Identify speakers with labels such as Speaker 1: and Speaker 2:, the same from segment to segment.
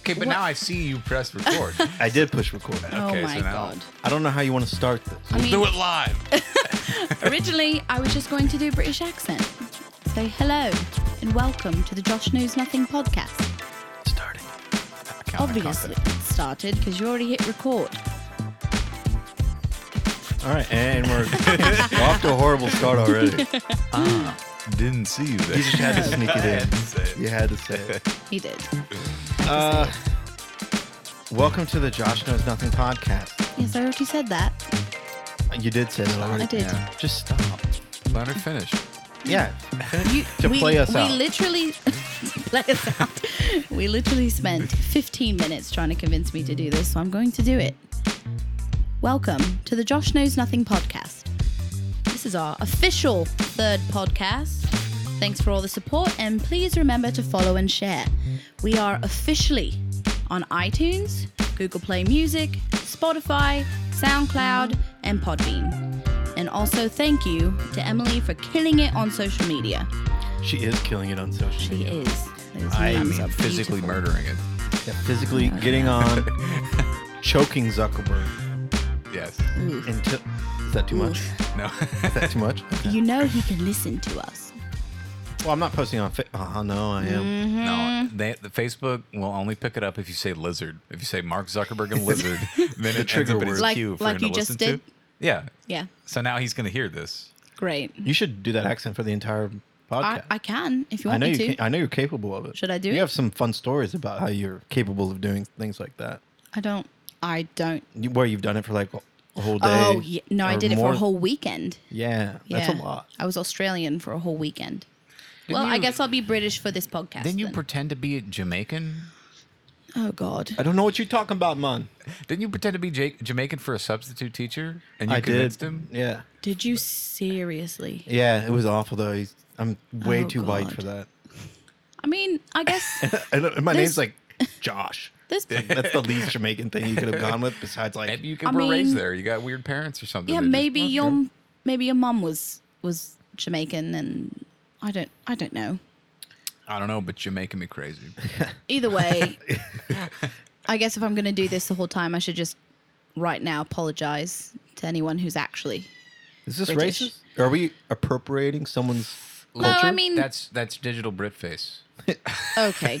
Speaker 1: Okay, but now I see you press record.
Speaker 2: I did push record.
Speaker 1: Okay,
Speaker 3: oh my
Speaker 1: so now-
Speaker 3: god.
Speaker 2: I don't know how you want to start this.
Speaker 3: I mean,
Speaker 1: Do it live.
Speaker 3: originally I was just going to do a British accent. So hello and welcome to the Josh Knows Nothing podcast.
Speaker 2: Starting.
Speaker 1: Oh
Speaker 3: Obviously it started because you already hit record.
Speaker 2: All right, and we're we're off to a horrible start already. You
Speaker 1: Didn't see you there.
Speaker 2: just had to sneak it
Speaker 1: That's
Speaker 2: in.
Speaker 1: it.
Speaker 2: You had to say it.
Speaker 3: You did.
Speaker 2: Uh, welcome to the Josh Knows Nothing podcast.
Speaker 3: Yes, I already said that.
Speaker 2: You did say that already.
Speaker 3: I did.
Speaker 1: Yeah.
Speaker 2: Just stop.
Speaker 1: Let her finish.
Speaker 2: Yeah.
Speaker 3: You,
Speaker 2: To
Speaker 3: we,
Speaker 2: play us
Speaker 3: we
Speaker 2: out.
Speaker 3: literally play us out. We literally spent 15 minutes trying to convince me to do this, so I'm going to do it. Welcome to the Josh Knows Nothing podcast. This is our official third podcast. Thanks for all the support, and please remember to follow and share. We are officially on iTunes, Google Play Music, Spotify, SoundCloud, and Podbean. And also, thank you to Emily for killing it on social media.
Speaker 2: She is killing it on social
Speaker 3: She
Speaker 2: media.
Speaker 3: is. Those
Speaker 2: I
Speaker 3: memes
Speaker 2: mean,
Speaker 3: are
Speaker 1: Physically
Speaker 3: beautiful.
Speaker 1: murdering it.
Speaker 2: Yeah, physically getting on, choking Zuckerberg.
Speaker 1: Yes.
Speaker 2: Until is that too much?
Speaker 1: No.
Speaker 2: Is that too much?
Speaker 3: You know he can listen to us.
Speaker 2: Well, I'm not posting on. Fa- oh no, I am.
Speaker 1: no.
Speaker 3: Mm-hmm.
Speaker 1: They, the Facebook will only pick it up if you say lizard. If you say Mark Zuckerberg and lizard, then it
Speaker 2: trigger
Speaker 1: trigger up in his
Speaker 2: word.
Speaker 3: Like-
Speaker 1: queue for
Speaker 3: like
Speaker 1: him to
Speaker 3: you just
Speaker 1: listen
Speaker 3: did?
Speaker 1: to. Yeah.
Speaker 3: Yeah,
Speaker 1: So now he's going to hear this.
Speaker 3: great.
Speaker 2: You should do that accent for the entire
Speaker 3: I,
Speaker 2: podcast.
Speaker 3: I can if you
Speaker 2: I
Speaker 3: want
Speaker 2: know
Speaker 3: Oh, me
Speaker 2: you.
Speaker 3: to.
Speaker 2: Can, I know you're capable of it.
Speaker 3: Should I do
Speaker 2: You
Speaker 3: it?
Speaker 2: have some fun stories about how you're capable of doing things like that,
Speaker 3: I don't. I don't.
Speaker 2: You- where you've done it for like a whole day.
Speaker 3: oh yeah, no, I
Speaker 2: or
Speaker 3: did it
Speaker 2: more.
Speaker 3: for a whole weekend.
Speaker 2: Yeah, that's
Speaker 3: Yeah.
Speaker 2: a lot.
Speaker 3: I was Australian for a whole weekend.
Speaker 1: Didn't
Speaker 3: well, I
Speaker 1: you-
Speaker 3: guess I'll be British for this podcast.
Speaker 1: Didn't you
Speaker 3: then.
Speaker 1: pretend to be Jamaican?
Speaker 3: oh God.
Speaker 2: I don't know what you're talking about, man.
Speaker 1: Didn't you pretend to be Ja- Jamaican for a substitute teacher? And you
Speaker 2: I
Speaker 1: convinced
Speaker 2: did.
Speaker 1: him?
Speaker 2: Yeah,
Speaker 3: Did you seriously?
Speaker 2: yeah. It was awful though. He's, I'm way
Speaker 3: Oh,
Speaker 2: too white
Speaker 3: God.
Speaker 2: for that.
Speaker 3: I mean, I guess
Speaker 2: I don't, my
Speaker 3: There's-
Speaker 2: name's like Josh.
Speaker 3: this.
Speaker 2: That's the least Jamaican thing you could have gone with. Besides, like,
Speaker 1: Maybe you could,
Speaker 3: I
Speaker 1: were raised
Speaker 3: mean-
Speaker 1: there. You got weird parents or something.
Speaker 3: Yeah,
Speaker 1: They just-
Speaker 3: maybe
Speaker 1: Okay.
Speaker 3: your maybe your mum was was Jamaican, and I don't I don't know.
Speaker 1: I don't know, but you're making me crazy.
Speaker 3: Either way, I guess if I'm going to do this the whole time, I should just right now apologize to anyone who's actually.
Speaker 2: is this
Speaker 3: British.
Speaker 2: racist? Are we appropriating someone's
Speaker 3: No,
Speaker 2: culture?
Speaker 3: I mean,
Speaker 1: That's that's digital Brit face.
Speaker 3: okay.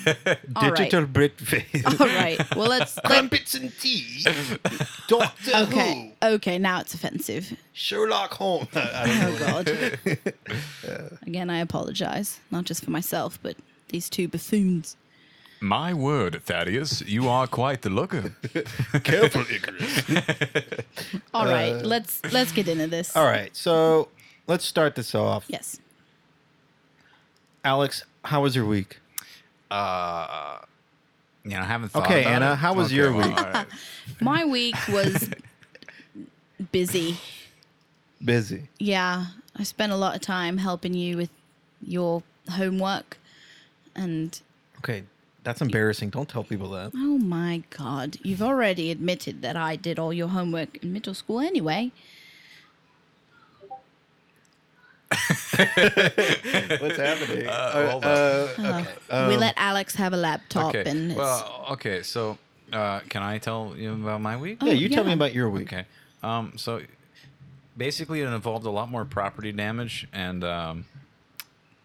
Speaker 3: All right.
Speaker 2: digital Brit face.
Speaker 3: All right. Well, let's. let-
Speaker 2: Crumpets and tea. Doctor
Speaker 3: okay. Okay. Now it's offensive.
Speaker 2: Sherlock Holmes. I don't
Speaker 3: Oh God. Again, I apologize, not just for myself, but these two buffoons.
Speaker 1: My word, Thaddeus, you are quite the looker.
Speaker 2: know. Careful, Icarus.
Speaker 3: All right. Let's let's get into this.
Speaker 2: Uh. All right, so let's start this off.
Speaker 3: Yes.
Speaker 2: Alex, how was your week?
Speaker 1: You know, I haven't thought.
Speaker 2: Okay,
Speaker 1: about
Speaker 2: Anna,
Speaker 1: it.
Speaker 2: how was your week?
Speaker 1: all right.
Speaker 3: My week was busy.
Speaker 2: Busy.
Speaker 3: Yeah, I spent a lot of time helping you with your homework. And
Speaker 2: Okay, that's embarrassing. Don't tell people that.
Speaker 3: oh my God, you've already admitted that I did all your homework in middle school anyway.
Speaker 2: What's happening?
Speaker 1: Uh,
Speaker 2: Uh,
Speaker 1: hold
Speaker 3: Uh, we let Alex have a laptop
Speaker 1: um, Okay.
Speaker 3: and it's.
Speaker 1: Well, okay. So, uh, can I tell you about my week?
Speaker 2: yeah, you tell
Speaker 3: Uh, yeah.
Speaker 2: me about your week.
Speaker 1: Okay. Um, so, basically, it involved a lot more property damage and um,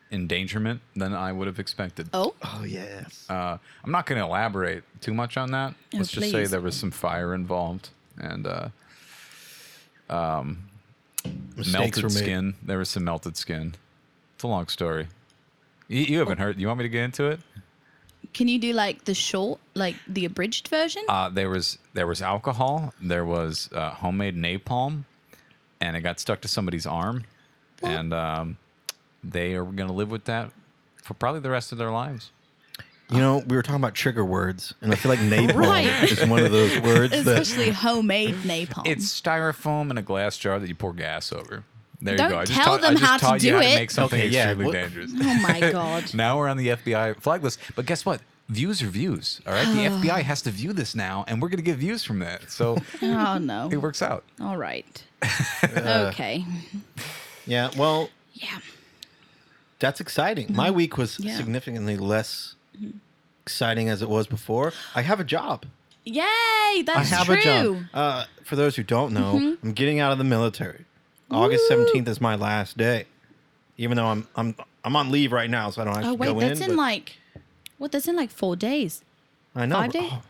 Speaker 1: endangerment than I would have expected.
Speaker 3: oh,
Speaker 2: Oh yes.
Speaker 1: Uh, I'm not going to elaborate too much on that.
Speaker 3: Oh,
Speaker 1: Let's just say
Speaker 3: please.
Speaker 1: there was some fire involved and uh,
Speaker 2: Mistakes were
Speaker 1: melted
Speaker 2: made.
Speaker 1: skin. There was some melted skin. It's a long story. You, you haven't heard. You want me to get into it?
Speaker 3: can you do like the short, like the abridged version?
Speaker 1: Uh, there was there was alcohol. There was uh, homemade napalm, and it got stuck to somebody's arm, and um, they are going to live with that for probably the rest of their lives.
Speaker 2: You know, we were talking about trigger words, and I feel like napalm
Speaker 3: Right.
Speaker 2: is one of those words that
Speaker 3: Especially homemade napalm.
Speaker 1: It's styrofoam in a glass jar that you pour gas over. There
Speaker 3: Don't
Speaker 1: you go. I just
Speaker 3: tell
Speaker 1: taught, I
Speaker 3: them
Speaker 1: just
Speaker 3: how to
Speaker 1: taught you
Speaker 3: do
Speaker 1: how
Speaker 3: it.
Speaker 1: to make something
Speaker 2: Okay, yeah,
Speaker 1: extremely
Speaker 2: what-
Speaker 1: dangerous.
Speaker 3: oh my God.
Speaker 1: Now we're on the FBI flag list. But guess what? Views are views. All right. The FBI has to view this now, and we're going to get views from that. So
Speaker 3: Oh
Speaker 1: it
Speaker 3: no.
Speaker 1: works out.
Speaker 3: All right.
Speaker 2: Uh,
Speaker 3: okay.
Speaker 2: yeah. Well,
Speaker 3: Yeah.
Speaker 2: That's exciting. My week was
Speaker 3: Mm-hmm. Yeah. Mm-hmm.
Speaker 2: significantly less exciting as it was before. I have a job.
Speaker 3: Yay, that's
Speaker 2: I have
Speaker 3: true. Mm-hmm.
Speaker 2: a job. Uh, for those who don't know, I'm getting out of the military. August
Speaker 3: Woo.
Speaker 2: seventeenth is my last day. Even though I'm I'm I'm on leave right now, so I don't have
Speaker 3: Oh
Speaker 2: to
Speaker 3: wait,
Speaker 2: go
Speaker 3: that's in,
Speaker 2: in. but
Speaker 3: like what? That's in like four days.
Speaker 2: I know.
Speaker 3: five
Speaker 2: we're-
Speaker 3: days?
Speaker 2: Oh,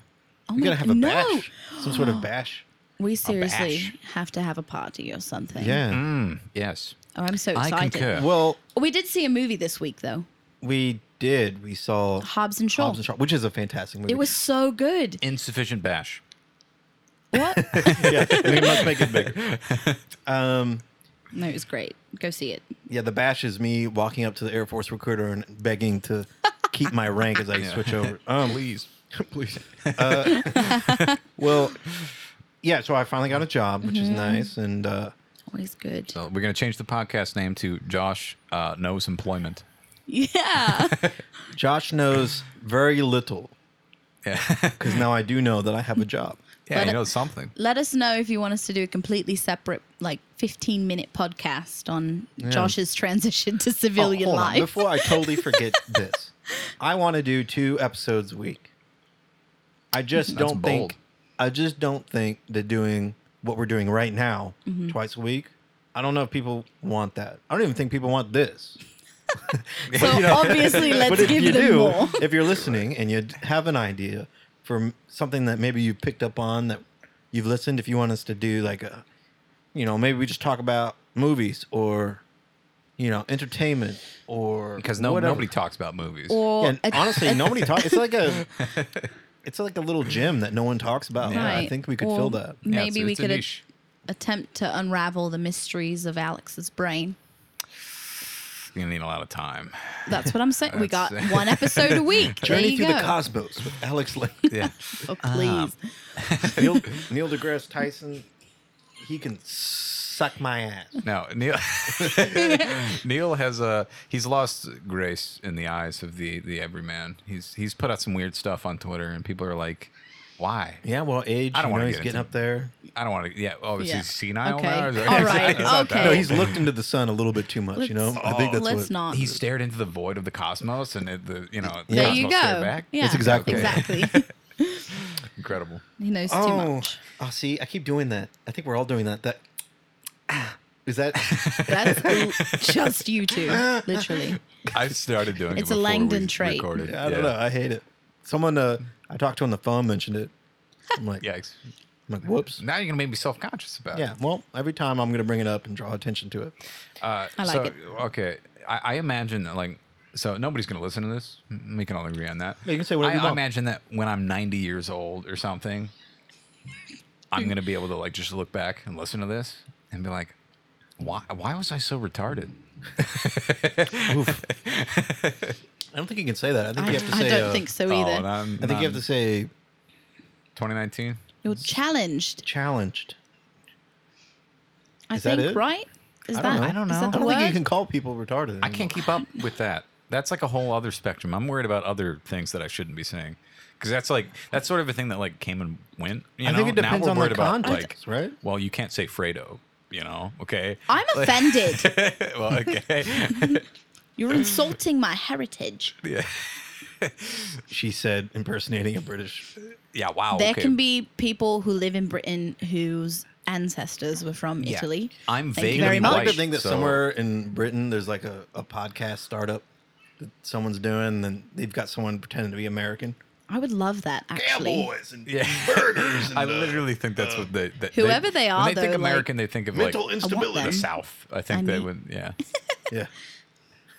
Speaker 3: Oh
Speaker 2: we
Speaker 3: my
Speaker 2: gotta have a
Speaker 3: no.
Speaker 2: bash, some sort of bash.
Speaker 3: We seriously
Speaker 1: bash.
Speaker 3: have to have a party or something.
Speaker 2: Yeah.
Speaker 1: Mm, yes.
Speaker 3: Oh, I'm so
Speaker 1: I
Speaker 3: excited.
Speaker 1: concur.
Speaker 2: Well,
Speaker 3: We did see a movie this week though,
Speaker 2: we did. We saw
Speaker 3: Hobbs and Shaw.
Speaker 2: Hobbs and Shaw, which is a fantastic movie.
Speaker 3: It was so good.
Speaker 1: Insufficient bash.
Speaker 3: What?
Speaker 2: yeah, we must make it bigger. Um,
Speaker 3: no, it was great. Go see it.
Speaker 2: yeah, the bash is me walking up to the Air Force recruiter and begging to keep my rank as I switch over. Um,
Speaker 1: Please.
Speaker 2: please. well, yeah. So I finally got a job, which is nice, and uh,
Speaker 3: Always good.
Speaker 2: Oh.
Speaker 1: So we're going to change the podcast name to Josh uh, Knows Employment.
Speaker 3: Yeah.
Speaker 2: Josh knows very little
Speaker 1: Yeah.
Speaker 2: because now I do know that I have a job.
Speaker 1: yeah,
Speaker 3: But-
Speaker 1: you know something.
Speaker 3: Let us know if you want us to do a completely separate, like 15 minute podcast on Josh's transition to civilian
Speaker 2: Oh, hold on,
Speaker 3: life.
Speaker 2: Before I totally forget this, I want to do two episodes a week. I just
Speaker 1: That's
Speaker 2: don't
Speaker 1: bold.
Speaker 2: think. I just don't think that doing what we're doing right now
Speaker 3: Mm-hmm.
Speaker 2: twice a week. I don't know if people want that. I don't even think people want this.
Speaker 3: so obviously, let's
Speaker 2: if
Speaker 3: give
Speaker 2: you
Speaker 3: them
Speaker 2: do,
Speaker 3: more.
Speaker 2: if you're listening and you d- have an idea for m- something that maybe you picked up on that you've listened, if you want us to do like a, you know, maybe we just talk about movies or, you know, entertainment or
Speaker 1: Because no,
Speaker 2: whatever.
Speaker 1: nobody talks about movies.
Speaker 3: Or
Speaker 2: Yeah, and
Speaker 3: a-
Speaker 2: honestly,
Speaker 3: a-
Speaker 2: nobody talks. It's like a, it's like a little gym that no one talks about. I
Speaker 3: Right.
Speaker 2: think we could
Speaker 3: Or
Speaker 2: fill that.
Speaker 1: Yeah,
Speaker 3: Maybe
Speaker 1: it's-
Speaker 3: we
Speaker 1: it's a
Speaker 3: could a-
Speaker 1: niche.
Speaker 3: attempt to unravel the mysteries of Alex's brain.
Speaker 1: You're going to need a lot of time.
Speaker 3: That's what I'm saying. we got
Speaker 1: That's-
Speaker 3: one episode a week. there
Speaker 2: Journey
Speaker 3: you
Speaker 2: through
Speaker 3: go.
Speaker 2: the cosmos with Alex Lane,
Speaker 1: Yeah.
Speaker 3: oh, please.
Speaker 2: Neil, Neil deGrasse Tyson. He can suck my ass.
Speaker 1: No, Neil. Neil has uh, he's lost grace in the eyes of the the everyman. He's he's put out some weird stuff on Twitter, and people are like, "Why?
Speaker 2: Yeah, well, age.
Speaker 1: I don't
Speaker 2: you know,
Speaker 1: wanna
Speaker 2: he's
Speaker 1: get
Speaker 2: getting
Speaker 1: into-
Speaker 2: up there.
Speaker 1: I don't want to." Yeah. Oh, is
Speaker 3: Yeah.
Speaker 1: he senile
Speaker 3: Okay.
Speaker 1: now? Is it-
Speaker 3: All right.
Speaker 1: It's not that.
Speaker 3: Okay.
Speaker 2: No, he's looked into the sun a little bit too much. you know,
Speaker 3: Let's-
Speaker 2: I think that's
Speaker 3: Let's
Speaker 2: what.
Speaker 3: not.
Speaker 1: He stared into the void of the cosmos, and it, the you know the
Speaker 3: there
Speaker 1: cosmos
Speaker 3: you go.
Speaker 1: stared back.
Speaker 3: Yeah,
Speaker 2: That's exactly
Speaker 1: it.
Speaker 3: exactly.
Speaker 1: Incredible.
Speaker 3: he knows too
Speaker 2: Oh,
Speaker 3: much.
Speaker 2: oh, see, I keep doing that. I think we're all doing that. That is that.
Speaker 3: That's l- just you two, literally.
Speaker 1: I started doing it.
Speaker 3: It's a
Speaker 1: before
Speaker 3: Langdon
Speaker 1: we
Speaker 3: trait.
Speaker 1: Recorded.
Speaker 2: I don't know. I hate it. Someone uh, I talked to on the phone mentioned it. I'm like,
Speaker 1: Yeah. Yikes.
Speaker 2: I'm like, whoops.
Speaker 1: Now you're gonna make me self conscious about it.
Speaker 2: Yeah. Well, every time I'm gonna bring it up and draw attention to it.
Speaker 1: Uh,
Speaker 3: I like
Speaker 1: so,
Speaker 3: it.
Speaker 1: Okay, I, I imagine that like so nobody's gonna listen to this. We can all agree on that.
Speaker 2: Yeah, you can say whatever
Speaker 1: I,
Speaker 2: you
Speaker 1: I
Speaker 2: want.
Speaker 1: imagine that when I'm 90 years old or something, I'm gonna be able to like just look back and listen to this and be like, why why was I so retarded?
Speaker 2: I don't think you can say that. I think
Speaker 3: I,
Speaker 2: you have to
Speaker 3: I
Speaker 2: say.
Speaker 3: don't
Speaker 2: uh,
Speaker 3: think Um, so
Speaker 1: Oh,
Speaker 3: either.
Speaker 1: and I'm-
Speaker 2: I think you have
Speaker 1: I'm
Speaker 2: to say
Speaker 1: 2019.
Speaker 3: You're challenged,
Speaker 2: challenged.
Speaker 3: I
Speaker 2: Is that
Speaker 3: think,
Speaker 2: it?
Speaker 3: right? Is
Speaker 2: I don't
Speaker 3: that
Speaker 2: know. I
Speaker 1: don't
Speaker 3: is
Speaker 1: know.
Speaker 3: that
Speaker 2: I
Speaker 3: the
Speaker 2: don't
Speaker 3: word?
Speaker 2: think you can call people retarded.
Speaker 1: I can't keep up with that. That's like a whole other spectrum. I'm worried about other things that I shouldn't be saying. Because that's like that's sort of a thing that like came and went. You
Speaker 2: I think
Speaker 1: know?
Speaker 2: it
Speaker 1: Now
Speaker 2: depends
Speaker 1: we're
Speaker 2: on the
Speaker 1: worried about,
Speaker 2: context,
Speaker 1: like,
Speaker 2: right?
Speaker 1: Well, you can't say Fredo. You know? Okay.
Speaker 3: I'm offended.
Speaker 1: well, okay.
Speaker 3: You're insulting my heritage.
Speaker 2: She said, impersonating a British.
Speaker 1: yeah. Wow.
Speaker 3: there
Speaker 1: okay.
Speaker 3: can be people who live in Britain whose ancestors were from
Speaker 1: Yeah.
Speaker 3: Italy.
Speaker 1: I'm
Speaker 3: Thank you
Speaker 1: vaguely
Speaker 3: very
Speaker 2: I like
Speaker 3: much.
Speaker 2: to think that
Speaker 1: so-
Speaker 2: somewhere in Britain there's like a, a podcast startup that someone's doing, and then they've got someone pretending to be American.
Speaker 3: I would love that actually.
Speaker 2: Cowboys and
Speaker 1: Yeah.
Speaker 2: burgers. And
Speaker 1: I
Speaker 2: uh,
Speaker 1: literally think that's what they. That
Speaker 3: Whoever they are,
Speaker 1: When they
Speaker 3: though,
Speaker 1: think
Speaker 3: like,
Speaker 1: American, they think of like
Speaker 2: mental
Speaker 1: the
Speaker 3: them.
Speaker 2: instability.
Speaker 1: South. I think
Speaker 3: I
Speaker 1: they
Speaker 3: need-
Speaker 1: would. Yeah.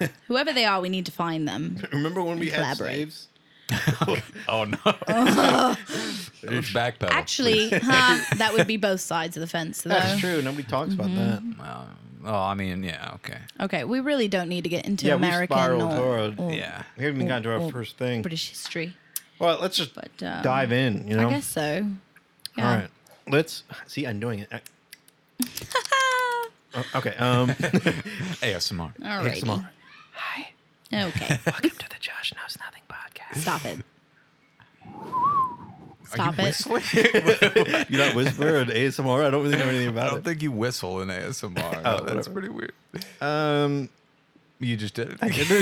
Speaker 2: Yeah.
Speaker 3: Whoever they are, we need to find them.
Speaker 2: Remember when we had
Speaker 3: Collaborate.
Speaker 2: slaves?
Speaker 1: Oh no.
Speaker 3: Oh.
Speaker 1: Let's backpedal.
Speaker 3: Actually, huh, that would be both sides of the fence, though.
Speaker 2: That's true. Nobody talks about that.
Speaker 3: mm-hmm.
Speaker 1: Uh, oh, I mean, yeah. Okay.
Speaker 3: Okay, we really don't need to get into
Speaker 2: Yeah, we
Speaker 3: American
Speaker 2: spiraled
Speaker 3: or,
Speaker 2: hard.
Speaker 3: or
Speaker 1: Yeah.
Speaker 2: We haven't even gotten to our
Speaker 3: Or-
Speaker 2: first thing.
Speaker 3: British history,
Speaker 2: Well, let's just
Speaker 3: but um,
Speaker 2: dive in. You know.
Speaker 3: I guess so.
Speaker 2: All right. Let's see. I'm doing it. I- oh, okay. Um.
Speaker 1: ASMR.
Speaker 3: All
Speaker 2: Take
Speaker 3: right.
Speaker 2: some more.
Speaker 3: Okay.
Speaker 2: Welcome to the Josh Knows Nothing podcast.
Speaker 3: Stop it. Stop
Speaker 1: you
Speaker 3: it.
Speaker 1: whistling?
Speaker 2: You not whisper and ASMR. I don't really know anything
Speaker 1: I
Speaker 2: about
Speaker 1: don't
Speaker 2: it.
Speaker 1: think you whistle in ASMR. No,
Speaker 2: Oh,
Speaker 1: that's
Speaker 2: whatever.
Speaker 1: pretty weird.
Speaker 2: Um. You just did it.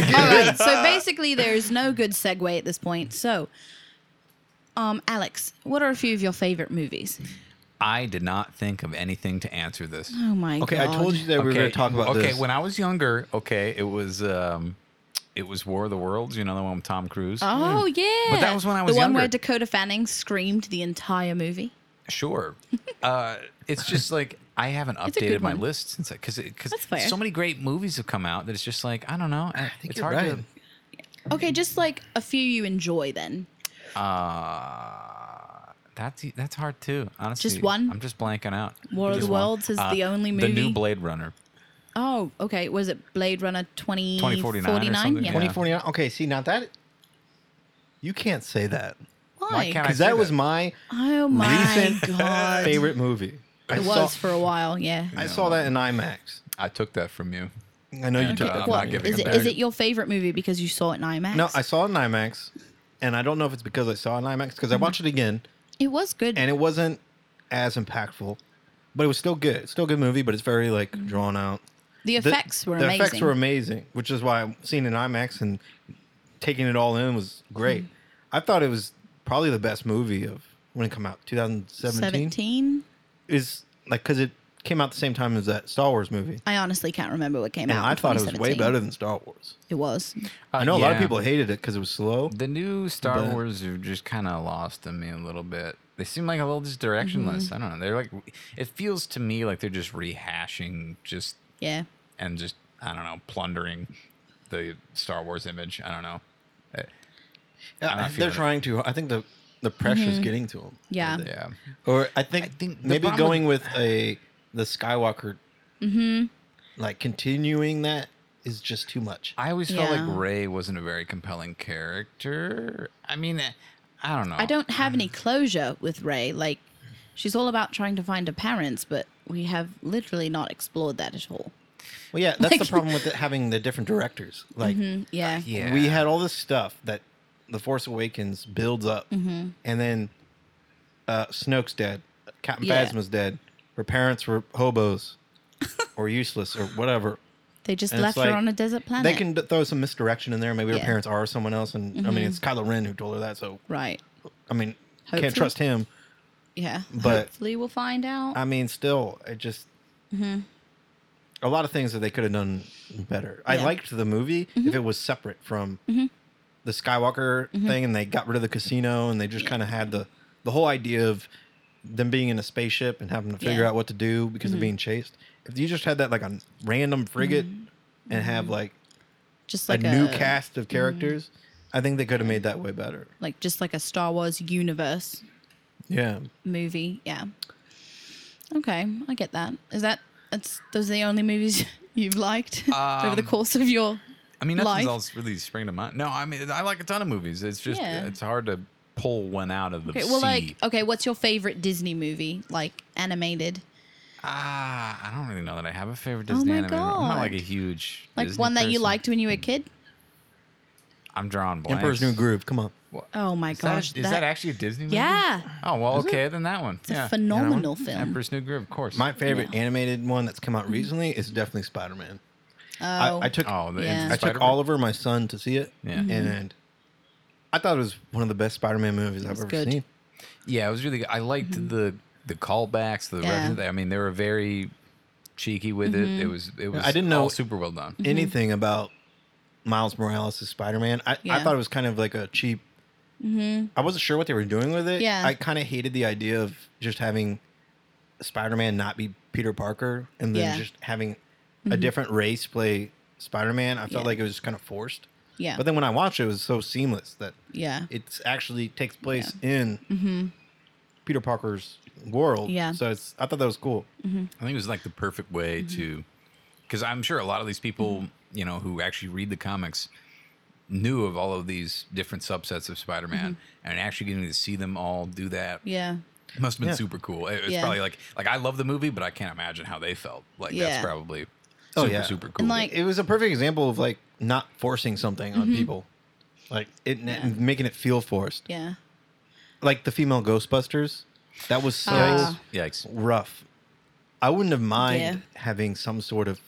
Speaker 2: Oh,
Speaker 3: All right. So basically, there is no good segue at this point. So, um, Alex, what are a few of your favorite movies?
Speaker 1: I did not think of anything to answer this.
Speaker 3: Oh my
Speaker 2: okay,
Speaker 3: god!
Speaker 2: I told you that we were going to talk about
Speaker 1: okay,
Speaker 2: this.
Speaker 1: when I was younger, okay, it was um, it was War of the Worlds. You know the one with Tom Cruise.
Speaker 3: Oh yeah.
Speaker 1: But that was when I was
Speaker 3: the one
Speaker 1: younger.
Speaker 3: where Dakota Fanning screamed the entire movie.
Speaker 1: Sure. uh, it's just like I haven't
Speaker 3: It's a good
Speaker 1: updated my
Speaker 3: one.
Speaker 1: list since because because
Speaker 3: That's fair. Ah,
Speaker 1: so many great movies have come out that it's just like I don't know. I
Speaker 2: think
Speaker 1: it's
Speaker 2: you're
Speaker 1: hard
Speaker 2: right.
Speaker 3: Okay, just like a few you enjoy then.
Speaker 1: to. Uh, that's e- that's hard too. Honestly,
Speaker 3: one?
Speaker 1: I'm just blanking out.
Speaker 3: War of
Speaker 1: Just
Speaker 3: the
Speaker 1: one. Uh,
Speaker 3: Worlds is the only
Speaker 1: The new
Speaker 3: movie?
Speaker 1: Blade Runner.
Speaker 3: Oh, okay. Was it Blade Runner 20,
Speaker 1: 2049 or
Speaker 3: 49?
Speaker 1: something,
Speaker 3: Yeah.
Speaker 1: yeah.
Speaker 2: 2049. Okay, see, now that. You can't say that.
Speaker 3: Why?
Speaker 1: Why can't I
Speaker 2: Because
Speaker 1: say
Speaker 2: that was
Speaker 1: that?
Speaker 2: my
Speaker 3: oh my
Speaker 2: recent
Speaker 3: god.
Speaker 2: favorite movie. I
Speaker 3: It
Speaker 2: saw-
Speaker 3: was for a while, yeah.
Speaker 2: I saw that in IMAX.
Speaker 1: I took that from you.
Speaker 2: I know you took
Speaker 1: I'm
Speaker 2: that.
Speaker 1: not
Speaker 3: What,
Speaker 2: from me.
Speaker 1: giving
Speaker 3: is
Speaker 1: it
Speaker 3: it?
Speaker 1: back.
Speaker 3: Is it your favorite movie because you saw it in IMAX?
Speaker 2: No, I saw it in IMAX, and I don't know if it's because I saw it in IMAX because I watched it again,
Speaker 3: It was good.
Speaker 2: and it wasn't as impactful, but it was still good. It's still a good movie, but it's very like drawn out.
Speaker 3: the
Speaker 2: The-
Speaker 3: effects were
Speaker 2: the
Speaker 3: amazing.
Speaker 2: effects were amazing, which is why seeing it in IMAX and taking it all in was great. I thought it was probably the best movie of when it came out 2017
Speaker 3: 17.
Speaker 2: is like because it came out the same time as that Star Wars movie,
Speaker 3: I honestly can't remember what came
Speaker 2: and
Speaker 3: out.
Speaker 2: I
Speaker 3: in
Speaker 2: thought it was way
Speaker 3: 2017.
Speaker 2: better than Star Wars.
Speaker 3: It was.
Speaker 1: Uh,
Speaker 2: I know a lot of
Speaker 1: yeah.
Speaker 2: people hated it because it was slow.
Speaker 1: The new Star
Speaker 2: But-
Speaker 1: Wars have just kind of lost in me a little bit. They seem like a little just directionless. I don't know. They're like, it feels to me like they're just rehashing, just
Speaker 3: Yeah.
Speaker 1: and just I don't know, plundering the Star Wars image. I don't know. Eh, I'm
Speaker 2: Yeah,
Speaker 1: not
Speaker 2: they're
Speaker 1: feeling it.
Speaker 2: trying to. I think the the pressure's getting to them.
Speaker 3: Mm-hmm. Yeah.
Speaker 1: Yeah,
Speaker 2: Or I think,
Speaker 1: I think the
Speaker 2: maybe
Speaker 1: problem
Speaker 2: going with a the Skywalker,
Speaker 3: Mm-hmm.
Speaker 2: like continuing that is just too much.
Speaker 1: I always felt
Speaker 3: Yeah.
Speaker 1: like Ray wasn't a very compelling character. I mean, eh, I don't know.
Speaker 3: I don't have any closure with Ray. Like, she's all about trying to find her parents, but we have literally not explored that at all.
Speaker 2: Well, yeah, that's
Speaker 3: Like- Mm-hmm.
Speaker 2: the problem with it, having the different directors. Like
Speaker 3: Yeah.
Speaker 1: Yeah,
Speaker 2: we had all this stuff that the Force Awakens builds up,
Speaker 3: Mm-hmm.
Speaker 2: and then uh, Snoke's dead, Captain
Speaker 3: Yeah.
Speaker 2: Phasma's dead, her parents were hobos or useless or whatever.
Speaker 3: They just
Speaker 2: And
Speaker 3: left
Speaker 2: it's
Speaker 3: her
Speaker 2: like,
Speaker 3: on a desert planet.
Speaker 2: They can d- throw some misdirection in there. Maybe her
Speaker 3: Yeah. Mm-hmm.
Speaker 2: parents are someone else, and I mean it's Kylo Ren who told her that. So
Speaker 3: Right.
Speaker 2: I mean,
Speaker 3: Hopefully.
Speaker 2: can't trust him.
Speaker 3: Yeah.
Speaker 2: But-
Speaker 3: Hopefully, we'll find out.
Speaker 2: I mean, still, it just
Speaker 3: Mm-hmm.
Speaker 2: a lot of things that they could have done better. I
Speaker 3: Yeah. Mm-hmm.
Speaker 2: liked the movie if it was separate from the Skywalker thing, and they got rid of the casino, and they just kind of had the the whole idea of them being in a spaceship and having to figure
Speaker 3: Yeah. Mm-hmm.
Speaker 2: out what to do because they're being chased. If you just had that like a random frigate and have like
Speaker 3: just Mm-hmm. like Mm-hmm.
Speaker 2: a new cast of characters, I think they could have made that way better.
Speaker 3: Like, just like a Star Wars universe
Speaker 2: Yeah.
Speaker 3: movie. Yeah. Okay. I get that. Is that, that's, those are the only movies you've liked over the
Speaker 1: Um,
Speaker 3: course of your.
Speaker 1: I mean, nothing's
Speaker 3: life.
Speaker 1: else really spring to mind. No, I mean, I like a ton of movies. It's just
Speaker 3: Yeah.
Speaker 1: it's hard to pull one out of the
Speaker 3: Okay. Well,
Speaker 1: sea.
Speaker 3: like, okay, what's your favorite Disney movie? Like, animated?
Speaker 1: Ah, I don't really know that I have a favorite
Speaker 3: Oh
Speaker 1: Disney
Speaker 3: my
Speaker 1: anime. I'm not like a
Speaker 3: God.
Speaker 1: huge
Speaker 3: Like,
Speaker 1: Disney
Speaker 3: one that you
Speaker 1: person.
Speaker 3: liked when you were a kid?
Speaker 1: I'm drawing blanks.
Speaker 2: Emperor's New Groove. Come on.
Speaker 1: What-
Speaker 3: Oh my
Speaker 1: is
Speaker 3: gosh.
Speaker 1: That, is that actually a Disney movie?
Speaker 3: Yeah.
Speaker 1: Oh well, okay, then that one.
Speaker 3: It's
Speaker 1: yeah.
Speaker 3: a phenomenal film.
Speaker 1: Emperor's New Groove, of course.
Speaker 2: My favorite
Speaker 3: Yeah. Mm-hmm.
Speaker 2: animated one that's come out recently is definitely Spider Man. I, I took
Speaker 1: oh, the
Speaker 3: Yeah.
Speaker 1: Into
Speaker 2: I took
Speaker 1: Spider-Man.
Speaker 2: Oliver, my son, to see it,
Speaker 1: Yeah.
Speaker 3: Mm-hmm.
Speaker 1: Mhm.
Speaker 2: and I thought it was one of the best Spider Man movies I've
Speaker 3: was
Speaker 2: ever
Speaker 3: good. Mm-hmm.
Speaker 2: seen.
Speaker 1: Yeah, it was really. good. I liked the the callbacks. The
Speaker 3: Yeah. Mm-hmm.
Speaker 1: reference- I mean, they were very cheeky with it. It was it was.
Speaker 2: I didn't
Speaker 1: all
Speaker 2: know-
Speaker 1: super well done.
Speaker 2: Anything about Miles Morales as Spider Man, I,
Speaker 3: Yeah.
Speaker 2: I thought it was kind of like a cheap.
Speaker 3: Mm-hmm.
Speaker 2: I wasn't sure what they were doing with it.
Speaker 3: Yeah.
Speaker 2: I kind of hated the idea of just having Spider Man not be Peter Parker and then
Speaker 3: Yeah. Mm-hmm.
Speaker 2: just having a different race play Spider Man. I felt
Speaker 3: Yeah. Uh-huh.
Speaker 2: like it was kind of forced.
Speaker 3: Yeah.
Speaker 2: But then when I watched it, it was so seamless that
Speaker 3: yeah.
Speaker 2: it's actually takes place in Peter Parker's world.
Speaker 3: Yeah.
Speaker 2: So it's I thought that was cool.
Speaker 1: I think it was like the perfect way
Speaker 3: Mm-hmm.
Speaker 1: to, because I'm sure a lot of these people, you know, who actually read the comics, knew of all of these different subsets of Spider-Man,
Speaker 3: Mm-hmm.
Speaker 1: and actually getting to see them all do that
Speaker 3: Yeah.
Speaker 1: must have been
Speaker 2: Yeah.
Speaker 1: super cool. It- It's
Speaker 3: Yeah.
Speaker 1: probably like like I love the movie, but I can't imagine how they felt. Like
Speaker 3: Yeah.
Speaker 1: that's probably super
Speaker 2: Oh, yeah.
Speaker 1: super cool.
Speaker 3: And like,
Speaker 2: It was a perfect example of like not forcing something on people. Like it and making it feel forced.
Speaker 3: yeah.
Speaker 2: Like the female Ghostbusters. That was so
Speaker 3: Ah.
Speaker 1: Yikes!
Speaker 2: rough. I wouldn't have mind
Speaker 3: Yeah.
Speaker 2: having some sort of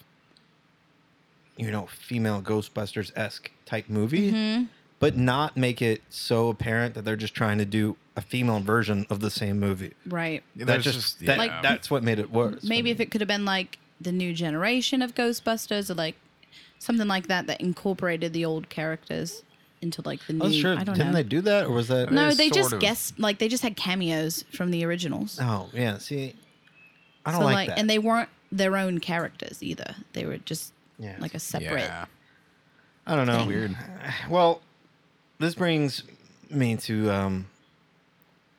Speaker 2: you know, female Ghostbusters esque type movie, but not make it so apparent that they're just trying to do a female version of the same movie.
Speaker 3: Right.
Speaker 2: That
Speaker 1: There's
Speaker 2: just,
Speaker 1: just-
Speaker 2: that,
Speaker 1: Like-
Speaker 2: that's what made it worse.
Speaker 3: Maybe if it could have been like the new generation of Ghostbusters or like something like that that incorporated the old characters into like the new.
Speaker 2: I was Oh, sure.
Speaker 3: I don't
Speaker 2: Didn't
Speaker 3: know.
Speaker 2: they do that, or was that?
Speaker 3: no,
Speaker 1: It's
Speaker 3: they just
Speaker 1: sort of-
Speaker 3: guessed like they just had cameos from the originals.
Speaker 2: Oh yeah. See, I don't
Speaker 3: so
Speaker 2: like, that.
Speaker 3: and they weren't their own characters either. They were just
Speaker 2: Yeah.
Speaker 3: like a separate.
Speaker 1: Yeah.
Speaker 2: I don't know.
Speaker 3: thing.
Speaker 1: Weird.
Speaker 2: Well, this brings me to um,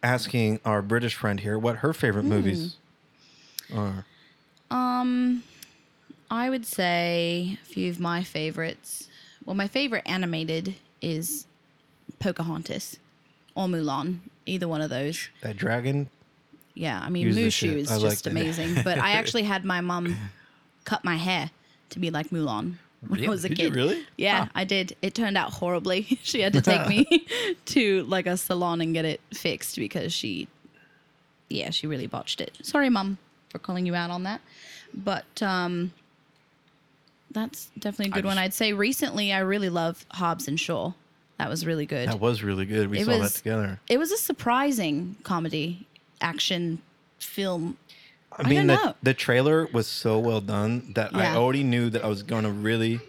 Speaker 2: asking our British friend here what her favorite
Speaker 3: Hmm.
Speaker 2: movies are.
Speaker 3: Um, I would say a few of my favorites. Well, my favorite animated is Pocahontas or Mulan, either one of those.
Speaker 2: That dragon.
Speaker 3: Yeah, I mean,
Speaker 2: Use the
Speaker 3: Mushu
Speaker 2: shit.
Speaker 3: is
Speaker 2: I like
Speaker 3: just
Speaker 2: that.
Speaker 3: amazing. But I actually had my mum cut my hair to be like Mulan when I was a
Speaker 2: Did
Speaker 3: kid.
Speaker 2: you really?
Speaker 3: Yeah, I did. It turned out horribly. she had to take me to like a salon and get it fixed because she, yeah, she really botched it. Sorry, mum, for calling you out on that. But um, that's definitely a good one.
Speaker 1: just-
Speaker 3: I'd say recently I really love Hobbs and Shaw. That was really good
Speaker 2: That was really good. We
Speaker 3: It
Speaker 2: saw
Speaker 3: was-
Speaker 2: that together.
Speaker 3: it was a surprising comedy action film.
Speaker 2: I
Speaker 3: don't
Speaker 2: mean, the,
Speaker 3: know.
Speaker 2: the trailer was so well done that I
Speaker 3: Yeah.
Speaker 2: already knew that I was going to really.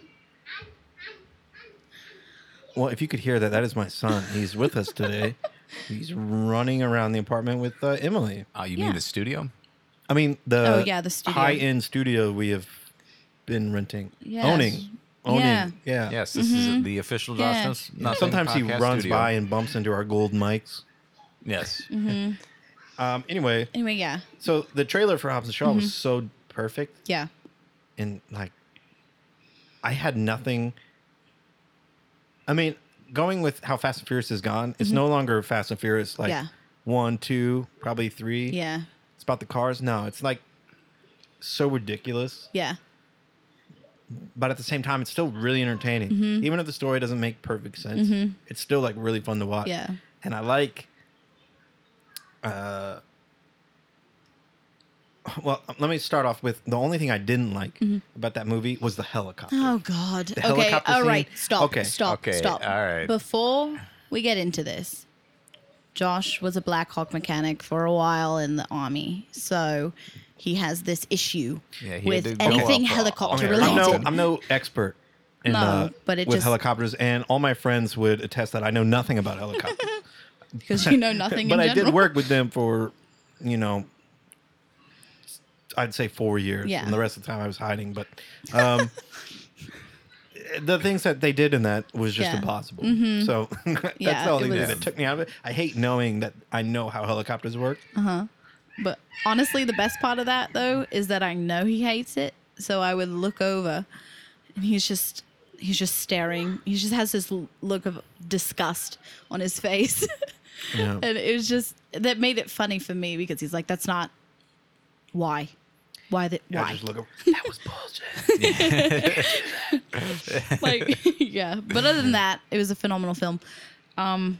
Speaker 2: Well, if you could hear that, that is my son. He's with us today. He's running around the apartment with uh, Emily.
Speaker 1: Oh, you
Speaker 3: Yeah.
Speaker 1: mean the studio?
Speaker 2: I mean, the,
Speaker 3: Oh, yeah, the studio.
Speaker 2: high end studio we have been renting,
Speaker 3: Yes.
Speaker 2: owning, owning.
Speaker 3: Yeah.
Speaker 2: Yeah. yeah.
Speaker 1: Yes, this is the official Josh
Speaker 3: Mm-hmm. Yeah.
Speaker 1: Knows Nothing
Speaker 2: Sometimes he
Speaker 1: podcast
Speaker 2: runs
Speaker 1: studio.
Speaker 2: by and bumps into our gold mics.
Speaker 1: Yes.
Speaker 3: Mm-hmm.
Speaker 2: Um, anyway,
Speaker 3: Anyway, yeah,
Speaker 2: so the trailer for Hobbs and Shaw
Speaker 3: Mm-hmm.
Speaker 2: was so perfect.
Speaker 3: yeah,
Speaker 2: and like I had nothing. I mean, going with how Fast and Furious has gone, it's no longer Fast and Furious like
Speaker 3: Mm-hmm. Yeah.
Speaker 2: one, two, probably three.
Speaker 3: yeah,
Speaker 2: It's about the cars. No, it's like so ridiculous.
Speaker 3: yeah,
Speaker 2: But at the same time, it's still really entertaining.
Speaker 3: Mm-hmm.
Speaker 2: Even if the story doesn't make perfect sense, it's still like really fun to watch.
Speaker 3: yeah.
Speaker 2: And I like uh well, let me start off with the only thing I didn't like about that movie was the helicopter.
Speaker 3: Mm-hmm. Oh God. okay.
Speaker 2: helicopter
Speaker 3: All right.
Speaker 2: scene?
Speaker 3: Stop.
Speaker 2: Okay,
Speaker 3: Stop.
Speaker 1: okay,
Speaker 3: Stop.
Speaker 1: all right.
Speaker 3: Before we get into this, Josh was a Black Hawk mechanic for a while in the army, so he has this issue
Speaker 1: Yeah, he had to
Speaker 3: with
Speaker 1: go
Speaker 3: anything
Speaker 1: up, uh,
Speaker 3: helicopter
Speaker 1: on a-
Speaker 2: Oh, I'm
Speaker 3: related.
Speaker 2: no,
Speaker 1: Related.
Speaker 2: I'm no expert in
Speaker 3: No,
Speaker 2: uh,
Speaker 3: but it
Speaker 2: with
Speaker 3: just-
Speaker 2: helicopters, and all my friends would attest that I know nothing about helicopters.
Speaker 3: Because you know nothing.
Speaker 2: but
Speaker 3: in
Speaker 2: I
Speaker 3: general.
Speaker 2: did work with them for, you know, I'd say four years,
Speaker 3: Yeah.
Speaker 2: and the rest of the time I was hiding. But um, the things that they did in that was just
Speaker 3: Yeah. Mm-hmm.
Speaker 2: impossible. So that's
Speaker 3: Yeah,
Speaker 2: the
Speaker 3: it
Speaker 2: only thing
Speaker 3: was-
Speaker 2: that took me out of it. I hate knowing that I know how helicopters work.
Speaker 3: Uh-huh. But honestly, the best part of that though is that I know he hates it. So I would look over, and he's just he's just staring. He just has this l- look of disgust on his face,
Speaker 2: Yeah.
Speaker 3: and it was just that made it funny for me because he's like, "That's not why, why that
Speaker 2: I
Speaker 3: why."
Speaker 2: just look over, that was bullshit.
Speaker 3: like yeah. But other than that, it was a phenomenal film. Um,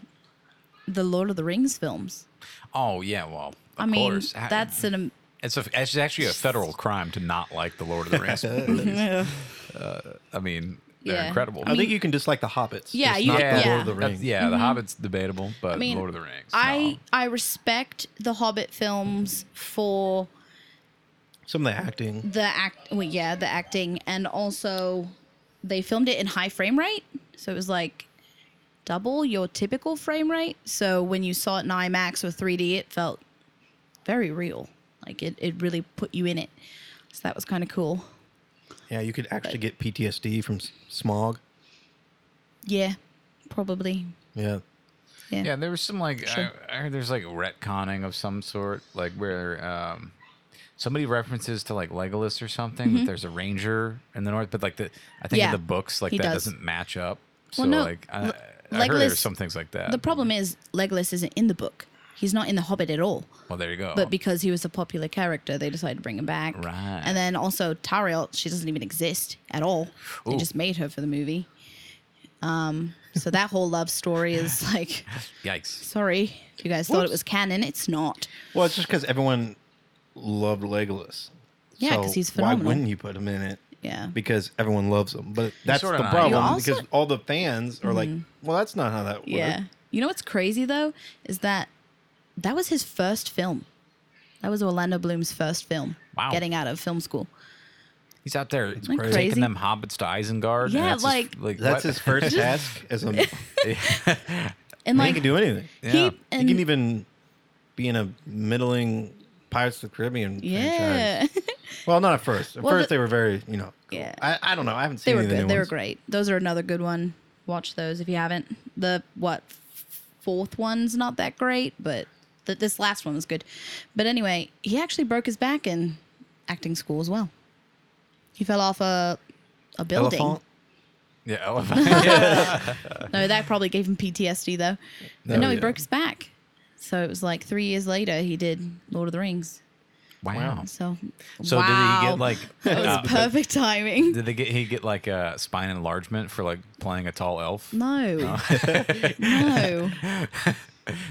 Speaker 3: the Lord of the Rings films.
Speaker 1: Oh yeah. Well, of
Speaker 3: I mean,
Speaker 1: course. I-
Speaker 3: that's an am-
Speaker 1: it's a, it's actually a federal crime to not like the Lord of the Rings. movies. I mean, they're
Speaker 3: Yeah.
Speaker 1: incredible.
Speaker 2: I think you can dislike the Hobbits.
Speaker 3: Yeah,
Speaker 2: just
Speaker 3: you
Speaker 2: not
Speaker 3: can- yeah.
Speaker 2: the
Speaker 3: Mm-hmm.
Speaker 2: Lord of the
Speaker 1: That's-
Speaker 2: Rings.
Speaker 1: Yeah, The Hobbit's debatable, but
Speaker 3: I mean,
Speaker 1: Lord of the Rings.
Speaker 3: I
Speaker 1: no.
Speaker 3: I respect the Hobbit films for
Speaker 2: Some of the acting.
Speaker 3: the act. Well, yeah, the acting, and also they filmed it in high frame rate, so it was like double your typical frame rate. So when you saw it in IMAX or 3D, it felt very real. Like it, it really put you in it. So that was kind of cool.
Speaker 2: Yeah, you could actually get PTSD from s- smog.
Speaker 3: Yeah, probably.
Speaker 2: Yeah.
Speaker 3: Yeah.
Speaker 1: Yeah, there was some like I, I heard there's like retconning of some sort, like where um, somebody references to like Legolas or something. That there's a ranger in the north, but like the I think
Speaker 3: Mm-hmm. Yeah,
Speaker 1: in the books like
Speaker 3: he
Speaker 1: that
Speaker 3: does.
Speaker 1: does. not match up. So
Speaker 3: no,
Speaker 1: like I, I
Speaker 3: Le-
Speaker 1: heard
Speaker 3: Legolas-
Speaker 1: there's some things like that.
Speaker 3: The problem is Legolas isn't in the book. He's not in the Hobbit at all.
Speaker 1: Well, there you go.
Speaker 3: but because he was a popular character, they decided to bring him back.
Speaker 1: Oh. Right.
Speaker 3: And then also Tariel, she doesn't even exist at all. They
Speaker 1: Ooh.
Speaker 3: just made her for the movie. Um, so that whole love story is like,
Speaker 1: Yikes!
Speaker 3: sorry, if you guys thought it was canon, it's not.
Speaker 2: Well, it's just because everyone loved Legolas.
Speaker 3: Yeah, 'cause he's phenomenal.
Speaker 2: Why wouldn't you put him in it?
Speaker 3: Yeah.
Speaker 2: because everyone loves them. But that's
Speaker 1: sorta
Speaker 2: the
Speaker 1: not.
Speaker 2: problem
Speaker 3: You also- Mm-hmm.
Speaker 2: because all the fans are like, well, that's not how that works.
Speaker 3: Yeah. You know what's crazy though is that that was his first film. That was Orlando Bloom's first film.
Speaker 1: Wow.
Speaker 3: Getting out of film school.
Speaker 1: He's out there
Speaker 3: Like
Speaker 1: taking
Speaker 3: crazy.
Speaker 1: them hobbits to Isengard. and
Speaker 3: Yeah,
Speaker 1: that's his-
Speaker 3: like-
Speaker 1: what?
Speaker 2: That's his first task as a
Speaker 3: And
Speaker 2: he
Speaker 3: like
Speaker 2: can do anything.
Speaker 1: Yeah.
Speaker 3: he
Speaker 2: he
Speaker 3: and
Speaker 2: can even be in a middling Pirates of the Caribbean franchise.
Speaker 3: yeah.
Speaker 2: Well, not at first. At
Speaker 3: Well,
Speaker 2: first
Speaker 3: the-
Speaker 2: they were very, you know. cool.
Speaker 3: Yeah.
Speaker 2: I, I don't know. I haven't seen
Speaker 3: they were
Speaker 2: any of the
Speaker 3: good.
Speaker 2: new
Speaker 3: They were
Speaker 2: ones.
Speaker 3: great. Those are another good one. Watch those if you haven't. The what f- fourth one's not that great, but th- this last one was good. But anyway, he actually broke his back in acting school as well. He fell off a a building.
Speaker 2: Elephant?
Speaker 1: yeah, elephant. Yeah.
Speaker 3: No, that probably gave him PTSD though. But
Speaker 2: Oh,
Speaker 3: no, he
Speaker 2: yeah.
Speaker 3: broke his back. So it was like three years later he did Lord of the Rings.
Speaker 1: Wow.
Speaker 3: So
Speaker 1: So
Speaker 3: wow.
Speaker 1: did he get like?
Speaker 3: that was
Speaker 1: uh,
Speaker 3: perfect timing?
Speaker 1: did they get he get like a spine enlargement for like playing a tall elf?
Speaker 3: No, no,
Speaker 1: I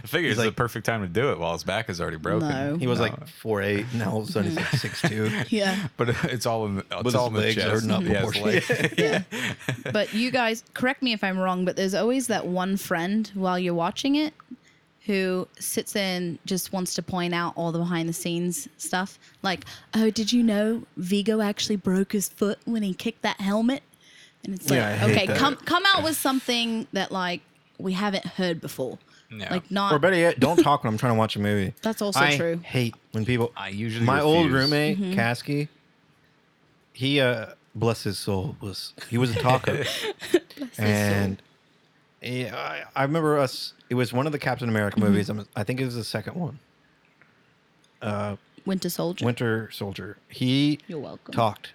Speaker 1: figure it's the perfect time to do it while his back is already broken.
Speaker 3: No.
Speaker 2: He was like four eight, and now all of a sudden he's like six two.
Speaker 3: yeah.
Speaker 1: But it's all in the, it's
Speaker 2: his
Speaker 1: all in the
Speaker 2: legs are
Speaker 1: chest.
Speaker 2: not
Speaker 1: Yeah, his
Speaker 2: proportionate.
Speaker 1: leg.
Speaker 3: But you guys, correct me if I'm wrong, but there's always that one friend while you're watching it who sits in just wants to point out all the behind the scenes stuff. Like, oh, did you know Vigo actually broke his foot when he kicked that helmet? And it's like,
Speaker 2: Yeah, I hate
Speaker 3: okay,
Speaker 2: that.
Speaker 3: come come out with something that like we haven't heard before.
Speaker 1: Yeah.
Speaker 3: Like not
Speaker 2: Or better yet, don't talk when I'm trying to watch a movie.
Speaker 3: That's also
Speaker 2: I
Speaker 3: true. Mm-hmm.
Speaker 2: Hate when people.
Speaker 1: I usually
Speaker 2: my old
Speaker 1: refuse.
Speaker 2: roommate Kasky. He uh, bless his soul was he was a talker, and yeah, I, I remember us. It was one of the Captain America
Speaker 3: Mm-hmm.
Speaker 2: movies. I'm- I think it was the second one,
Speaker 3: Winter Soldier.
Speaker 2: Winter Soldier. He
Speaker 3: You're welcome.
Speaker 2: talked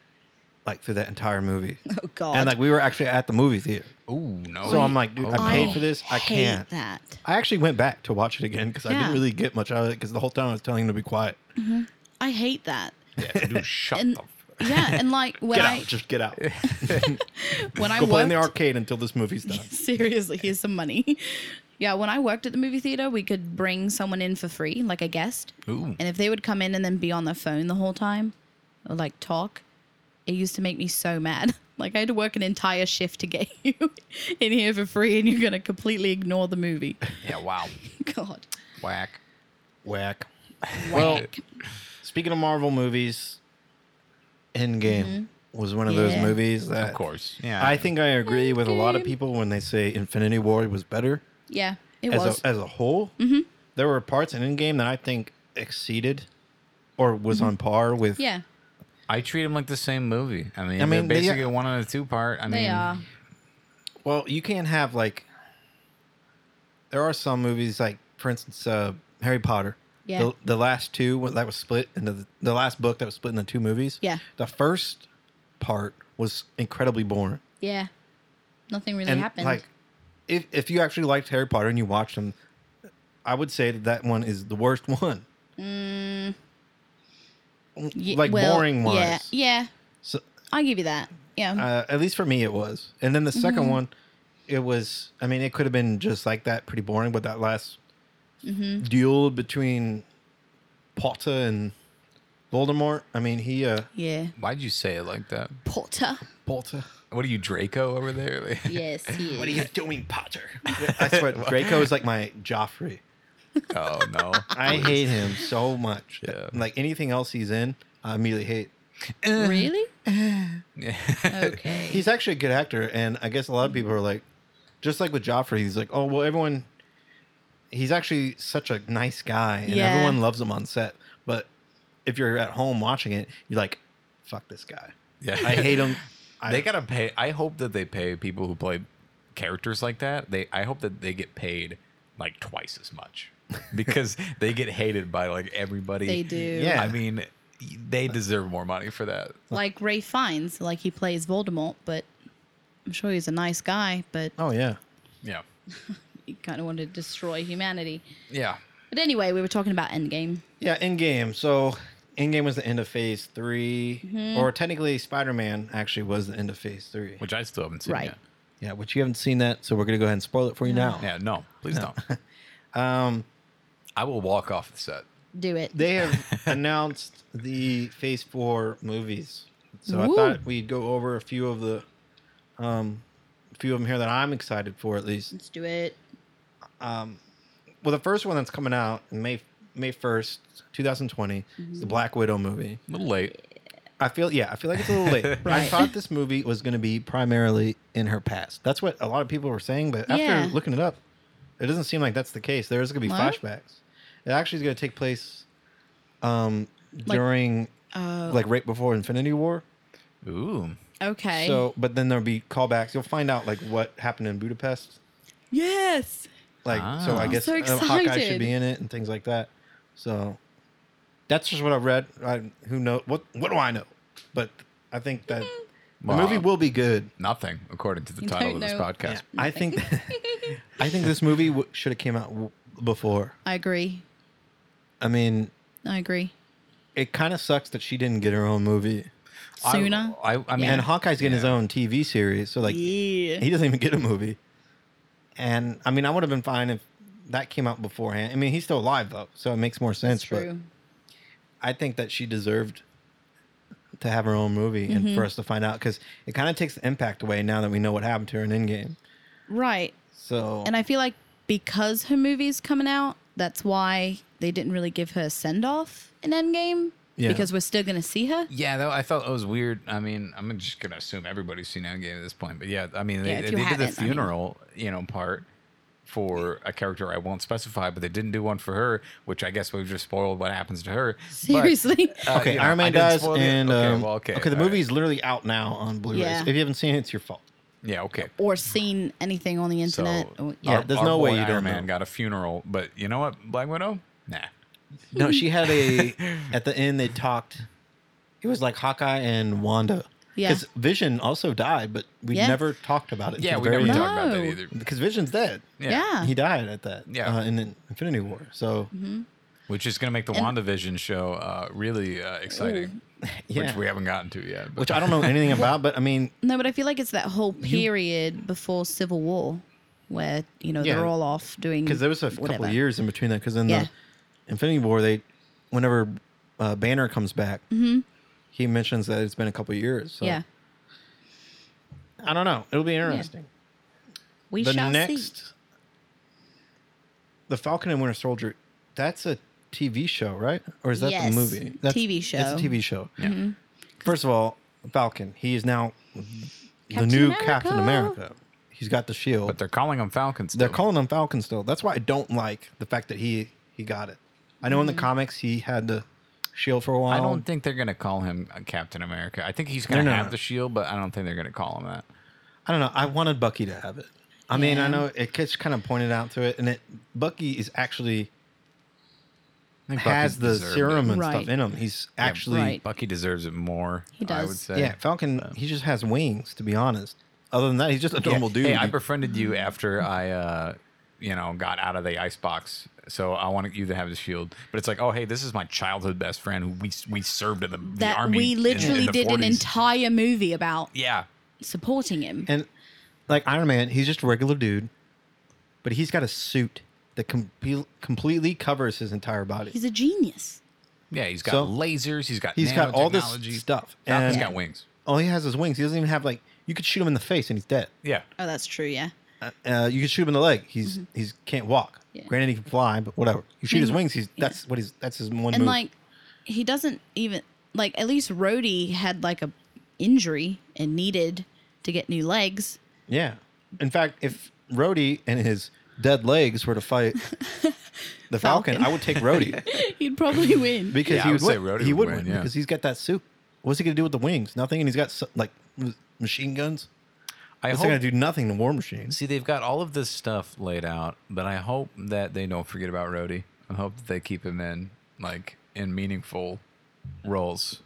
Speaker 2: like through that entire movie,
Speaker 3: oh god.
Speaker 2: and like we were actually at the movie theater.
Speaker 1: Ooh no.
Speaker 2: So I'm like, dude, I paid for this. I
Speaker 3: hate
Speaker 2: can't.
Speaker 3: that.
Speaker 2: I actually went back to watch it again because I
Speaker 3: Yeah.
Speaker 2: didn't really get much out of it because the whole time I was telling him to be quiet.
Speaker 3: I hate that.
Speaker 1: Yeah, dude, shut
Speaker 3: And
Speaker 1: the. f-
Speaker 3: yeah, and like when
Speaker 2: Get
Speaker 3: I
Speaker 2: out, just get out.
Speaker 3: when I
Speaker 2: Go play
Speaker 3: worked,
Speaker 2: in the arcade until this movie's done.
Speaker 3: seriously, here's some money. Yeah, when I worked at the movie theater, we could bring someone in for free, like a guest.
Speaker 1: Ooh.
Speaker 3: And if they would come in and then be on their phone the whole time or like talk, it used to make me so mad. Like I had to work an entire shift to get you in here for free and you're going to completely ignore the movie.
Speaker 1: Yeah. Wow.
Speaker 3: God.
Speaker 1: Whack.
Speaker 2: Whack. Well, speaking of Marvel movies, Endgame was one of those
Speaker 3: Mm-hmm. Yeah.
Speaker 2: movies that,
Speaker 1: Of course. Yeah.
Speaker 2: I think I agree with a lot of
Speaker 3: Endgame.
Speaker 2: people when they say Infinity War was better
Speaker 3: Yeah, it was. Mm-hmm.
Speaker 2: as a, as a whole. There were parts in Endgame that I think exceeded or was
Speaker 3: Mm-hmm.
Speaker 2: on par with.
Speaker 3: yeah,
Speaker 1: I treat them like the same movie. I mean,
Speaker 2: I
Speaker 1: I mean
Speaker 2: mean, they-
Speaker 1: basically one and a two part. I
Speaker 3: they
Speaker 1: mean,
Speaker 3: are.
Speaker 2: Well, you can't have like. There are some movies like, for instance, uh, Harry Potter.
Speaker 3: Yeah.
Speaker 2: The, the last two when that was split into the, the last book that was split into two movies.
Speaker 3: Yeah.
Speaker 2: The first part was incredibly boring.
Speaker 3: Yeah. Nothing really
Speaker 2: and
Speaker 3: happened.
Speaker 2: like, if if you actually liked Harry Potter and you watched them, I would say that that one is the worst one.
Speaker 3: Mm.
Speaker 2: Mm,
Speaker 3: Ye-
Speaker 2: like
Speaker 3: well,
Speaker 2: boring wise.
Speaker 3: Yeah, yeah.
Speaker 2: So,
Speaker 3: I give you that. Yeah.
Speaker 2: uh, at least for me, it was. And then the 2nd one, it was. I mean, it could have been just like that, pretty boring. But that last duel between Potter and Voldemort. I mean, he uh,
Speaker 3: yeah.
Speaker 1: why'd you say it like that?
Speaker 3: Potter.
Speaker 2: Potter.
Speaker 1: What are you, Draco over there?
Speaker 3: Yes, he is.
Speaker 2: doing, Potter? I swear, Draco is like my Joffrey.
Speaker 1: oh no.
Speaker 2: I hate him so much.
Speaker 1: Yeah.
Speaker 2: Like anything else he's in, I immediately hate.
Speaker 3: Really? okay.
Speaker 2: He's actually a good actor, and I guess a lot of people are like, just like with Joffrey, he's like, oh well, everyone. He's actually such a nice guy, and
Speaker 3: Yeah.
Speaker 2: everyone loves him on set. But if you're at home watching it, you're like, fuck this guy.
Speaker 1: Yeah.
Speaker 2: I hate him. I,
Speaker 1: They gotta pay. I hope that they pay people who play characters like that. They I hope that they get paid like twice as much because they get hated by like everybody.
Speaker 3: They do.
Speaker 2: Yeah.
Speaker 1: I mean, they deserve more money for that.
Speaker 3: Like Ray Fiennes, like he plays Voldemort, but I'm sure he's a nice guy, but
Speaker 2: oh yeah.
Speaker 1: Yeah.
Speaker 3: he kind of wanted to destroy humanity.
Speaker 1: Yeah.
Speaker 3: But anyway, we were talking about Endgame.
Speaker 2: Yeah, Endgame. So Endgame was the end of Phase 3 or technically Spider-Man actually was the end of Phase three.
Speaker 1: Which I still haven't seen
Speaker 3: Right.
Speaker 1: yet.
Speaker 2: yeah, which you haven't seen that, so we're gonna go ahead and spoil it for you now.
Speaker 1: Yeah. No. Please don't.
Speaker 2: Um,
Speaker 1: I will walk off the set.
Speaker 3: Do it.
Speaker 2: they have announced the Phase Four movies. So I
Speaker 3: Ooh.
Speaker 2: thought we'd go over a few of the, um, a few of them here that I'm excited for at least.
Speaker 3: Let's do it.
Speaker 2: Um, well, the first one that's coming out in May May first, 2020, is
Speaker 3: Mm-hmm.
Speaker 2: the Black Widow movie.
Speaker 1: A little late.
Speaker 2: I feel yeah, I feel like it's a little late. I
Speaker 3: Right.
Speaker 2: thought this movie was going to be primarily in her past. That's what a lot of people were saying, but after
Speaker 3: Yeah.
Speaker 2: looking it up, it doesn't seem like that's the case. There's going to be
Speaker 3: What?
Speaker 2: flashbacks. It actually is going to take place um
Speaker 3: Like-
Speaker 2: during
Speaker 3: Uh,
Speaker 2: like right before Infinity War.
Speaker 1: Ooh.
Speaker 3: okay.
Speaker 2: So, but then there'll be callbacks. You'll find out like what happened in Budapest.
Speaker 3: yes.
Speaker 2: Like, so
Speaker 1: Ah.
Speaker 2: I
Speaker 1: I'm
Speaker 2: guess
Speaker 3: so
Speaker 2: uh, Hawkeye should
Speaker 3: excited.
Speaker 2: be in it and things like that. So, that's just what I've read. I, who know what? What do I know? But I think that the
Speaker 1: Wow.
Speaker 2: movie will be good.
Speaker 1: Nothing, according to the
Speaker 3: You
Speaker 1: title
Speaker 3: don't
Speaker 1: of this
Speaker 3: know.
Speaker 1: podcast.
Speaker 2: Yeah, I think. I think this movie w- should have came out w- before.
Speaker 3: I agree.
Speaker 2: I mean,
Speaker 3: I agree.
Speaker 2: it kind of sucks that she didn't get her own movie,
Speaker 1: I-
Speaker 3: Sooner.
Speaker 1: I, I, mean,
Speaker 2: and Hawkeye's getting his own TV series. So like,
Speaker 3: yeah.
Speaker 2: he doesn't even get a movie. And I mean, I would have been fine if that came out beforehand. I mean, he's still alive though, so it makes more sense.
Speaker 3: That's true.
Speaker 2: But I think that she deserved to have her own movie
Speaker 3: Mm-hmm.
Speaker 2: and for us to find out because it kind of takes the impact away now that we know what happened to her in Endgame.
Speaker 3: Right.
Speaker 2: So
Speaker 3: And I feel like because her movie's coming out, that's why they didn't really give her a send off in Endgame.
Speaker 2: Yeah.
Speaker 3: Because we're still gonna see her.
Speaker 1: yeah, though I thought it was weird. I mean, I'm just gonna assume everybody's seen Endgame at this point, but yeah, I mean, they,
Speaker 3: Yeah, if
Speaker 1: they
Speaker 3: you
Speaker 1: did the
Speaker 3: haven't, I mean-
Speaker 1: funeral, you know, part for a character I won't specify, but they didn't do one for her, which I guess we've just spoiled what happens to her. But,
Speaker 3: Seriously.
Speaker 1: uh,
Speaker 2: okay,
Speaker 1: you know,
Speaker 2: Iron
Speaker 1: I
Speaker 2: Man
Speaker 1: didn't
Speaker 2: dies,
Speaker 1: spoil the-
Speaker 2: and
Speaker 1: okay,
Speaker 2: um,
Speaker 1: well, okay,
Speaker 2: the
Speaker 1: all right.
Speaker 2: movie is literally out now on Blu-ray.
Speaker 3: Yeah.
Speaker 2: If you haven't seen it, it's your fault.
Speaker 1: Yeah, okay.
Speaker 3: or seen anything on the internet.
Speaker 1: So,
Speaker 3: or,
Speaker 2: Yeah,
Speaker 1: our-
Speaker 3: yeah.
Speaker 2: there's
Speaker 1: our
Speaker 2: no way
Speaker 1: boy
Speaker 2: you
Speaker 1: Iron
Speaker 2: don't
Speaker 1: Man
Speaker 2: know.
Speaker 1: got a funeral, but you know what, Black Widow? Nah.
Speaker 2: No, she had a. at the end, they talked. It was like Hawkeye and Wanda.
Speaker 3: Yeah.
Speaker 2: Because Vision also died, but we
Speaker 3: Yeah.
Speaker 2: never talked about it.
Speaker 1: Yeah,
Speaker 2: till
Speaker 1: we
Speaker 2: the
Speaker 1: never
Speaker 2: very end.
Speaker 1: talked about that
Speaker 3: No.
Speaker 1: either.
Speaker 2: Because Vision's dead.
Speaker 1: Yeah.
Speaker 3: Yeah. Mm-hmm.
Speaker 2: He died at that.
Speaker 1: Yeah.
Speaker 2: Uh, in the Infinity War. So
Speaker 1: Which is going to make the
Speaker 3: And-
Speaker 1: WandaVision show uh, really uh, exciting,
Speaker 2: yeah.
Speaker 1: which we haven't gotten to yet. but-
Speaker 2: Which I don't know anything about, but I mean,
Speaker 3: No, but I feel like it's that whole period before Civil War where, you know,
Speaker 2: Yeah.
Speaker 3: they're all off doing
Speaker 2: because there was a couple
Speaker 3: whatever.
Speaker 2: of years in between that. Because in
Speaker 3: Yeah.
Speaker 2: the Infinity War, they, whenever uh, Banner comes back, he mentions that it's been a couple of years. So
Speaker 3: Mm-hmm. Yeah.
Speaker 2: I don't know. It'll be interesting.
Speaker 3: We
Speaker 2: the
Speaker 3: shall
Speaker 2: next,
Speaker 3: see.
Speaker 2: the Falcon and Winter Soldier, that's a TV show, right? Or is that
Speaker 3: Yes,
Speaker 2: the movie?
Speaker 3: TV
Speaker 2: It's a
Speaker 3: show. Mm-hmm.
Speaker 2: TV show.
Speaker 1: Yeah.
Speaker 2: First of all, Falcon. He is now the
Speaker 3: Captain
Speaker 2: new Captain
Speaker 3: America.
Speaker 2: America. He's got the shield.
Speaker 1: But they're calling them Falcons.
Speaker 2: They're calling him Falcon still. That's why I don't like the fact that he he got it. I know in the
Speaker 3: Mm-hmm.
Speaker 2: comics he had the shield for a while.
Speaker 1: I don't think they're going to call him uh, Captain America. I think he's
Speaker 2: They're
Speaker 1: going to
Speaker 2: not.
Speaker 1: have the shield, but I don't think they're going to call him that.
Speaker 2: I don't know. I wanted Bucky to have it. I mean, I
Speaker 3: Yeah.
Speaker 2: know it gets kind of pointed out to it, and it Bucky is actually
Speaker 1: I think
Speaker 2: has
Speaker 1: Bucky
Speaker 2: the
Speaker 1: deserved
Speaker 2: serum
Speaker 1: it.
Speaker 2: and
Speaker 3: Right.
Speaker 2: stuff in him. He's actually
Speaker 3: Right.
Speaker 1: Bucky deserves it more.
Speaker 3: He
Speaker 1: I
Speaker 3: does.
Speaker 1: would say.
Speaker 2: yeah. Falcon. he just has wings, to be honest. Other than that, he's just a normal dude.
Speaker 1: Hey, I befriended you after I, uh, you know, got out of the icebox. So I wanted you to have the shield, but it's like, oh, hey, this is my childhood best friend who we we served in the, the
Speaker 3: That
Speaker 1: army.
Speaker 3: we
Speaker 1: in- in
Speaker 3: literally
Speaker 1: the
Speaker 3: did an
Speaker 1: 40s."
Speaker 3: entire movie about
Speaker 1: Yeah,
Speaker 3: supporting him.
Speaker 2: and like Iron Man, he's just a regular dude, but he's got a suit that com- completely covers his entire body.
Speaker 3: He's a genius.
Speaker 1: yeah. He's got
Speaker 2: So-
Speaker 1: lasers. He's got
Speaker 2: He's got all this stuff, and
Speaker 1: He's got wings.
Speaker 2: all he has is wings. He doesn't even have like you could shoot him in the face and he's dead.
Speaker 1: Yeah.
Speaker 3: Oh, that's true. Yeah.
Speaker 2: Uh, Uh, you could shoot him in the leg. He's he's can't
Speaker 3: Mm-hmm.
Speaker 2: walk.
Speaker 3: Yeah.
Speaker 2: Granted, he can fly, but whatever. You shoot his
Speaker 3: Mhm.
Speaker 2: wings. He's that's what he's that's his one.
Speaker 3: And
Speaker 2: move.
Speaker 3: like, he doesn't even, like, at least Rhodey had, like, a injury and needed to get new legs.
Speaker 2: yeah. In fact, if Rhodey and his dead legs were to fight the Falcon,
Speaker 3: Falcon.
Speaker 2: I would take Rhodey
Speaker 3: He'd probably win.
Speaker 2: because
Speaker 1: Yeah,
Speaker 2: he
Speaker 1: I
Speaker 2: would,
Speaker 1: would say
Speaker 2: win.
Speaker 1: Rhodey
Speaker 2: he
Speaker 1: would
Speaker 2: would
Speaker 1: win,
Speaker 2: win
Speaker 1: yeah.
Speaker 2: because he's got that suit. What's he gonna do with the wings? Nothing, and he's got so, like m- machine guns.
Speaker 1: I
Speaker 2: It's
Speaker 1: hope
Speaker 2: not gonna do nothing to War Machines.
Speaker 1: See, they've got all of this stuff laid out, but I hope that they don't forget about Rhodey. I hope that they keep him in like in meaningful roles,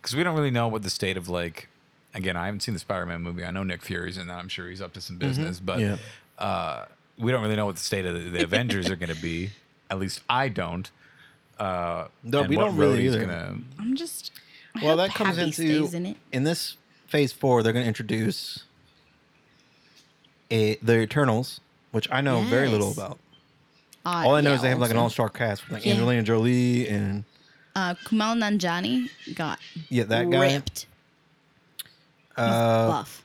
Speaker 1: because we don't really know what the state of like. Again, I haven't seen the Spider-Man movie. I know Nick Fury's in that. I'm sure he's up to some business, but
Speaker 2: Mm-hmm. Yeah.
Speaker 1: uh, we don't really know what the state of the, the Avengers are going to be. At least I don't. Uh,
Speaker 2: No,
Speaker 1: and
Speaker 2: we
Speaker 1: what
Speaker 2: don't really
Speaker 1: Rhodey's
Speaker 2: either.
Speaker 1: Gonna,
Speaker 3: I'm just. I
Speaker 2: well,
Speaker 3: hope
Speaker 2: that comes
Speaker 3: Happy
Speaker 2: into
Speaker 3: stays in it.
Speaker 2: in this phase four. They're going to introduce a the Eternals, which I know very little
Speaker 3: Yes.
Speaker 2: about.
Speaker 3: Uh,
Speaker 2: All I know
Speaker 3: yeah,
Speaker 2: is they have like an
Speaker 3: awesome.
Speaker 2: all star cast with like
Speaker 3: Yeah.
Speaker 2: Angelina Jolie and
Speaker 3: Uh, Kumal Nanjani got
Speaker 2: Yeah, that guy.
Speaker 3: ripped.
Speaker 2: Uh,
Speaker 3: Buff.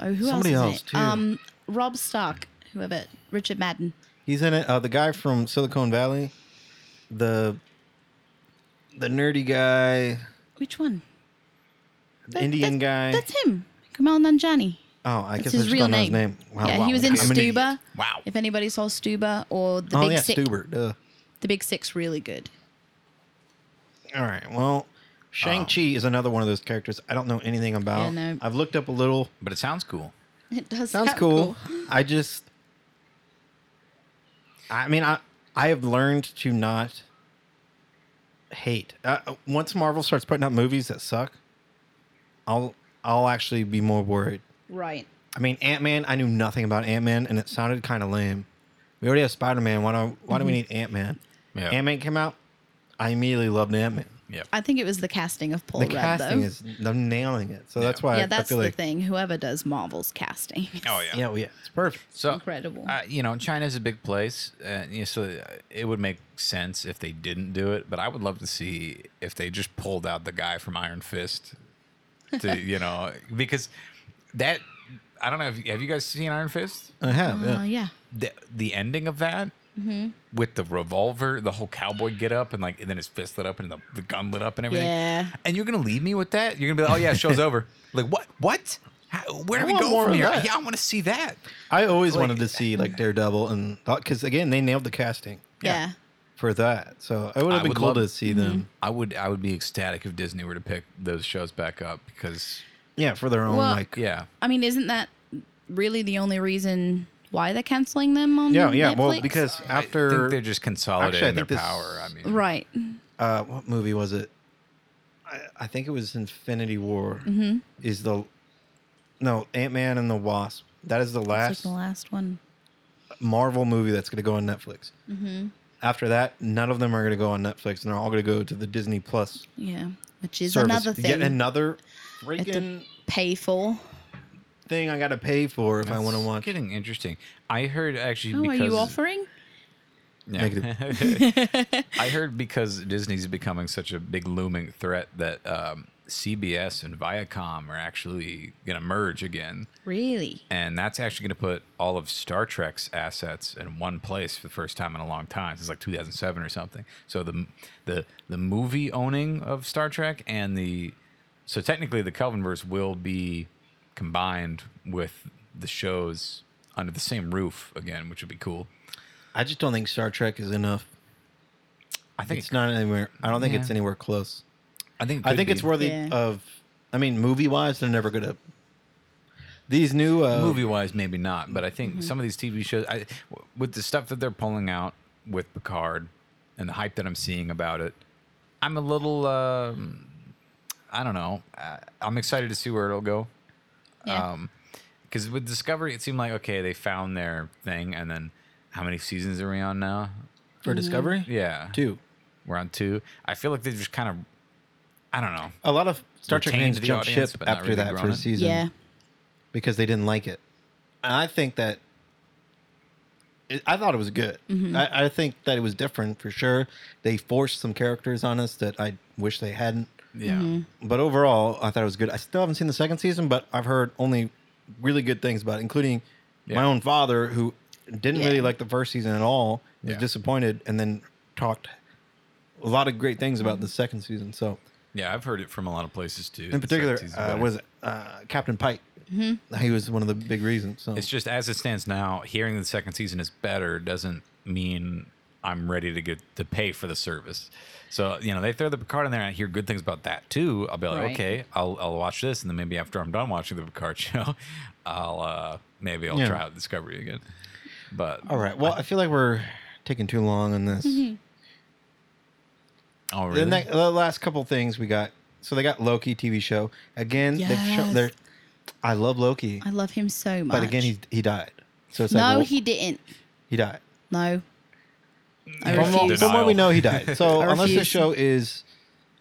Speaker 3: Oh, who
Speaker 2: somebody
Speaker 3: else? Is in
Speaker 2: else,
Speaker 3: it?
Speaker 2: too.
Speaker 3: Um, Rob Stark, whoever, Richard Madden.
Speaker 2: He's in it. Uh, the guy from Silicon Valley, the the nerdy guy,
Speaker 3: Which one?
Speaker 2: the
Speaker 3: That-
Speaker 2: Indian guy.
Speaker 3: that's- That's him, Kumal Nanjani.
Speaker 2: oh, I guess
Speaker 3: his
Speaker 2: I just
Speaker 3: real
Speaker 2: don't know his
Speaker 3: name.
Speaker 2: name. Wow,
Speaker 3: yeah,
Speaker 2: wow.
Speaker 3: he was in
Speaker 2: I'm an idiot.
Speaker 3: Stuba.
Speaker 1: Wow.
Speaker 3: If anybody saw Stuba or the
Speaker 2: Oh
Speaker 3: Big
Speaker 2: yeah,
Speaker 3: Six,
Speaker 2: Stuber. Duh.
Speaker 3: the Big Six, really good.
Speaker 2: All right. Well, Shang Chi is another one of those characters I don't know anything about.
Speaker 3: Yeah, no.
Speaker 2: I've looked up a little.
Speaker 1: But it sounds cool.
Speaker 3: It does.
Speaker 2: Sounds
Speaker 3: sound
Speaker 2: cool. I just, I mean, I I have learned to not hate. Uh, once Marvel starts putting out movies that suck, I'll I'll actually be more worried.
Speaker 3: Right.
Speaker 2: I mean, Ant Man. I knew nothing about Ant Man, and it sounded kind of lame. We already have Spider Man. Why do Why do we need Ant Man?
Speaker 1: Yeah.
Speaker 2: Ant Man came out. I immediately loved Ant Man.
Speaker 1: Yep.
Speaker 3: I think it was the casting of Paul
Speaker 2: The
Speaker 3: Rudd,
Speaker 2: casting
Speaker 3: though.
Speaker 2: is they're nailing it. So that's
Speaker 1: Yeah.
Speaker 2: why I-
Speaker 3: Oh, yeah,
Speaker 2: I
Speaker 3: that's
Speaker 2: feel
Speaker 3: the
Speaker 2: like
Speaker 3: thing. Whoever does Marvel's casting, is-
Speaker 1: Oh yeah.
Speaker 2: yeah, well, yeah, it's perfect.
Speaker 1: So
Speaker 3: Incredible.
Speaker 1: Uh, you know, China's a big place, uh, you know, so uh, it would make sense if they didn't do it. But I would love to see if they just pulled out the guy from Iron Fist, to you know, because that I don't know. If, have you guys seen Iron Fist?
Speaker 2: I have.
Speaker 3: Uh,
Speaker 2: yeah.
Speaker 3: yeah.
Speaker 1: The the ending of that.
Speaker 2: Mm-hmm.
Speaker 1: With the revolver, the whole cowboy get up, and like, and then his fist lit up, and the, the gun lit up, and everything.
Speaker 3: Yeah.
Speaker 1: And you're gonna leave me with that? You're gonna be like, oh yeah, show's over. Like what? What? How, where do
Speaker 2: I
Speaker 1: we
Speaker 2: want
Speaker 1: go
Speaker 2: more
Speaker 1: from
Speaker 2: of
Speaker 1: here?
Speaker 2: that.
Speaker 1: Yeah, I want to see that.
Speaker 2: I always
Speaker 1: Like-
Speaker 2: wanted to see like Daredevil and because again they nailed the casting
Speaker 3: Yeah.
Speaker 2: for that, so it would
Speaker 1: I
Speaker 2: have been
Speaker 1: would
Speaker 2: cool
Speaker 1: love- Mm-hmm.
Speaker 2: to see them.
Speaker 1: I would I would be ecstatic if Disney were to pick those shows back up because
Speaker 2: Yeah, for their own
Speaker 3: Well-
Speaker 2: like.
Speaker 1: yeah.
Speaker 3: I mean, isn't that really the only reason why they're canceling them on
Speaker 2: Yeah, yeah. Well,
Speaker 3: Netflix?
Speaker 2: because
Speaker 1: I think
Speaker 2: after
Speaker 1: they're just consolidating
Speaker 2: Actually, I think
Speaker 1: their
Speaker 2: this-
Speaker 1: power. I mean
Speaker 3: right.
Speaker 2: uh, what movie was it? I, I think it was Infinity War.
Speaker 3: Mm-hmm.
Speaker 2: Is the no Ant Man and the Wasp? That is the
Speaker 3: It's like
Speaker 2: last
Speaker 3: the last one.
Speaker 2: Marvel movie that's going to go on Netflix.
Speaker 3: Mm-hmm.
Speaker 2: After that, none of them are going to go on Netflix, and they're all going to go to the Disney Plus
Speaker 3: Yeah, which is
Speaker 2: service.
Speaker 3: another thing.
Speaker 2: Yet another
Speaker 3: I have
Speaker 2: freaking
Speaker 3: to pay for.
Speaker 2: thing I got to pay for if I want to
Speaker 1: it's
Speaker 2: watch.
Speaker 1: Getting interesting. I heard actually
Speaker 3: Oh, are
Speaker 1: because
Speaker 3: you offering?
Speaker 1: Yeah. I heard because Disney's becoming such a big looming threat that um, CBS and Viacom are actually gonna merge again.
Speaker 3: Really?
Speaker 1: and that's actually going to put all of Star Trek's assets in one place for the first time in a long time. It's like 2007 or something. So the the the movie owning of Star Trek and the so technically the Kelvinverse will be combined with the shows under the same roof again, which would be cool.
Speaker 2: I just don't think Star Trek is enough.
Speaker 1: I think
Speaker 2: It's not anywhere. I don't think
Speaker 1: Yeah.
Speaker 2: it's anywhere close.
Speaker 1: I think it
Speaker 2: I
Speaker 1: could
Speaker 2: think
Speaker 1: be.
Speaker 2: it's worthy
Speaker 3: Yeah.
Speaker 2: of. I mean, movie wise, they're never going to. These new uh,
Speaker 1: movie wise maybe not, but I think some of these TV shows I, with the stuff that they're pulling out with Picard and the hype that I'm seeing about it, I'm a little um, I don't know. Uh, I'm excited to see where it'll go.
Speaker 2: Um,
Speaker 3: Yeah.
Speaker 1: Because with Discovery, it seemed like okay, they found their thing, and then how many seasons are we on now?
Speaker 2: for Discovery.
Speaker 1: Mm-hmm. Yeah,
Speaker 2: Two.
Speaker 1: We're on two. I feel like they just kind of, I don't know.
Speaker 2: A lot of Star Trek
Speaker 1: Retained
Speaker 2: fans
Speaker 1: the
Speaker 2: jumped
Speaker 1: audience,
Speaker 2: ship
Speaker 1: but not
Speaker 2: after
Speaker 1: really
Speaker 2: that
Speaker 1: grown it.
Speaker 2: first season
Speaker 3: yeah.
Speaker 2: because they didn't like it. And I think that it, I thought it was good.
Speaker 1: Mm-hmm.
Speaker 2: I, I think that it was different for sure. They forced some characters on us that I wish they hadn't.
Speaker 1: Yeah,
Speaker 2: But overall, I thought it was good. I still haven't seen the second season, but I've heard only really good things about it, including my
Speaker 1: Yeah.
Speaker 2: own father, who didn't really
Speaker 3: Yeah.
Speaker 2: like the first season at all, was
Speaker 1: Yeah.
Speaker 2: disappointed, and then talked a lot of great things about the second season. So,
Speaker 1: yeah. I've heard it from a lot of places too.
Speaker 2: in
Speaker 1: The second
Speaker 2: particular,
Speaker 1: season's
Speaker 2: uh,
Speaker 1: better.
Speaker 2: was uh, Captain Pike.
Speaker 3: Mm-hmm.
Speaker 2: He was one of the big reasons. So
Speaker 1: It's just as it stands now, hearing the second season is better doesn't mean I'm ready to get to pay for the service. So you know, they throw the Picard in there, and I hear good things about that too. I'll be like,
Speaker 3: Right.
Speaker 1: okay, I'll I'll watch this, and then maybe after I'm done watching the Picard show, I'll uh maybe I'll
Speaker 2: Yeah.
Speaker 1: try out Discovery again. But
Speaker 2: all right. Well, I feel like we're taking too long on this.
Speaker 3: Mm-hmm.
Speaker 1: oh
Speaker 2: The,
Speaker 1: really?
Speaker 2: ne- the last couple things we got. So they got Loki TV show again. They've shown
Speaker 3: Yes.
Speaker 2: they're I love Loki,
Speaker 3: I love him so much.
Speaker 2: but again he he died. So it's
Speaker 3: no,
Speaker 2: like well,
Speaker 3: he didn't.
Speaker 2: he died.
Speaker 3: No. I
Speaker 2: From, what-
Speaker 3: refuse.
Speaker 2: from what we
Speaker 1: Denial.
Speaker 2: know, he died. So
Speaker 3: I
Speaker 2: unless the
Speaker 3: refuse.
Speaker 2: show is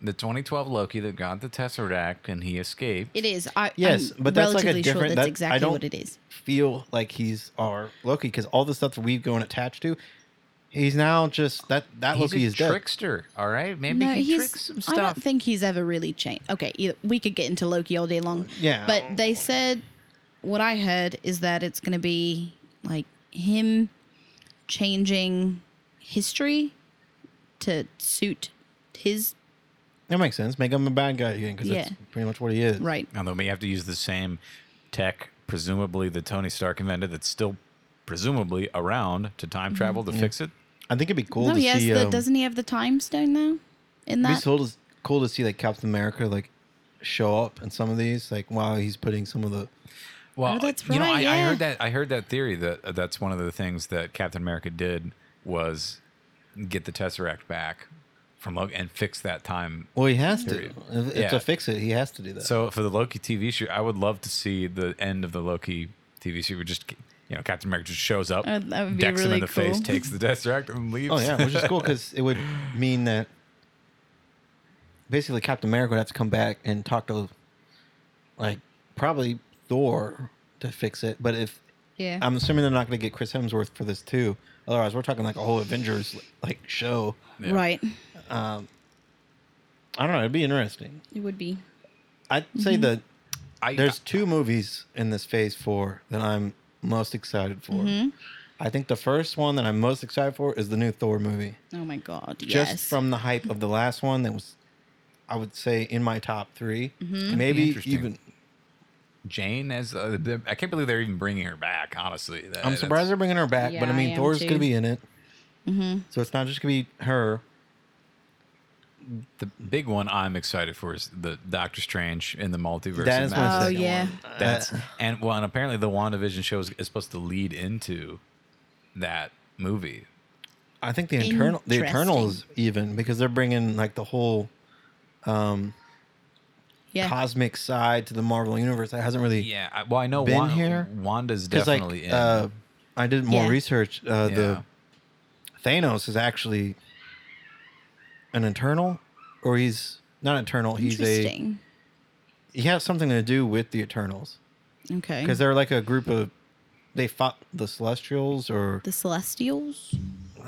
Speaker 1: the 2012 Loki that got the Tesseract and he escaped.
Speaker 3: It is. I,
Speaker 2: Yes,
Speaker 3: I'm
Speaker 2: but that's like a
Speaker 3: relatively
Speaker 2: different-
Speaker 3: Sure
Speaker 2: that-
Speaker 3: that's
Speaker 2: I
Speaker 3: exactly
Speaker 2: don't-
Speaker 3: what it is.
Speaker 2: feel like he's our Loki because all the stuff that we've grown attached to, He's now just that that
Speaker 1: He's
Speaker 2: look
Speaker 1: a
Speaker 2: he is dead.
Speaker 1: trickster. All right, maybe
Speaker 3: no,
Speaker 1: he
Speaker 3: he's.
Speaker 1: tricks some
Speaker 3: I don't
Speaker 1: stuff.
Speaker 3: think he's ever really changed. Okay, either, we could get into Loki all day long.
Speaker 2: Yeah.
Speaker 3: But they said what I heard is that it's going to be like him changing history to suit his
Speaker 2: That makes sense. Make him a bad guy again because that's
Speaker 3: Yeah.
Speaker 2: pretty much what he is.
Speaker 3: right.
Speaker 1: And then we have to use the same tech, presumably that Tony Stark invented, that's still presumably around to time travel to fix it.
Speaker 2: I think it'd be cool
Speaker 3: no,
Speaker 2: to
Speaker 3: he has
Speaker 2: see.
Speaker 3: the,
Speaker 2: um,
Speaker 3: doesn't he have the time stone now? In
Speaker 2: it'd
Speaker 3: that,
Speaker 2: be cool to, cool to see like Captain America like show up in some of these. Like wow, he's putting some of the
Speaker 1: Well,
Speaker 3: Oh, that's
Speaker 1: you know, I,
Speaker 3: right,
Speaker 1: I
Speaker 3: yeah.
Speaker 1: heard that. I heard that theory that uh, that's one of the things that Captain America did was get the Tesseract back from Loki and fix that time.
Speaker 2: well, he has to.
Speaker 1: Period.
Speaker 2: If- if
Speaker 1: Yeah.
Speaker 2: To fix it, he has to do that.
Speaker 1: So for the Loki TV show, I would love to see the end of the Loki TV show. Where just you know, Captain America just shows up,
Speaker 3: Uh, that would be
Speaker 1: decks him
Speaker 3: really
Speaker 1: in the face,
Speaker 3: cool.
Speaker 1: takes the Tesseract, and leaves.
Speaker 2: oh yeah, which is cool because it would mean that basically Captain America would have to come back and talk to like probably Thor to fix it. But if
Speaker 3: yeah.
Speaker 2: I'm assuming they're not going to get Chris Hemsworth for this too. Otherwise, we're talking like a whole Avengers like show.
Speaker 1: Yeah.
Speaker 3: Right.
Speaker 2: I don't know. It'd be interesting.
Speaker 3: It would be.
Speaker 2: I'd say that
Speaker 1: I,
Speaker 2: there's two movies in this Phase Four that I'm most excited for. I think the first one that I'm most excited for is the new Thor movie.
Speaker 3: Oh my god.
Speaker 2: Just
Speaker 3: yes.
Speaker 2: from the hype of the last one, that was, I would say, in my top 3
Speaker 3: Mm-hmm.
Speaker 2: Maybe
Speaker 1: interesting.
Speaker 2: even.
Speaker 1: Jane as uh, the, I can't believe they're even bringing her back. Honestly, That-
Speaker 2: I'm
Speaker 1: that's-
Speaker 2: surprised they're bringing her back, but
Speaker 3: Yeah,
Speaker 2: I
Speaker 3: I
Speaker 2: mean,
Speaker 3: am
Speaker 2: Thor's
Speaker 3: too. Mm-hmm.
Speaker 2: gonna be in it, so it's not just gonna be her.
Speaker 1: The big one I'm excited for is the Doctor Strange in the multiverse.
Speaker 2: That
Speaker 1: of
Speaker 2: is my
Speaker 1: Madness.
Speaker 3: Oh,
Speaker 2: second
Speaker 3: yeah.
Speaker 2: one.
Speaker 1: That's and well, and apparently the WandaVision show is, is supposed to lead into that movie.
Speaker 2: I think the internal the
Speaker 3: Interesting.
Speaker 2: Eternals even because they're bringing like the whole
Speaker 3: yeah.
Speaker 2: cosmic side to the Marvel universe that hasn't really
Speaker 1: Yeah, I, well, I know
Speaker 2: Been
Speaker 1: Wan-
Speaker 2: here?
Speaker 1: Wanda's
Speaker 2: because like
Speaker 1: definitely in.
Speaker 2: uh, I did more
Speaker 3: Yeah.
Speaker 2: research. Uh,
Speaker 1: Yeah.
Speaker 2: The Thanos is actually an Eternal, or he's not Eternal. He's a
Speaker 3: Interesting.
Speaker 2: he has something to do with the Eternals
Speaker 3: okay.
Speaker 2: because they're like a group of they fought the Celestials or
Speaker 3: the Celestials.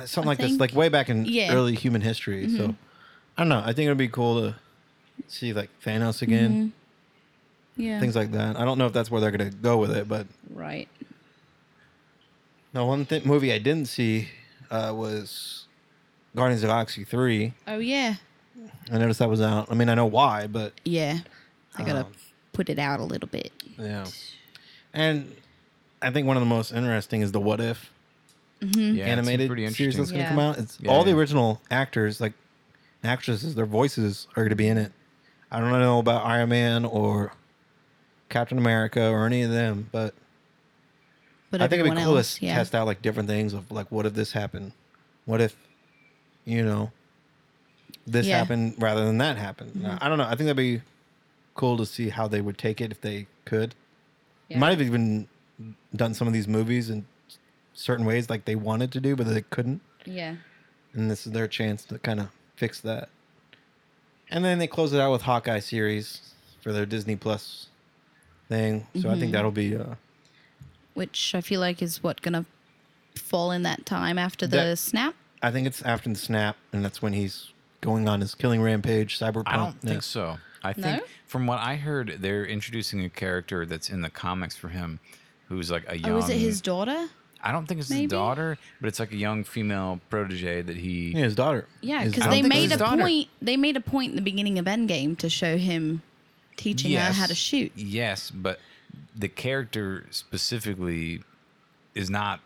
Speaker 2: something
Speaker 3: I
Speaker 2: like this,
Speaker 3: think-
Speaker 2: like way back in
Speaker 3: Yeah. Mm-hmm.
Speaker 2: early human history. So I don't know. I think it'd be cool to see like Thanos again,
Speaker 3: Mm-hmm. Yeah.
Speaker 2: things like that. I don't know if that's where they're gonna go with it, but
Speaker 3: right.
Speaker 2: the one th- movie I didn't see uh, was Guardians of the Galaxy three.
Speaker 3: Oh yeah.
Speaker 2: I noticed that was out. I mean, I know why, but
Speaker 3: Yeah. I gotta
Speaker 2: Um,
Speaker 3: put it out a little bit.
Speaker 2: yeah. And I think one of the most interesting is the What If
Speaker 1: yeah, it's
Speaker 2: animated
Speaker 1: pretty
Speaker 2: series
Speaker 1: interesting.
Speaker 2: that's going to
Speaker 3: Yeah.
Speaker 2: come out. It's
Speaker 1: Yeah,
Speaker 2: all the
Speaker 1: yeah.
Speaker 2: original actors, like actresses, their voices are going to be in it. I don't know about Iron Man or Captain America or any of them, but
Speaker 3: But
Speaker 2: I think it'd be
Speaker 3: everyone
Speaker 2: cool
Speaker 3: else,
Speaker 2: to
Speaker 3: yeah.
Speaker 2: test out like different things of like, what if this happened? What if, you know, this
Speaker 3: Yeah. Mm-hmm.
Speaker 2: happened rather than that happened? I don't know. I think that'd be cool to see how they would take it if they could.
Speaker 3: Yeah.
Speaker 2: Might have even done some of these movies in certain ways like they wanted to do, but they couldn't.
Speaker 3: Yeah.
Speaker 2: And this is their chance to kind of fix that. And then they close it out with Hawkeye series for their Disney Plus thing. So I
Speaker 3: Mm-hmm.
Speaker 2: think that'll be. Uh,
Speaker 3: Which I feel like is what gonna fall in that time after the
Speaker 2: That-
Speaker 3: snap.
Speaker 2: I think it's after the snap, and that's when he's going on his killing rampage. Cyberpunk.
Speaker 1: I don't
Speaker 2: Yeah.
Speaker 1: think so. I think
Speaker 3: No?
Speaker 1: from what I heard, they're introducing a character that's in the comics for him, who's like a young.
Speaker 3: Oh, is it his daughter?
Speaker 1: I don't think it's
Speaker 3: Maybe?
Speaker 1: his daughter, but it's like a young female protege that he.
Speaker 2: Yeah, his daughter.
Speaker 3: Yeah,
Speaker 2: His-
Speaker 3: because
Speaker 2: I
Speaker 3: they
Speaker 2: don't think
Speaker 3: made
Speaker 2: it's
Speaker 3: a
Speaker 2: his daughter.
Speaker 3: point. They made a point in the beginning of Endgame to show him teaching her how to shoot.
Speaker 1: Yes, but the character specifically is not.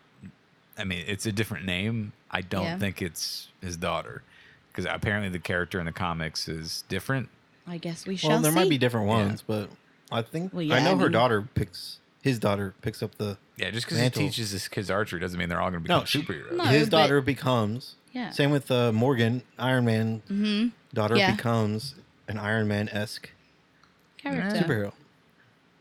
Speaker 1: I mean, it's a different name. I don't
Speaker 3: Yeah.
Speaker 1: think it's his daughter because apparently the character in the comics is different.
Speaker 3: I guess we shall
Speaker 2: Well, there
Speaker 3: see.
Speaker 2: might be different ones, but I think
Speaker 3: Well, yeah,
Speaker 2: I know
Speaker 3: I
Speaker 2: her
Speaker 3: mean-
Speaker 2: daughter picks his daughter picks up the.
Speaker 1: Yeah, just because he
Speaker 2: Mantle.
Speaker 1: teaches his kids archery doesn't mean they're all going to become
Speaker 2: she-
Speaker 1: superheroes.
Speaker 3: No,
Speaker 2: his
Speaker 3: but-
Speaker 2: daughter becomes.
Speaker 3: Yeah. Mm-hmm.
Speaker 2: Same with uh, Morgan Iron Man. Daughter
Speaker 3: Yeah.
Speaker 2: becomes an Iron Man esque
Speaker 3: character,
Speaker 2: superhero.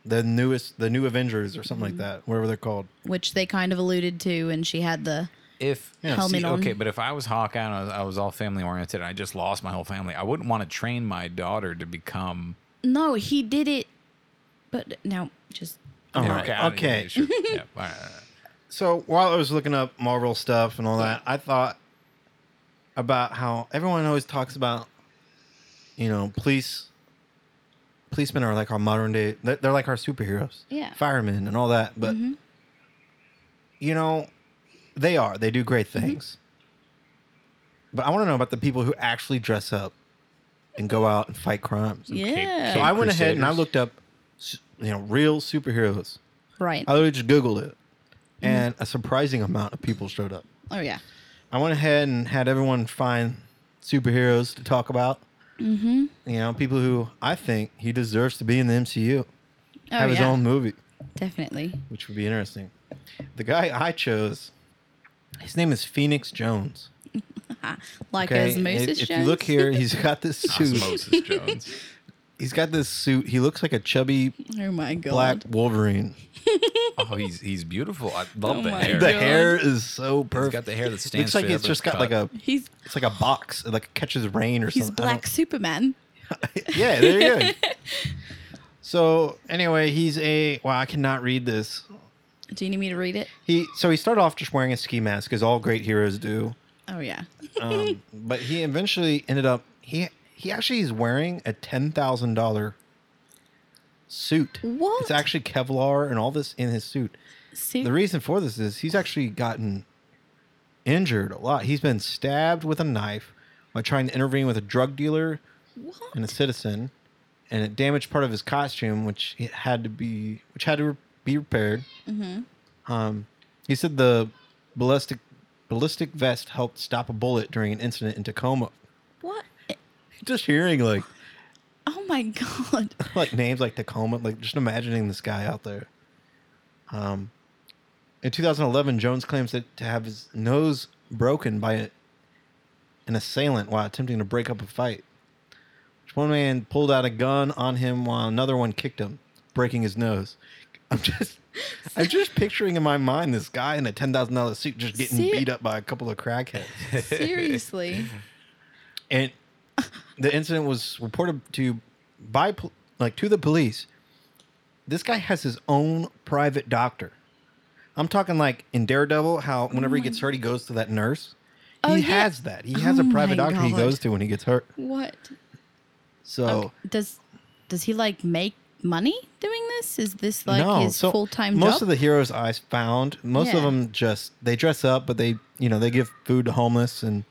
Speaker 2: The newest, the new Avengers or something like that, whatever they're called.
Speaker 3: which they kind of alluded to, and she had the
Speaker 1: If
Speaker 2: Yeah,
Speaker 1: see,
Speaker 3: helmet on.
Speaker 1: okay, but if I was Hawkeye and I was, I was all family oriented, and I just lost my whole family. I wouldn't want to train my daughter to become.
Speaker 3: no. He did it, but now just
Speaker 2: All
Speaker 1: Yeah,
Speaker 2: right,
Speaker 1: I- Oh yeah,
Speaker 2: okay.
Speaker 1: sure. Yeah, all right, all right.
Speaker 2: So while I was looking up Marvel stuff and all that, I thought about how everyone always talks about, you know, police. Policemen are like our modern day. They're they're like our superheroes.
Speaker 3: Yeah.
Speaker 2: Firemen and all that, but
Speaker 3: Mhm.
Speaker 2: you know, they are. They do great things. But I want to know about the people who actually dress up and go out and fight crimes.
Speaker 3: Yeah.
Speaker 2: So I went ahead and I
Speaker 4: Crusaders.
Speaker 2: looked up, s- you know, real superheroes.
Speaker 3: right.
Speaker 2: I literally just Googled it, and a surprising amount of people showed up.
Speaker 3: oh yeah.
Speaker 2: I went ahead and had everyone find superheroes to talk about. Mm-hmm. You know, people who I think he deserves to be in the MCU,
Speaker 3: Oh
Speaker 2: have
Speaker 3: yeah.
Speaker 2: his own movie,
Speaker 3: Definitely.
Speaker 2: which would be interesting. The guy I chose, his name is Phoenix Jones.
Speaker 3: Like as
Speaker 2: if,
Speaker 3: Moses
Speaker 2: if
Speaker 3: Jones.
Speaker 2: you look here, he's got this suit.
Speaker 1: Osmosis Jones.
Speaker 2: he's got this suit. He looks like a chubby
Speaker 3: Oh my god.
Speaker 2: black Wolverine.
Speaker 1: Oh, he's he's beautiful. I love
Speaker 3: Oh
Speaker 1: the
Speaker 3: my
Speaker 1: hair.
Speaker 2: The
Speaker 3: God.
Speaker 2: hair is so
Speaker 1: He's
Speaker 2: perfect.
Speaker 1: got the hair that stands.
Speaker 2: Looks like
Speaker 1: straight
Speaker 2: it's
Speaker 1: up
Speaker 2: just
Speaker 1: and
Speaker 2: got like
Speaker 1: cut.
Speaker 2: a
Speaker 3: He's
Speaker 2: it's like a box. It like catches rain or
Speaker 3: he's
Speaker 2: something. I
Speaker 3: black Superman.
Speaker 2: don't- yeah, there you go. so anyway, he's a wow. I cannot read this.
Speaker 3: Do you need me to read it?
Speaker 2: He so he started off just wearing a ski mask, as all great heroes do.
Speaker 3: Oh yeah.
Speaker 2: Um, but he eventually ended up he he actually is wearing a ten thousand dollar suit.
Speaker 3: What?
Speaker 2: It's actually Kevlar and all this in his suit.
Speaker 3: See.
Speaker 2: The reason for this is he's actually gotten injured a lot. He's been stabbed with a knife by trying to intervene with a drug dealer
Speaker 3: what?
Speaker 2: and a citizen, and it damaged part of his costume, which it had to be which had to be repaired.
Speaker 3: Mm-hmm.
Speaker 2: Um, he said the ballistic ballistic vest helped stop a bullet during an incident in Tacoma.
Speaker 3: What?
Speaker 2: Just hearing like
Speaker 3: Oh my god.
Speaker 2: like names like Tacoma, like just imagining this guy out there. Um, in 2011, Jones claims that to have his nose broken by a, an assailant while attempting to break up a fight. Which one man pulled out a gun on him while another one kicked him, breaking his nose. I'm just, I'm just picturing in my mind this guy in a ten thousand dollar suit just getting
Speaker 3: See-
Speaker 2: beat up by a couple of crackheads.
Speaker 3: Seriously.
Speaker 2: and the incident was reported to by pol- like to the police. This guy has his own private doctor. I'm talking like in Daredevil, how whenever he gets hurt, he goes to that nurse.
Speaker 3: Oh,
Speaker 2: he
Speaker 3: yeah.
Speaker 2: has that. He has
Speaker 3: Oh
Speaker 2: a private
Speaker 3: my
Speaker 2: doctor he
Speaker 3: God.
Speaker 2: goes to when he gets hurt.
Speaker 3: What?
Speaker 2: So
Speaker 3: Okay. Does does he like make money doing this? Is this like
Speaker 2: no,
Speaker 3: his
Speaker 2: so
Speaker 3: full time
Speaker 2: Most
Speaker 3: job?
Speaker 2: of the heroes I found, most
Speaker 3: Yeah.
Speaker 2: of them just they dress up, but they you know they give food to homeless and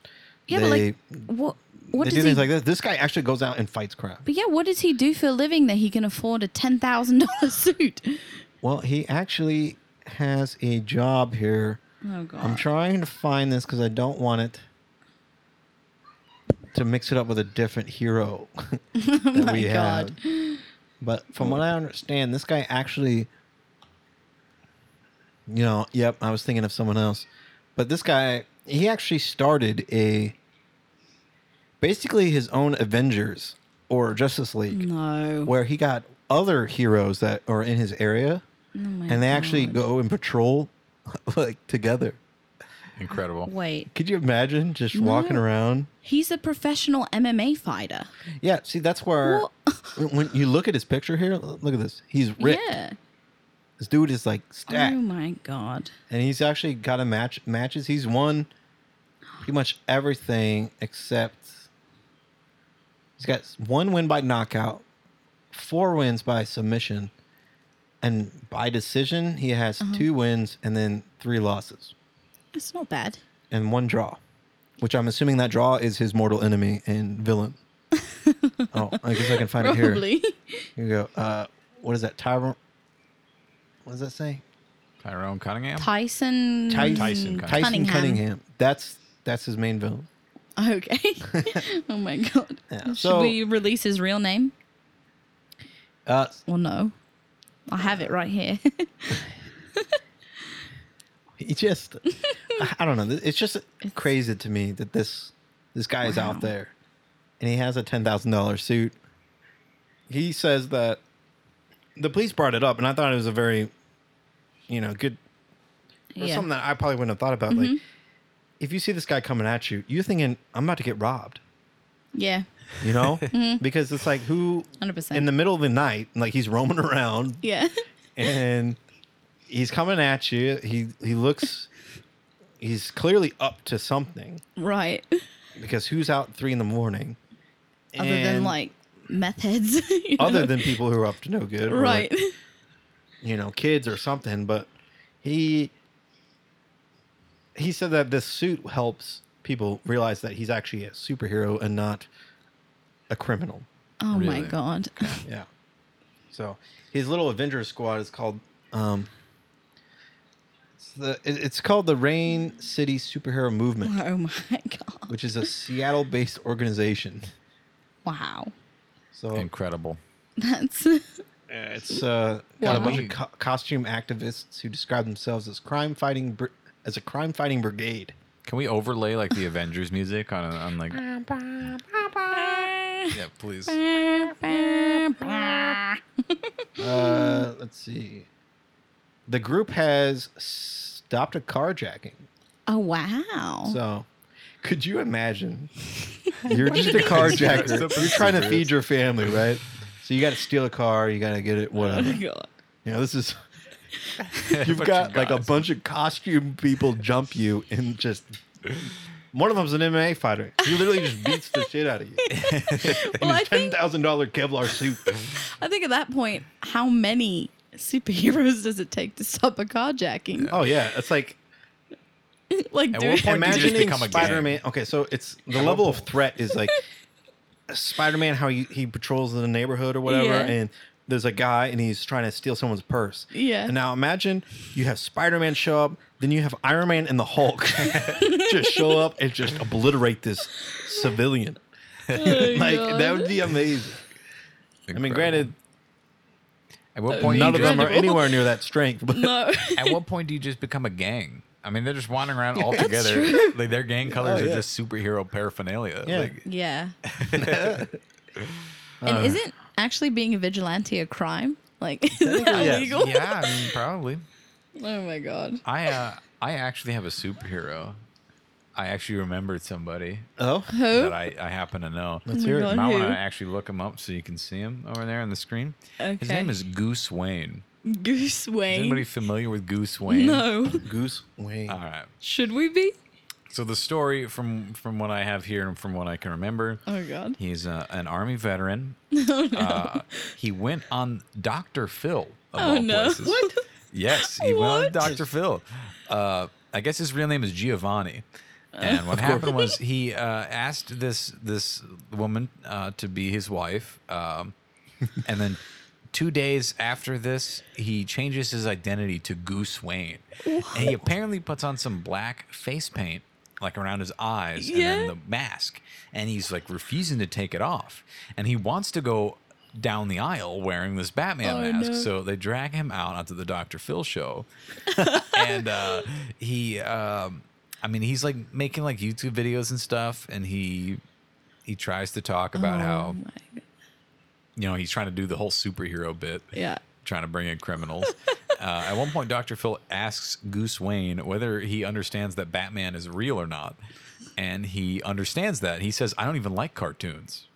Speaker 3: yeah,
Speaker 2: they
Speaker 3: but like what what
Speaker 2: they
Speaker 3: does
Speaker 2: do
Speaker 3: he
Speaker 2: things like this. This guy actually goes out and fights crime.
Speaker 3: But yeah, what does he do for a living that he can afford a ten thousand dollar suit?
Speaker 2: Well, he actually has a job here.
Speaker 3: Oh god.
Speaker 2: I'm trying to find this because I don't want it to mix it up with a different hero that
Speaker 3: my
Speaker 2: we have.
Speaker 3: God.
Speaker 2: But from what I understand, this guy actually, you know, yep, I was thinking of someone else. But this guy, he actually started a basically his own Avengers or Justice League
Speaker 3: No. Oh,
Speaker 2: where he got other heroes that are in his area
Speaker 3: Oh my
Speaker 2: and they actually
Speaker 3: God.
Speaker 2: go and patrol like together.
Speaker 1: incredible.
Speaker 3: Wait.
Speaker 2: Could you imagine just walking
Speaker 3: No.
Speaker 2: around?
Speaker 3: He's a professional MMA fighter.
Speaker 2: Yeah, see, that's where when you look at his picture here, look at this. He's ripped.
Speaker 3: Yeah.
Speaker 2: This dude is like stacked,
Speaker 3: Oh my god.
Speaker 2: and he's actually got a match matches. He's won pretty much everything except he's got one win by knockout, four wins by submission, and by decision he has
Speaker 3: Uh-huh.
Speaker 2: two wins and then three losses.
Speaker 3: That's not bad.
Speaker 2: and one draw, which I'm assuming that draw is his mortal enemy and villain. oh, I guess I can find it here.
Speaker 3: Probably.
Speaker 2: Here you go. Uh, what is that? Tyrone. What does that say?
Speaker 1: Tyrone Cunningham.
Speaker 3: Tyson.
Speaker 2: Ty-
Speaker 1: Tyson
Speaker 2: Tyson
Speaker 1: Cunningham.
Speaker 2: Cunningham.
Speaker 3: Cunningham.
Speaker 2: That's that's his main villain.
Speaker 3: Okay. oh my god.
Speaker 2: Yeah,
Speaker 3: Should
Speaker 2: so-
Speaker 3: we release his real name
Speaker 2: Uh,
Speaker 3: or no? I have it right here.
Speaker 2: he just, I- I don't know. It's just crazy to me that this this guy is
Speaker 3: Wow.
Speaker 2: out there, and he has a ten thousand dollar suit. He says that the police brought it up, and I thought it was a very, you know, good or
Speaker 3: yeah. Mm-hmm.
Speaker 2: something that I probably wouldn't have thought about. Like, if you see this guy coming at you, you're thinking, "I'm about to get robbed,"
Speaker 3: Yeah.
Speaker 2: you know,
Speaker 3: Mm-hmm.
Speaker 2: because it's like who
Speaker 3: 100%.
Speaker 2: in the middle of the night, like he's roaming around
Speaker 3: Yeah.
Speaker 2: and he's coming at you. He he looks, he's clearly up to something,
Speaker 3: right.
Speaker 2: because who's out at three in the morning?
Speaker 3: Other than
Speaker 2: And
Speaker 3: like meth heads. you know?
Speaker 2: other than people who are up to no good, or, like,
Speaker 3: right.
Speaker 2: you know, kids or something. But he he said that this suit helps people realize that he's actually a superhero and not a criminal.
Speaker 3: Oh my
Speaker 1: Really?
Speaker 3: god.
Speaker 2: Yeah. So his little Avengers squad is called um it's the it- it's called the Rain City Superhero Movement,
Speaker 3: Oh my god.
Speaker 2: which is a Seattle-based organization.
Speaker 3: Wow.
Speaker 2: So
Speaker 1: Incredible.
Speaker 3: That's
Speaker 2: It's uh, got a
Speaker 3: Wow.
Speaker 2: bunch of co- costume activists who describe themselves as crime fighting br- as a crime fighting brigade.
Speaker 1: Can we overlay like the Avengers music on, a, on like?
Speaker 2: Eh.
Speaker 1: yeah, please.
Speaker 3: Oh,
Speaker 2: Uh, let's see. The group has stopped a carjacking.
Speaker 3: Oh wow.
Speaker 2: So, could you imagine? You're just a carjacker. You're trying to feed your family, right? So you got to steal a car. You got to get it.
Speaker 3: oh my
Speaker 2: Whatever.
Speaker 3: god.
Speaker 2: You know, this is. You've got like a bunch of costume people jump you and just. One of them's an MMA fighter. He literally just beats the shit out of you.
Speaker 3: Well, I
Speaker 2: ten
Speaker 3: think
Speaker 2: thousand dollar Kevlar suit.
Speaker 3: I think at that point, how many superheroes does it take to stop a carjacking?
Speaker 2: oh yeah, it's like
Speaker 3: like,
Speaker 1: At what point
Speaker 3: dude,
Speaker 1: did you just
Speaker 2: imagining
Speaker 1: become a gang?
Speaker 2: Spider-Man. Okay, so it's the level of threat is like Spider-Man, how he, he patrols the neighborhood or whatever,
Speaker 3: Yeah.
Speaker 2: and there's a guy and he's trying to steal someone's purse.
Speaker 3: Yeah.
Speaker 2: And now imagine you have Spider-Man show up, then you have Iron Man and the Hulk just show up and just obliterate this civilian.
Speaker 3: Oh,
Speaker 2: Like that
Speaker 3: God.
Speaker 2: would be amazing. I mean, granted,
Speaker 1: at what point
Speaker 2: Uh, none
Speaker 1: you
Speaker 2: of them are
Speaker 1: just-
Speaker 2: anywhere near that strength, but
Speaker 3: no.
Speaker 1: At what point do you just become a gang? I mean, they're just wandering around all together. Like their gang colors
Speaker 2: Oh, yeah.
Speaker 1: are just superhero paraphernalia.
Speaker 2: Yeah.
Speaker 1: Like,
Speaker 3: yeah.
Speaker 1: Uh.
Speaker 3: and isn't actually being a vigilante a crime? Like, is that
Speaker 2: Technically, yes.
Speaker 3: illegal?
Speaker 1: yeah, I mean, probably.
Speaker 3: Oh my god.
Speaker 1: I uh, I actually have a superhero. I actually remembered somebody
Speaker 2: oh,
Speaker 3: Who?
Speaker 1: that I, I happen to know.
Speaker 2: let's hear
Speaker 1: I
Speaker 2: it.
Speaker 3: God.
Speaker 1: want
Speaker 3: Who?
Speaker 1: to actually look him up so you can see him over there on the screen. His
Speaker 3: Okay.
Speaker 1: name is Goose Wayne.
Speaker 3: Goose
Speaker 1: Is
Speaker 3: Wayne.
Speaker 1: anybody familiar with Goose Wayne?
Speaker 3: No.
Speaker 2: Goose Wayne.
Speaker 1: All right.
Speaker 3: Should we be?
Speaker 1: So the story from from what I have here and from what I can remember,
Speaker 3: Oh god. Oh,
Speaker 1: he's a, an army veteran. uh, he went on Dr. Phil. Of
Speaker 3: Oh
Speaker 1: all
Speaker 3: no.
Speaker 1: Places. Yes, he went on
Speaker 3: What?
Speaker 1: Dr. Phil. Uh, I guess his real name is Giovanni.
Speaker 3: Uh,
Speaker 1: And what happened was he uh, asked this this woman uh, to be his wife, um, and then two days after this, he changes his identity to Goose Wayne, and he apparently puts on some black face paint like around his eyes and then
Speaker 3: Yeah.
Speaker 1: the mask, and he's like refusing to take it off, and he wants to go down the aisle wearing this Batman
Speaker 3: Oh,
Speaker 1: mask.
Speaker 3: no.
Speaker 1: So they drag him out onto the Dr. Phil show, and uh, he, um, I mean, he's like making like YouTube videos and stuff, and he he tries to talk about
Speaker 3: Oh
Speaker 1: how
Speaker 3: my god.
Speaker 1: you know he's trying to do the whole superhero bit,
Speaker 3: Yeah.
Speaker 1: trying to bring in criminals. uh, at one point, Dr. Phil asks Goose Wayne whether he understands that Batman is real or not, and he understands that. He says, "I don't even like cartoons."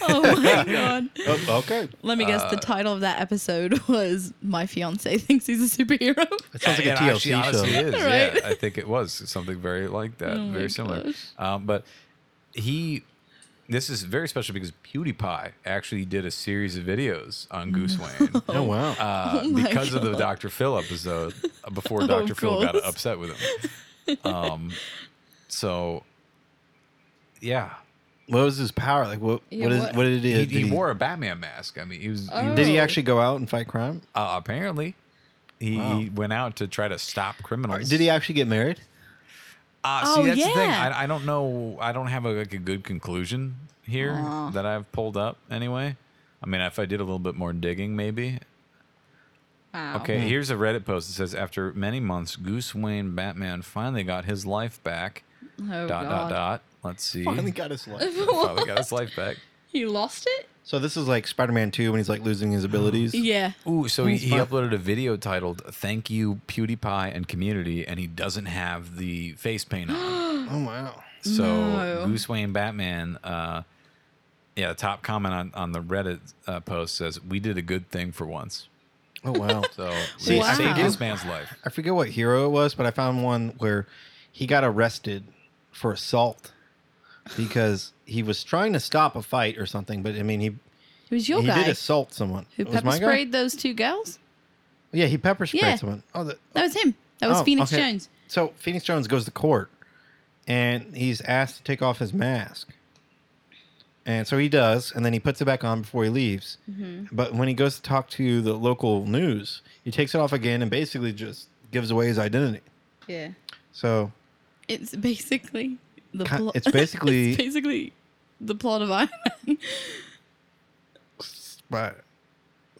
Speaker 3: Oh my god.
Speaker 2: Oh, okay.
Speaker 3: Let me guess. the
Speaker 1: Uh.
Speaker 3: title of that episode was "My Fiance Thinks He's a Superhero."
Speaker 2: That sounds like a
Speaker 1: It
Speaker 2: TLC
Speaker 1: actually
Speaker 2: show.
Speaker 1: honestly is,
Speaker 3: Right. Oh
Speaker 1: Yeah, I think it was something very like that,
Speaker 2: Uh,
Speaker 3: my
Speaker 1: very similar.
Speaker 3: gosh.
Speaker 1: Um, but he, this is very special because PewDiePie actually did a series of videos on Goose Wayne.
Speaker 2: Oh wow!
Speaker 1: Uh,
Speaker 3: Mm. Oh my
Speaker 1: because of the
Speaker 3: God. Oh,
Speaker 1: Dr. Phil episode uh, before Dr. Phil got
Speaker 3: course.
Speaker 1: upset with him. Um, so, yeah.
Speaker 2: what was his power? Like what?
Speaker 3: Yeah,
Speaker 2: what is?
Speaker 3: what-
Speaker 2: What did he?
Speaker 1: He,
Speaker 2: did
Speaker 1: he wore a Batman mask. I mean, he was, he
Speaker 3: Oh.
Speaker 1: was-
Speaker 2: Did he actually go out and fight crime?
Speaker 1: uh, apparently, he,
Speaker 2: Wow.
Speaker 1: he went out to try to stop criminals.
Speaker 2: Did he actually get married?
Speaker 1: Uh,
Speaker 3: Oh,
Speaker 1: see, that's the thing.
Speaker 3: yeah.
Speaker 1: I, I don't know. I don't have a, like a good conclusion here
Speaker 3: Aw.
Speaker 1: that I've pulled up. Anyway, I mean, if I did a little bit more digging, maybe.
Speaker 3: Wow.
Speaker 1: Okay, here's a Reddit post that says after many months, Goose Wayne Batman finally got his life back.
Speaker 3: Oh
Speaker 1: dot dot
Speaker 3: god.
Speaker 1: dot. Let's see.
Speaker 2: got his life.
Speaker 1: Finally got his life back.
Speaker 3: He lost it.
Speaker 2: So this is like Spider-Man Two when he's like losing his abilities.
Speaker 3: Yeah.
Speaker 1: Ooh, so he, he
Speaker 2: fine.
Speaker 1: uploaded a video titled "Thank You PewDiePie and Community," and he doesn't have the face paint on.
Speaker 2: Oh wow!
Speaker 1: So
Speaker 3: No.
Speaker 1: Goose Wayne Batman, uh, yeah, the top comment on, on the Reddit uh, post says, "We did a good thing for once."
Speaker 2: Oh wow!
Speaker 1: So
Speaker 2: See,
Speaker 1: we
Speaker 3: I
Speaker 1: saved
Speaker 3: do-
Speaker 1: this man's life.
Speaker 2: I forget what hero it was, but I found one where he got arrested for assault because he was trying to stop a fight or something. But I mean, he
Speaker 3: It was your
Speaker 2: he
Speaker 3: guy
Speaker 2: did assault someone.
Speaker 3: who
Speaker 2: It was
Speaker 3: pepper
Speaker 2: my guy?
Speaker 3: sprayed those two girls.
Speaker 2: Yeah, he pepper sprayed
Speaker 3: Yeah.
Speaker 2: someone. Oh, the,
Speaker 3: That was him. That was
Speaker 2: Oh,
Speaker 3: Phoenix
Speaker 2: okay.
Speaker 3: Jones.
Speaker 2: So Phoenix Jones goes to court, and he's asked to take off his mask, and so he does, and then he puts it back on before he leaves.
Speaker 3: Mm-hmm.
Speaker 2: But when he goes to talk to the local news, he takes it off again and basically just gives away his identity.
Speaker 3: Yeah.
Speaker 2: So
Speaker 3: It's basically the
Speaker 2: Ca-
Speaker 3: plot.
Speaker 2: it's basically-
Speaker 3: it's basically the plot of Iron Man.
Speaker 2: Spider,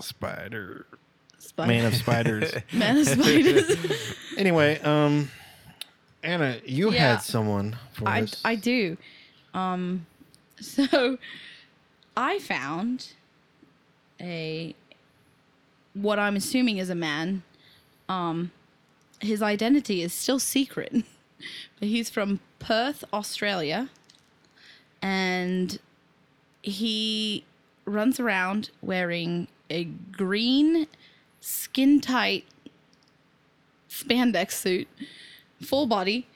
Speaker 2: Spider,
Speaker 3: Spider-
Speaker 2: Man of Spiders.
Speaker 3: Man of Spiders.
Speaker 2: anyway, um, Anna, you
Speaker 3: Yeah.
Speaker 2: had someone for
Speaker 3: I,
Speaker 2: us.
Speaker 3: I do. Um, so I found a what I'm assuming is a man. Um, his identity is still secret, but he's from Perth, Australia, and he runs around wearing a green skin tight spandex suit, full body,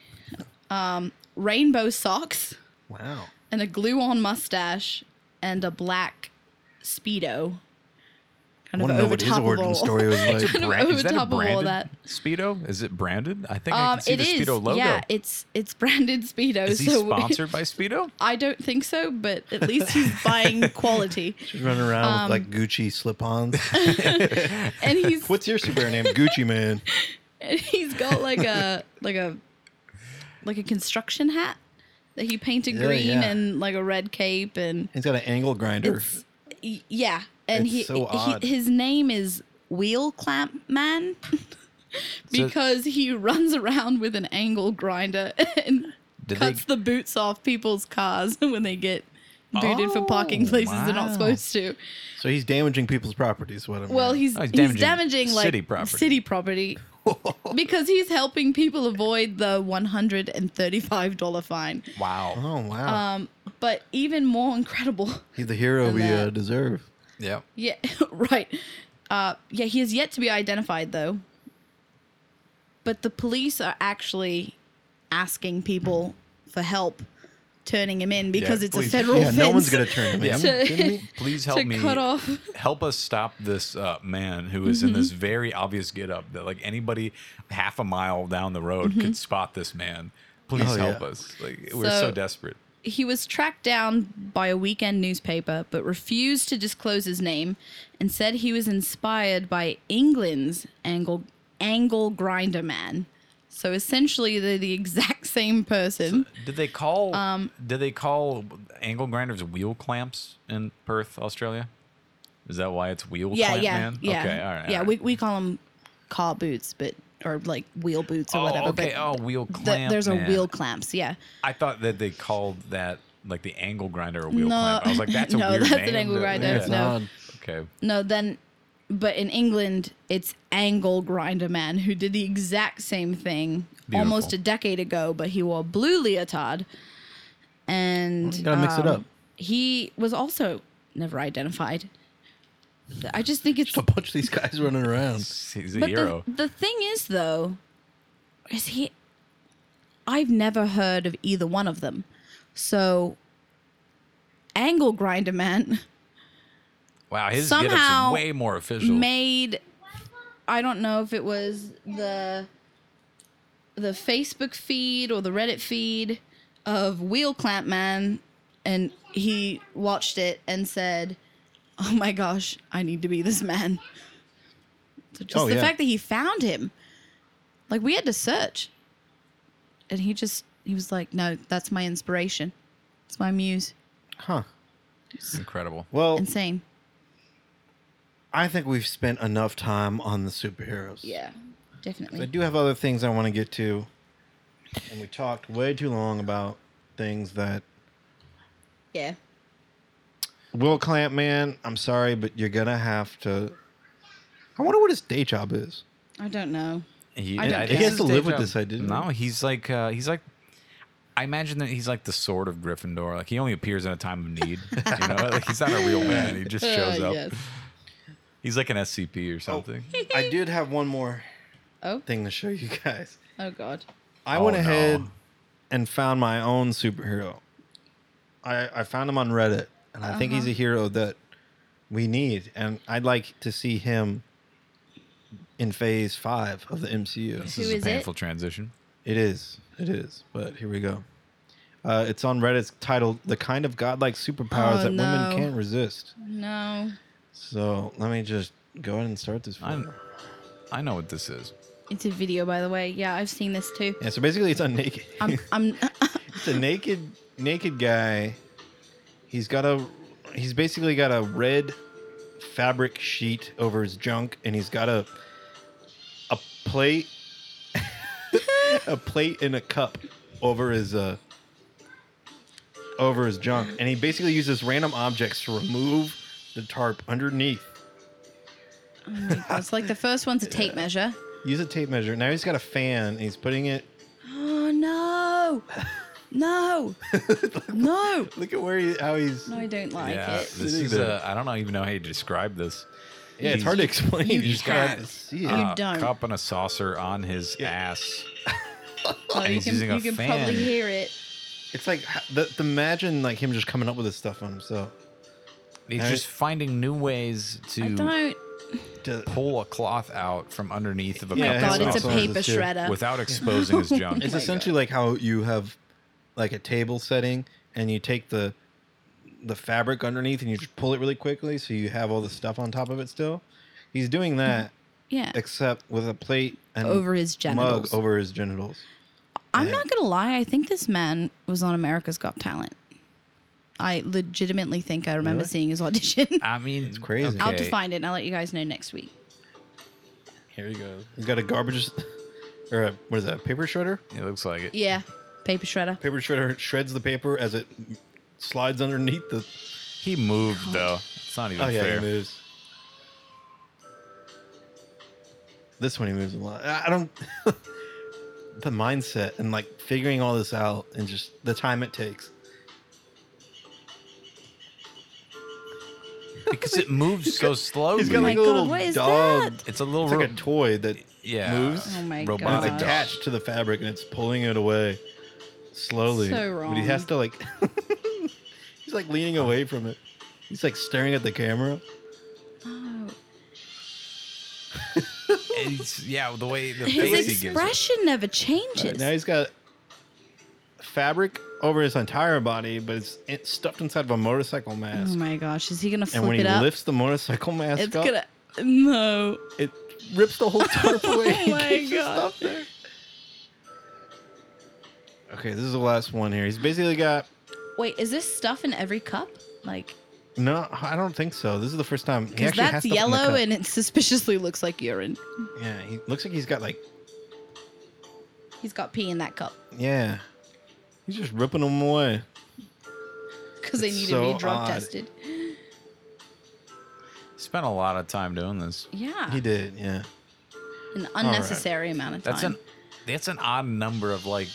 Speaker 3: rainbow socks
Speaker 2: Wow.
Speaker 3: and a glue on mustache and a black speedo.
Speaker 2: I
Speaker 3: Kind
Speaker 2: want to know what his
Speaker 3: of
Speaker 2: origin story was like.
Speaker 3: Kind of
Speaker 1: Brand-
Speaker 3: over
Speaker 1: is that a
Speaker 3: top of all
Speaker 1: branded
Speaker 3: that.
Speaker 1: Speedo? Is it branded? I think I
Speaker 3: Um,
Speaker 1: can see
Speaker 3: it
Speaker 1: the
Speaker 3: is.
Speaker 1: Speedo logo.
Speaker 3: Yeah, it's it's branded speedo.
Speaker 1: is he
Speaker 3: so we-
Speaker 1: sponsored by Speedo?
Speaker 3: I don't think so, but at least he's buying quality,
Speaker 2: Just running around
Speaker 3: Um,
Speaker 2: with like Gucci slip-ons.
Speaker 3: and he's
Speaker 2: What's your super name? Gucci man.
Speaker 3: and he's got like a like a like a construction hat that he painted
Speaker 2: Yeah,
Speaker 3: green
Speaker 2: yeah.
Speaker 3: and like a red cape and
Speaker 2: He's got an angle grinder.
Speaker 3: It's- y- yeah, and
Speaker 2: It's
Speaker 3: he, he-
Speaker 2: so odd.
Speaker 3: his name is Wheel Clamp Man because he runs around with an angle grinder and
Speaker 1: Did they-
Speaker 3: cuts the boots off people's cars when they get booted for parking
Speaker 1: Oh,
Speaker 3: places they're not
Speaker 1: wow.
Speaker 3: supposed to.
Speaker 2: So he's damaging people's property. Is what I'm.
Speaker 3: Well, he's
Speaker 1: Oh,
Speaker 3: he's
Speaker 1: he's
Speaker 3: damaging,
Speaker 1: damaging
Speaker 3: like
Speaker 1: city property.
Speaker 3: city property because he's helping people avoid the one hundred and thirty-five dollar fine.
Speaker 1: Wow.
Speaker 2: Oh wow.
Speaker 3: Um, but even more incredible.
Speaker 2: he's the hero we
Speaker 3: and
Speaker 2: uh,
Speaker 3: that-
Speaker 2: deserve.
Speaker 1: Yep.
Speaker 3: Yeah, right. Uh, yeah, he has yet to be identified, though. But the police are actually asking people for help turning him in because it's a
Speaker 1: please.
Speaker 3: federal
Speaker 2: yeah.
Speaker 3: offense.
Speaker 2: No one's gonna turn him.
Speaker 1: Yeah.
Speaker 2: in.
Speaker 3: To-
Speaker 2: Kidding me?
Speaker 1: Please help
Speaker 3: to
Speaker 1: me.
Speaker 3: cut off. Mm-hmm.
Speaker 1: Help us stop this uh, man who is in this very obvious getup that like anybody half a mile down the road could spot this man. Please
Speaker 2: Oh,
Speaker 1: help
Speaker 2: yeah.
Speaker 1: us. Like we're so,
Speaker 3: Mm-hmm. So-
Speaker 1: desperate.
Speaker 3: He was tracked down by a weekend newspaper, but refused to disclose his name and said he was inspired by England's angle, angle grinder man. So essentially, they're the exact same person.
Speaker 1: Did they call
Speaker 3: Um,
Speaker 1: did they call angle grinders wheel clamps in Perth, Australia? Is that why it's wheel
Speaker 3: yeah,
Speaker 1: clamp
Speaker 3: yeah,
Speaker 1: man?
Speaker 3: yeah,
Speaker 1: Okay, all right.
Speaker 3: yeah.
Speaker 1: all right.
Speaker 3: We we call them car boots, but or like wheel boots or
Speaker 1: oh,
Speaker 3: whatever.
Speaker 1: okay.
Speaker 3: but
Speaker 1: Oh, wheel
Speaker 3: th-
Speaker 1: clamp.
Speaker 3: there's a
Speaker 1: man.
Speaker 3: wheel clamps. Yeah,
Speaker 1: I thought that they called that like the angle grinder a wheel
Speaker 3: No.
Speaker 1: clamp. I was like, that's a
Speaker 3: No,
Speaker 1: weird
Speaker 3: that's an
Speaker 1: name
Speaker 3: angle
Speaker 1: that-
Speaker 3: grinder.
Speaker 2: Yeah, it's
Speaker 3: No.
Speaker 2: odd.
Speaker 1: Okay.
Speaker 3: no, then, but in England, it's angle grinder man who did the exact same thing almost
Speaker 1: Beautiful.
Speaker 3: a decade ago, but he wore a blue leotard, and
Speaker 2: You gotta mix it
Speaker 3: um,
Speaker 2: up.
Speaker 3: He was also never identified. I just think it's
Speaker 2: Just a bunch of these guys running around.
Speaker 1: He's a
Speaker 3: But
Speaker 1: hero.
Speaker 3: the, the thing is, though, is he. I've never heard of either one of them. So, Angle Grinder Man
Speaker 1: wow, his
Speaker 3: somehow
Speaker 1: getup's way more official.
Speaker 3: made. I don't know if it was the the Facebook feed or the Reddit feed of Wheel Clamp Man, and he watched it and said, "Oh my gosh, I need to be this man." So just
Speaker 2: Oh,
Speaker 3: the
Speaker 2: yeah.
Speaker 3: fact that he found him, like we had to search, and he just he was like, "No, that's my inspiration. It's my muse."
Speaker 2: Huh.
Speaker 1: Incredible.
Speaker 2: Well,
Speaker 3: Insane.
Speaker 2: I think we've spent enough time on the superheroes.
Speaker 3: Yeah,
Speaker 2: I
Speaker 3: definitely.
Speaker 2: do have other things I want to get to. And we talked way too long about things that
Speaker 3: Yeah.
Speaker 2: Will Clamp man, I'm sorry, but you're gonna have to I wonder what his day job is.
Speaker 3: I don't know.
Speaker 1: He,
Speaker 3: I don't
Speaker 1: think
Speaker 3: care. He has
Speaker 1: his
Speaker 2: to
Speaker 1: day
Speaker 2: live with
Speaker 1: job-
Speaker 2: this, I didn't-
Speaker 1: No, he's like uh, he's like. I imagine that he's like the sword of Gryffindor. Like he only appears in a time of need. you know, like, he's not a real man. He just shows
Speaker 3: Uh,
Speaker 1: up.
Speaker 3: yes.
Speaker 1: He's like an
Speaker 2: Oh.
Speaker 1: SCP or something.
Speaker 2: I did have one more
Speaker 3: Oh,
Speaker 2: thing to show you guys.
Speaker 3: oh God.
Speaker 2: I
Speaker 1: Oh,
Speaker 2: went ahead
Speaker 1: no.
Speaker 2: and found my own superhero. I, I found him on Reddit, and I think
Speaker 3: Uh-huh.
Speaker 2: he's a hero that we need, and I'd like to see him in Phase Five of the MCU.
Speaker 1: This
Speaker 3: Who
Speaker 1: is,
Speaker 3: is
Speaker 1: a
Speaker 3: it?
Speaker 1: painful transition.
Speaker 2: It is, it is. But here we go. Uh, it's on Reddit. It's titled "The Kind of Godlike Superpowers
Speaker 3: Oh,
Speaker 2: That
Speaker 3: no.
Speaker 2: Women Can't Resist."
Speaker 3: No.
Speaker 2: So let me just go ahead and start this.
Speaker 1: I,
Speaker 2: one.
Speaker 1: I know what this is.
Speaker 3: It's a video, by the way. Yeah, I've seen this too.
Speaker 2: Yeah. So basically, it's on naked.
Speaker 3: I'm, I'm oh
Speaker 2: it's a naked naked guy. He's got a he's basically got a red fabric sheet over his junk and he's got a a plate a plate and a cup over his uh over his junk and he basically uses random objects to remove the tarp underneath.
Speaker 3: it's like the first one's a tape measure.
Speaker 2: Use a tape measure. Now he's got a fan and he's putting it
Speaker 3: Oh no. No. no.
Speaker 2: look at where he how he's
Speaker 3: No, I don't like
Speaker 1: yeah,
Speaker 3: it.
Speaker 1: this
Speaker 2: Sitting
Speaker 1: is.
Speaker 2: there.
Speaker 1: A, I don't know- even know how you describe this.
Speaker 2: Yeah, it's hard to explain. You just
Speaker 1: got
Speaker 2: gotta see it.
Speaker 3: You don't.
Speaker 1: cup and a saucer on his
Speaker 2: Yeah.
Speaker 1: ass.
Speaker 3: Oh, you
Speaker 1: he's
Speaker 3: can,
Speaker 1: using a
Speaker 3: you can
Speaker 1: fan.
Speaker 3: probably hear it.
Speaker 2: It's like h- the, the imagine like him just coming up with this stuff on himself.
Speaker 1: He's
Speaker 2: Right.
Speaker 1: just finding new ways
Speaker 3: I
Speaker 1: to
Speaker 3: don't.
Speaker 2: To-
Speaker 1: pull a cloth out from underneath of a
Speaker 2: Yeah,
Speaker 1: cup
Speaker 3: Oh God,
Speaker 1: and
Speaker 3: it's a
Speaker 2: also has
Speaker 1: saucer
Speaker 3: paper
Speaker 2: this too.
Speaker 3: shredder.
Speaker 1: without exposing his junk.
Speaker 2: It's
Speaker 3: my
Speaker 2: essentially like how you have like a table setting and you take the the fabric underneath and you just pull it really quickly so you have all the stuff on top of it still. He's doing that
Speaker 3: yeah.
Speaker 2: except with a plate and
Speaker 3: Hmm. Over his
Speaker 2: mug
Speaker 3: genitals.
Speaker 2: over his genitals.
Speaker 3: I'm not gonna lie. I think this man was on America's Got Talent. I legitimately think I remember
Speaker 2: Really?
Speaker 3: seeing his audition.
Speaker 1: I mean, it's
Speaker 2: crazy.
Speaker 1: Okay.
Speaker 3: I'll have to find it and I'll let you guys know next week.
Speaker 2: Here he goes. He's got a garbage or a, what is that? A paper shredder?
Speaker 1: It looks like it.
Speaker 3: Yeah, paper shredder.
Speaker 2: Paper shredder shreds the paper as it slides underneath the
Speaker 1: He moved though. It's not even
Speaker 2: Oh yeah,
Speaker 1: fair.
Speaker 2: he moves. This one he moves a lot. I I don't. the mindset and like figuring all this out and just the time it takes.
Speaker 1: because it moves so slowly.
Speaker 2: He's got
Speaker 3: my
Speaker 2: like a
Speaker 3: God,
Speaker 2: little
Speaker 3: what is
Speaker 2: dog.
Speaker 1: it's a little
Speaker 2: It's like a
Speaker 1: ro-
Speaker 2: toy that
Speaker 1: yeah
Speaker 2: moves.
Speaker 3: Oh my
Speaker 1: robotic
Speaker 3: God.
Speaker 1: dog.
Speaker 2: attached to the fabric and it's pulling it away slowly.
Speaker 3: So
Speaker 2: But he
Speaker 3: wrong.
Speaker 2: has to like. he's like leaning away from it. He's like staring at the camera.
Speaker 3: Oh,
Speaker 1: And it's- yeah, the way the face
Speaker 3: his
Speaker 1: he gives. it.
Speaker 3: expression never
Speaker 2: Right,
Speaker 3: changes.
Speaker 2: Uh, now he's got fabric over his entire body, but it's, it's stuffed inside of a motorcycle
Speaker 3: oh
Speaker 2: mask.
Speaker 3: my gosh, is he gonna flip
Speaker 2: and when
Speaker 3: it
Speaker 2: he
Speaker 3: up?
Speaker 2: lifts the motorcycle mask
Speaker 3: it's
Speaker 2: up,
Speaker 3: gonna no.
Speaker 2: it rips the whole tarp away. and
Speaker 3: my
Speaker 2: keeps the
Speaker 3: God.
Speaker 2: stuff there. Okay, this is the last one here. He's basically got
Speaker 3: Wait, is this stuff in every cup? Like,
Speaker 2: no. I don't think so. This is the first time. He
Speaker 3: because
Speaker 2: actually has
Speaker 3: that's
Speaker 2: stuff in the
Speaker 3: yellow
Speaker 2: cup.
Speaker 3: and it suspiciously looks like urine.
Speaker 2: yeah, he looks like he's got like
Speaker 3: He's got pee in that cup
Speaker 2: yeah. He's just ripping them away.
Speaker 3: because they
Speaker 2: It's
Speaker 3: need to
Speaker 2: so
Speaker 3: be drug
Speaker 2: odd.
Speaker 3: tested.
Speaker 1: Spent a lot of time doing this.
Speaker 3: Yeah,
Speaker 2: He did, yeah.
Speaker 3: an unnecessary amount of time.
Speaker 1: That's an that's an odd number of like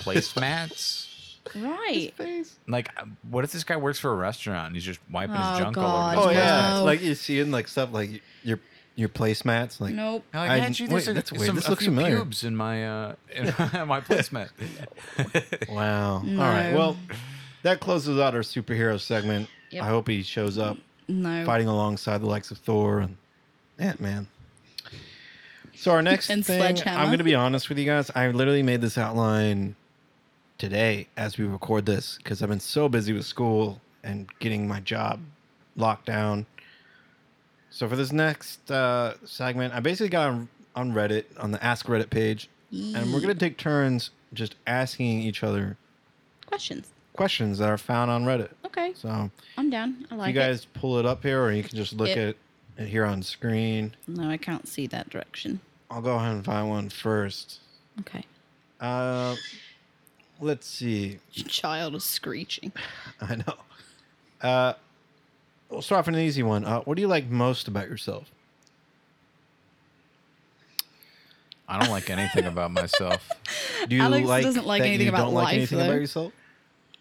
Speaker 1: placemats.
Speaker 3: right.
Speaker 2: Face.
Speaker 1: like, uh, what if this guy works for a restaurant and he's just wiping
Speaker 3: Oh,
Speaker 1: his junk
Speaker 3: God.
Speaker 1: all
Speaker 2: Oh
Speaker 1: over? his
Speaker 3: That's
Speaker 2: yeah,
Speaker 3: wild.
Speaker 2: like you see in like stuff like your your placemats, like
Speaker 3: Nope.
Speaker 1: I'm
Speaker 2: I-
Speaker 1: Like, actually, there's
Speaker 2: wait,
Speaker 1: a,
Speaker 2: that's weird.
Speaker 1: some,
Speaker 2: This
Speaker 1: a
Speaker 2: looks
Speaker 1: few
Speaker 2: familiar."
Speaker 1: pubes in my uh, in my placemat.
Speaker 2: Wow. All right.
Speaker 3: No.
Speaker 2: Well, that closes out our superhero segment.
Speaker 3: Yep.
Speaker 2: I hope he shows up
Speaker 3: No.
Speaker 2: fighting alongside the likes of Thor and Ant Man. So our next
Speaker 3: And
Speaker 2: thing,
Speaker 3: Sledgehammer.
Speaker 2: I'm going to be honest with you guys. I literally made this outline today as we record this because I've been so busy with school and getting my job locked down. So for this next uh, segment, I basically got on, on Reddit on the Ask Reddit page, and we're going to take turns just asking each other
Speaker 3: questions.
Speaker 2: questions that are found on Reddit.
Speaker 3: Okay,
Speaker 2: So
Speaker 3: I'm down. I
Speaker 2: if
Speaker 3: like
Speaker 2: you guys pull it up here, or you can just look
Speaker 3: Yep.
Speaker 2: at it here on screen.
Speaker 3: it. No, I can't see that direction.
Speaker 2: I'll go ahead and find one first.
Speaker 3: Okay.
Speaker 2: Uh, let's see.
Speaker 3: Your child is screeching.
Speaker 2: I know. Uh, we'll start off with an easy one. Uh, what do you like most about yourself?
Speaker 1: I don't like anything about myself.
Speaker 2: Do you
Speaker 3: Alex doesn't like
Speaker 2: that
Speaker 3: anything
Speaker 2: you
Speaker 3: about
Speaker 2: don't like
Speaker 3: life,
Speaker 2: anything
Speaker 3: though.
Speaker 2: about yourself?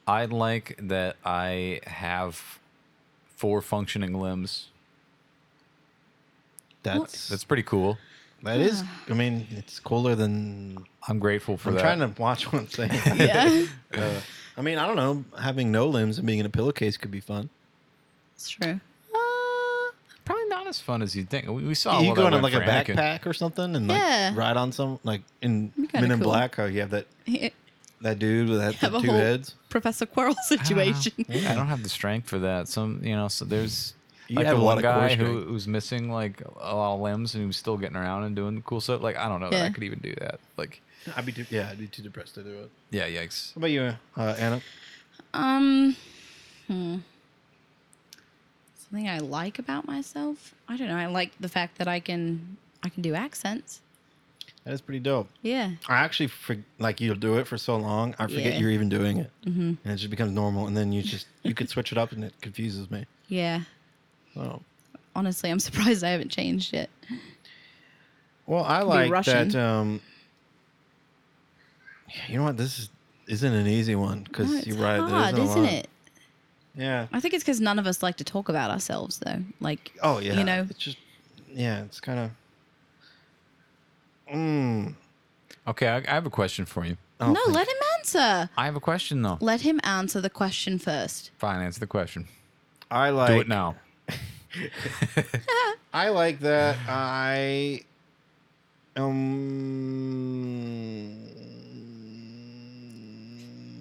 Speaker 1: I like that I have four functioning limbs.
Speaker 2: That's
Speaker 1: That's pretty cool.
Speaker 2: That is, I mean, it's cooler than
Speaker 1: I'm grateful for
Speaker 2: I'm
Speaker 1: that.
Speaker 2: trying to watch what I'm saying.
Speaker 3: Yeah,
Speaker 2: Uh, I mean, I don't know. Having no limbs and being in a pillowcase could be fun.
Speaker 3: it's true. Ah.
Speaker 1: Uh, probably not as fun as you'd think. We, we saw
Speaker 2: you
Speaker 1: what
Speaker 2: go
Speaker 1: I
Speaker 2: on
Speaker 1: went
Speaker 2: like a
Speaker 1: for Anakin.
Speaker 2: backpack or something and like
Speaker 3: Yeah.
Speaker 2: ride on some like in
Speaker 3: Be kinda
Speaker 2: Men in
Speaker 3: cool.
Speaker 2: Black. How you have that that dude with that
Speaker 3: Have
Speaker 2: the
Speaker 3: a
Speaker 2: two
Speaker 3: whole
Speaker 2: heads.
Speaker 3: Professor Quirrell
Speaker 1: I don't know.
Speaker 3: situation.
Speaker 1: I don't have the strength for that. Some, you know, so there's
Speaker 2: You
Speaker 1: like
Speaker 2: have
Speaker 1: the
Speaker 2: a lot
Speaker 1: one
Speaker 2: of core
Speaker 1: guy who,
Speaker 2: strength.
Speaker 1: who's missing like a lot of limbs and he was still getting around and doing cool stuff. Like I don't know that
Speaker 3: Yeah.
Speaker 1: I could even do that. Like
Speaker 2: I'd be too, yeah, I'd be too depressed to do it.
Speaker 1: yeah, yikes.
Speaker 2: What about you, uh, Anna?
Speaker 3: Um, hmm. something I like about myself. I don't know. I like the fact that I can I can do accents.
Speaker 2: That is pretty dope.
Speaker 3: Yeah,
Speaker 2: I actually for, like you'll do it for so long, I forget
Speaker 3: Yeah.
Speaker 2: you're even doing it, mm-hmm. and it just becomes normal. And then you just you could switch it up, and it confuses me.
Speaker 3: yeah.
Speaker 2: So,
Speaker 3: Honestly, I'm surprised I haven't changed it.
Speaker 2: well, I like
Speaker 3: Russian.
Speaker 2: that. Um, you know what? This is, isn't an easy one because
Speaker 3: No, it's
Speaker 2: you're right. there
Speaker 3: hard,
Speaker 2: a
Speaker 3: isn't
Speaker 2: lot.
Speaker 3: it?
Speaker 2: Yeah.
Speaker 3: I think it's because none of us like to talk about ourselves, though. Like,
Speaker 2: Oh yeah.
Speaker 3: you know,
Speaker 2: it's just yeah, it's kind of. Mm.
Speaker 1: Okay, I, I have a question for you.
Speaker 2: Oh,
Speaker 3: no,
Speaker 2: thank-
Speaker 3: let him answer.
Speaker 1: I have a question though.
Speaker 3: Let him answer the question first.
Speaker 1: Fine, answer the question.
Speaker 2: I like
Speaker 1: Do it now.
Speaker 2: I like that. I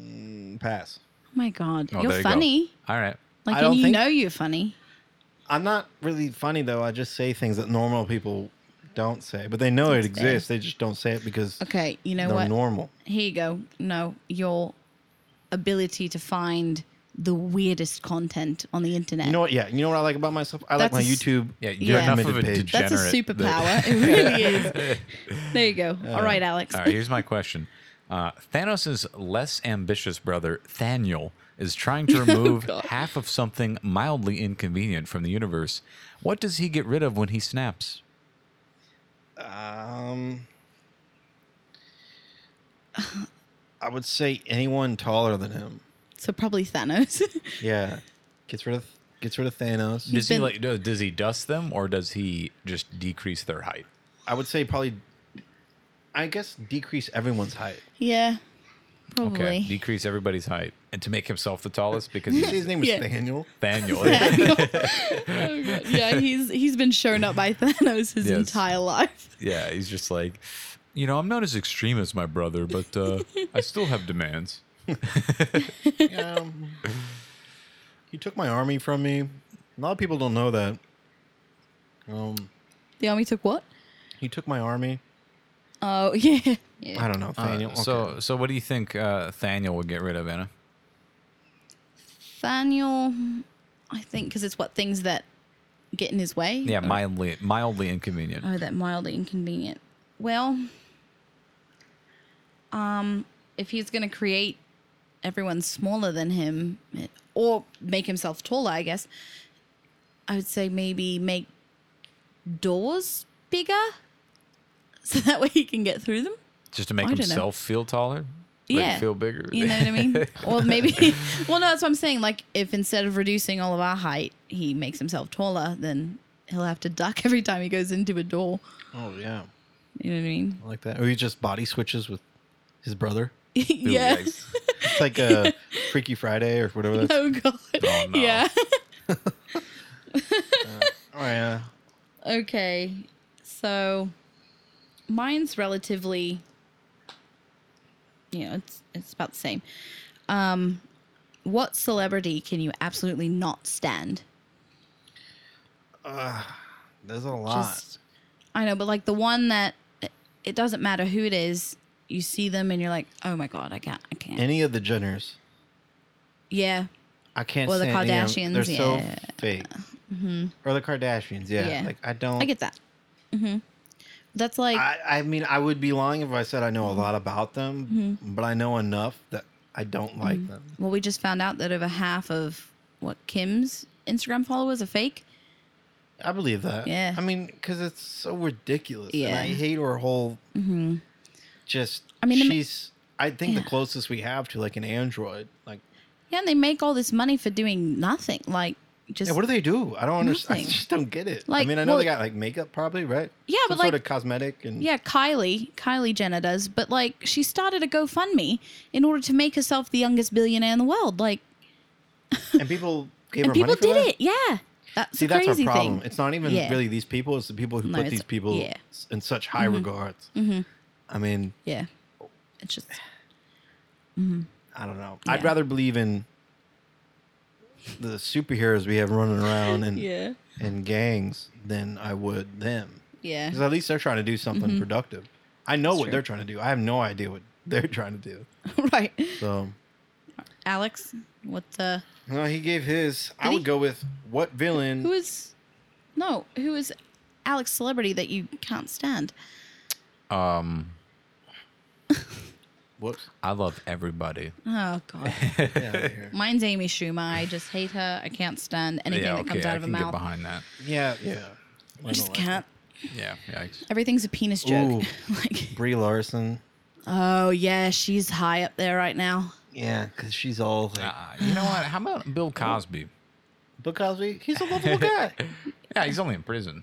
Speaker 2: um pass.
Speaker 3: Oh my God,
Speaker 1: Oh,
Speaker 3: you're
Speaker 1: there you go.
Speaker 3: funny.
Speaker 1: All right.
Speaker 3: Like,
Speaker 2: I
Speaker 3: and
Speaker 2: don't
Speaker 3: you
Speaker 2: think-
Speaker 3: know you're funny.
Speaker 2: I'm not really funny though. I just say things that normal people don't say, but they know it
Speaker 3: That's fair.
Speaker 2: exists. They just don't say it because
Speaker 3: Okay, you know
Speaker 2: they're
Speaker 3: what?
Speaker 2: normal.
Speaker 3: Here you go. No, your ability to find the weirdest content on the internet.
Speaker 2: You know what? Yeah, you know what I like about myself. I
Speaker 3: That's
Speaker 2: like my
Speaker 3: a s-
Speaker 2: YouTube.
Speaker 1: Yeah, you're
Speaker 3: Yeah.
Speaker 1: enough of a
Speaker 2: Recommended page.
Speaker 1: degenerate.
Speaker 3: That's a superpower. it really is. There you go. All right, Alex.
Speaker 1: Uh, All right, here's my question. Uh, Thanos' less ambitious brother, Thaniel, is trying to remove
Speaker 3: Oh, God.
Speaker 1: half of something mildly inconvenient from the universe. What does he get rid of when he snaps?
Speaker 2: Um, I would say anyone taller than him.
Speaker 3: So probably Thanos.
Speaker 2: Yeah, gets rid of gets rid of Thanos.
Speaker 1: Does he
Speaker 3: been-
Speaker 1: like do- does he dust them or does he just decrease their height?
Speaker 2: I would say probably. I guess decrease everyone's height.
Speaker 3: yeah, probably.
Speaker 1: Okay, decrease everybody's height and to make himself the tallest because
Speaker 2: Did you say
Speaker 1: he's
Speaker 2: his name was
Speaker 3: Yeah.
Speaker 2: Daniel?
Speaker 1: Thaniel.
Speaker 3: Oh, God. yeah, he's he's been shown up by Thanos his
Speaker 1: Yes.
Speaker 3: entire life.
Speaker 1: yeah, he's just like, you know, I'm not as extreme as my brother, but uh, I still have demands.
Speaker 2: Yeah. you took my army from me. A lot of people don't know that. Um,
Speaker 3: The army took what?
Speaker 2: he took my army.
Speaker 3: Oh yeah. yeah.
Speaker 2: I don't know,
Speaker 1: Uh,
Speaker 2: Thaniel. okay.
Speaker 1: So, so what do you think uh, Thaniel would get rid of, Anna?
Speaker 3: Thaniel, I think, because it's what things that get in his way.
Speaker 1: Yeah, mildly mildly inconvenient.
Speaker 3: Oh, that mildly inconvenient. Well, um, if he's going to create everyone smaller than him eh, or make himself taller, I guess, I would say maybe make doors bigger so that way he can get through them.
Speaker 1: Just to make
Speaker 3: I don't know.
Speaker 1: himself feel taller? Like
Speaker 3: Yeah.
Speaker 1: feel bigger.
Speaker 3: You know what I mean? or maybe, well, no, that's what I'm saying. Like, if instead of reducing all of our height, he makes himself taller, then he'll have to duck every time he goes into a door.
Speaker 2: oh yeah,
Speaker 3: You know what I mean?
Speaker 2: I like that. Or he just body switches with his brother.
Speaker 1: Ooh,
Speaker 3: yeah.
Speaker 1: yikes.
Speaker 2: It's like a Freaky Friday or whatever. That's.
Speaker 3: Oh god.
Speaker 1: Oh, no.
Speaker 3: Yeah.
Speaker 2: Oh yeah.
Speaker 3: okay. So mine's relatively you know, it's it's about the same. Um what celebrity can you absolutely not stand?
Speaker 2: There's a lot.
Speaker 3: Just- I know, but like the one that it doesn't matter who it is, you see them and you're like, "Oh my god, I can't. I can't."
Speaker 2: Any of the Jenners.
Speaker 3: yeah.
Speaker 2: I can't
Speaker 3: Or the
Speaker 2: stand any of them. They're
Speaker 3: Kardashians, yeah.
Speaker 2: so fake. Or the Kardashians, yeah.
Speaker 3: Yeah.
Speaker 2: Like I don't
Speaker 3: Mm-hmm. I get that. Mhm. That's like
Speaker 2: I, I mean I would be lying if I said I know a lot about them,
Speaker 3: Mm-hmm.
Speaker 2: but I know enough that I don't like them.
Speaker 3: Well, we just found out that over half of what Kim's Instagram followers are fake.
Speaker 2: I believe that.
Speaker 3: Yeah.
Speaker 2: I mean, because it's so ridiculous. Yeah. And
Speaker 3: Yeah. Mm-hmm.
Speaker 2: I hate her whole. Just.
Speaker 3: I
Speaker 2: I
Speaker 3: mean,
Speaker 2: mean,
Speaker 3: it ma-
Speaker 2: she's. I think
Speaker 3: Yeah.
Speaker 2: the closest we have to like an android, like
Speaker 3: Yeah, and they make all this money for doing nothing. Like, just
Speaker 2: Yeah, what do they do? I don't understand. I
Speaker 3: Nothing.
Speaker 2: just don't get it.
Speaker 3: Like,
Speaker 2: I mean, I know
Speaker 3: well-
Speaker 2: they got like makeup, probably, right?
Speaker 3: Yeah,
Speaker 2: Some
Speaker 3: but,
Speaker 2: sort
Speaker 3: like-
Speaker 2: of cosmetic and
Speaker 3: Yeah, Kylie, Kylie Jenner does, but like she started a GoFundMe in order to make herself the youngest billionaire in the world. Like,
Speaker 2: and people gave
Speaker 3: and
Speaker 2: her
Speaker 3: people
Speaker 2: money for
Speaker 3: did
Speaker 2: that?
Speaker 3: it. Yeah, that's
Speaker 2: See,
Speaker 3: the
Speaker 2: that's
Speaker 3: crazy
Speaker 2: our problem.
Speaker 3: thing.
Speaker 2: It's not even
Speaker 3: Yeah.
Speaker 2: really these people. It's the people who
Speaker 3: No,
Speaker 2: put
Speaker 3: it's-
Speaker 2: these people
Speaker 3: yeah. Mm-hmm.
Speaker 2: s- in such high regards. I mean,
Speaker 3: yeah, it's just
Speaker 2: I don't know.
Speaker 3: Yeah.
Speaker 2: I'd rather believe in the superheroes we have running around and
Speaker 3: yeah,
Speaker 2: and gangs than I would them.
Speaker 3: yeah.
Speaker 2: Because at least they're trying to do something productive. I
Speaker 3: Mm-hmm.
Speaker 2: know
Speaker 3: That's
Speaker 2: what
Speaker 3: true.
Speaker 2: they're trying to do. I have no idea what they're trying to do.
Speaker 3: right,
Speaker 2: So
Speaker 3: Alex, what the?
Speaker 2: no, he gave his. I
Speaker 3: Did
Speaker 2: would
Speaker 3: he?
Speaker 2: go with what villain?
Speaker 3: Who is? No, who is Alex celebrity that you can't stand?
Speaker 1: Um,
Speaker 2: Whoops.
Speaker 1: I love everybody.
Speaker 3: Oh God,
Speaker 2: Get outta here.
Speaker 3: mine's Amy Schumer. I just hate her. I can't stand anything
Speaker 1: yeah,
Speaker 3: that
Speaker 1: okay,
Speaker 3: comes out
Speaker 1: I
Speaker 3: of her
Speaker 1: can get
Speaker 3: mouth.
Speaker 1: behind that.
Speaker 2: yeah, yeah.
Speaker 3: I just can't.
Speaker 1: Yeah, yikes.
Speaker 3: Everything's a penis joke.
Speaker 2: Ooh.
Speaker 3: like,
Speaker 2: Brie Larson.
Speaker 3: oh yeah, she's high up there right now.
Speaker 2: Yeah, because she's all like,
Speaker 1: Uh, you know what? How about
Speaker 3: Oh.
Speaker 1: Bill Cosby?
Speaker 2: Bill Cosby. He's a lovable guy.
Speaker 1: Yeah, he's only in prison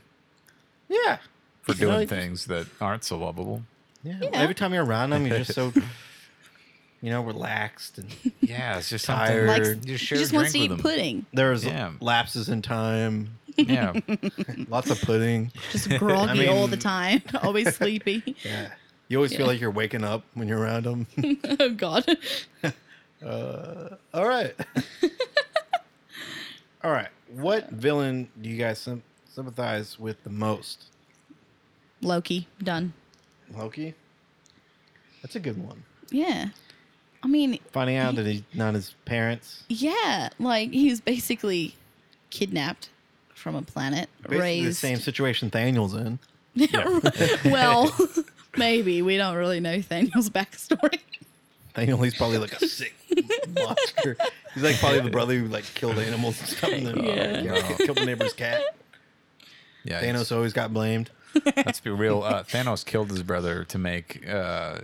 Speaker 2: Yeah.
Speaker 1: for
Speaker 2: You know,
Speaker 1: doing
Speaker 2: he-
Speaker 1: things that aren't so lovable.
Speaker 2: Yeah.
Speaker 3: Yeah.
Speaker 2: Every time you're around him, you're just so, you know, relaxed. And
Speaker 1: Yeah, it's just something.
Speaker 2: Tired.
Speaker 3: Likes,
Speaker 2: Sure.
Speaker 1: Just
Speaker 3: she
Speaker 1: share a
Speaker 3: just wants to
Speaker 1: drink
Speaker 3: eat
Speaker 1: with them.
Speaker 3: pudding.
Speaker 2: there's
Speaker 1: Yeah.
Speaker 2: lapses in time,
Speaker 1: Yeah,
Speaker 2: lots of pudding.
Speaker 3: Just groggy all the
Speaker 2: mean-
Speaker 3: time. Always sleepy.
Speaker 2: Yeah. You always
Speaker 3: Yeah.
Speaker 2: feel like you're waking up when you're around him.
Speaker 3: oh God.
Speaker 2: All right. All right. What villain do you guys sym- sympathize with the most?
Speaker 3: Loki done.
Speaker 2: Loki? That's a good one.
Speaker 3: Yeah. I mean,
Speaker 2: Finding out that he's not his parents.
Speaker 3: yeah. Like he was basically kidnapped from a planet,
Speaker 2: Basically the
Speaker 3: raised.
Speaker 2: same situation Daniel's in.
Speaker 3: well, maybe we don't really know Daniel's backstory.
Speaker 2: Daniel, he's probably like a sick monster. He's like probably the brother who like killed animals and stuff. And then oh,
Speaker 3: Yeah.
Speaker 1: Yeah.
Speaker 2: killed the neighbor's cat.
Speaker 1: yeah.
Speaker 2: Thanos always got blamed.
Speaker 1: Let's be real. Uh, Thanos killed his brother to make uh,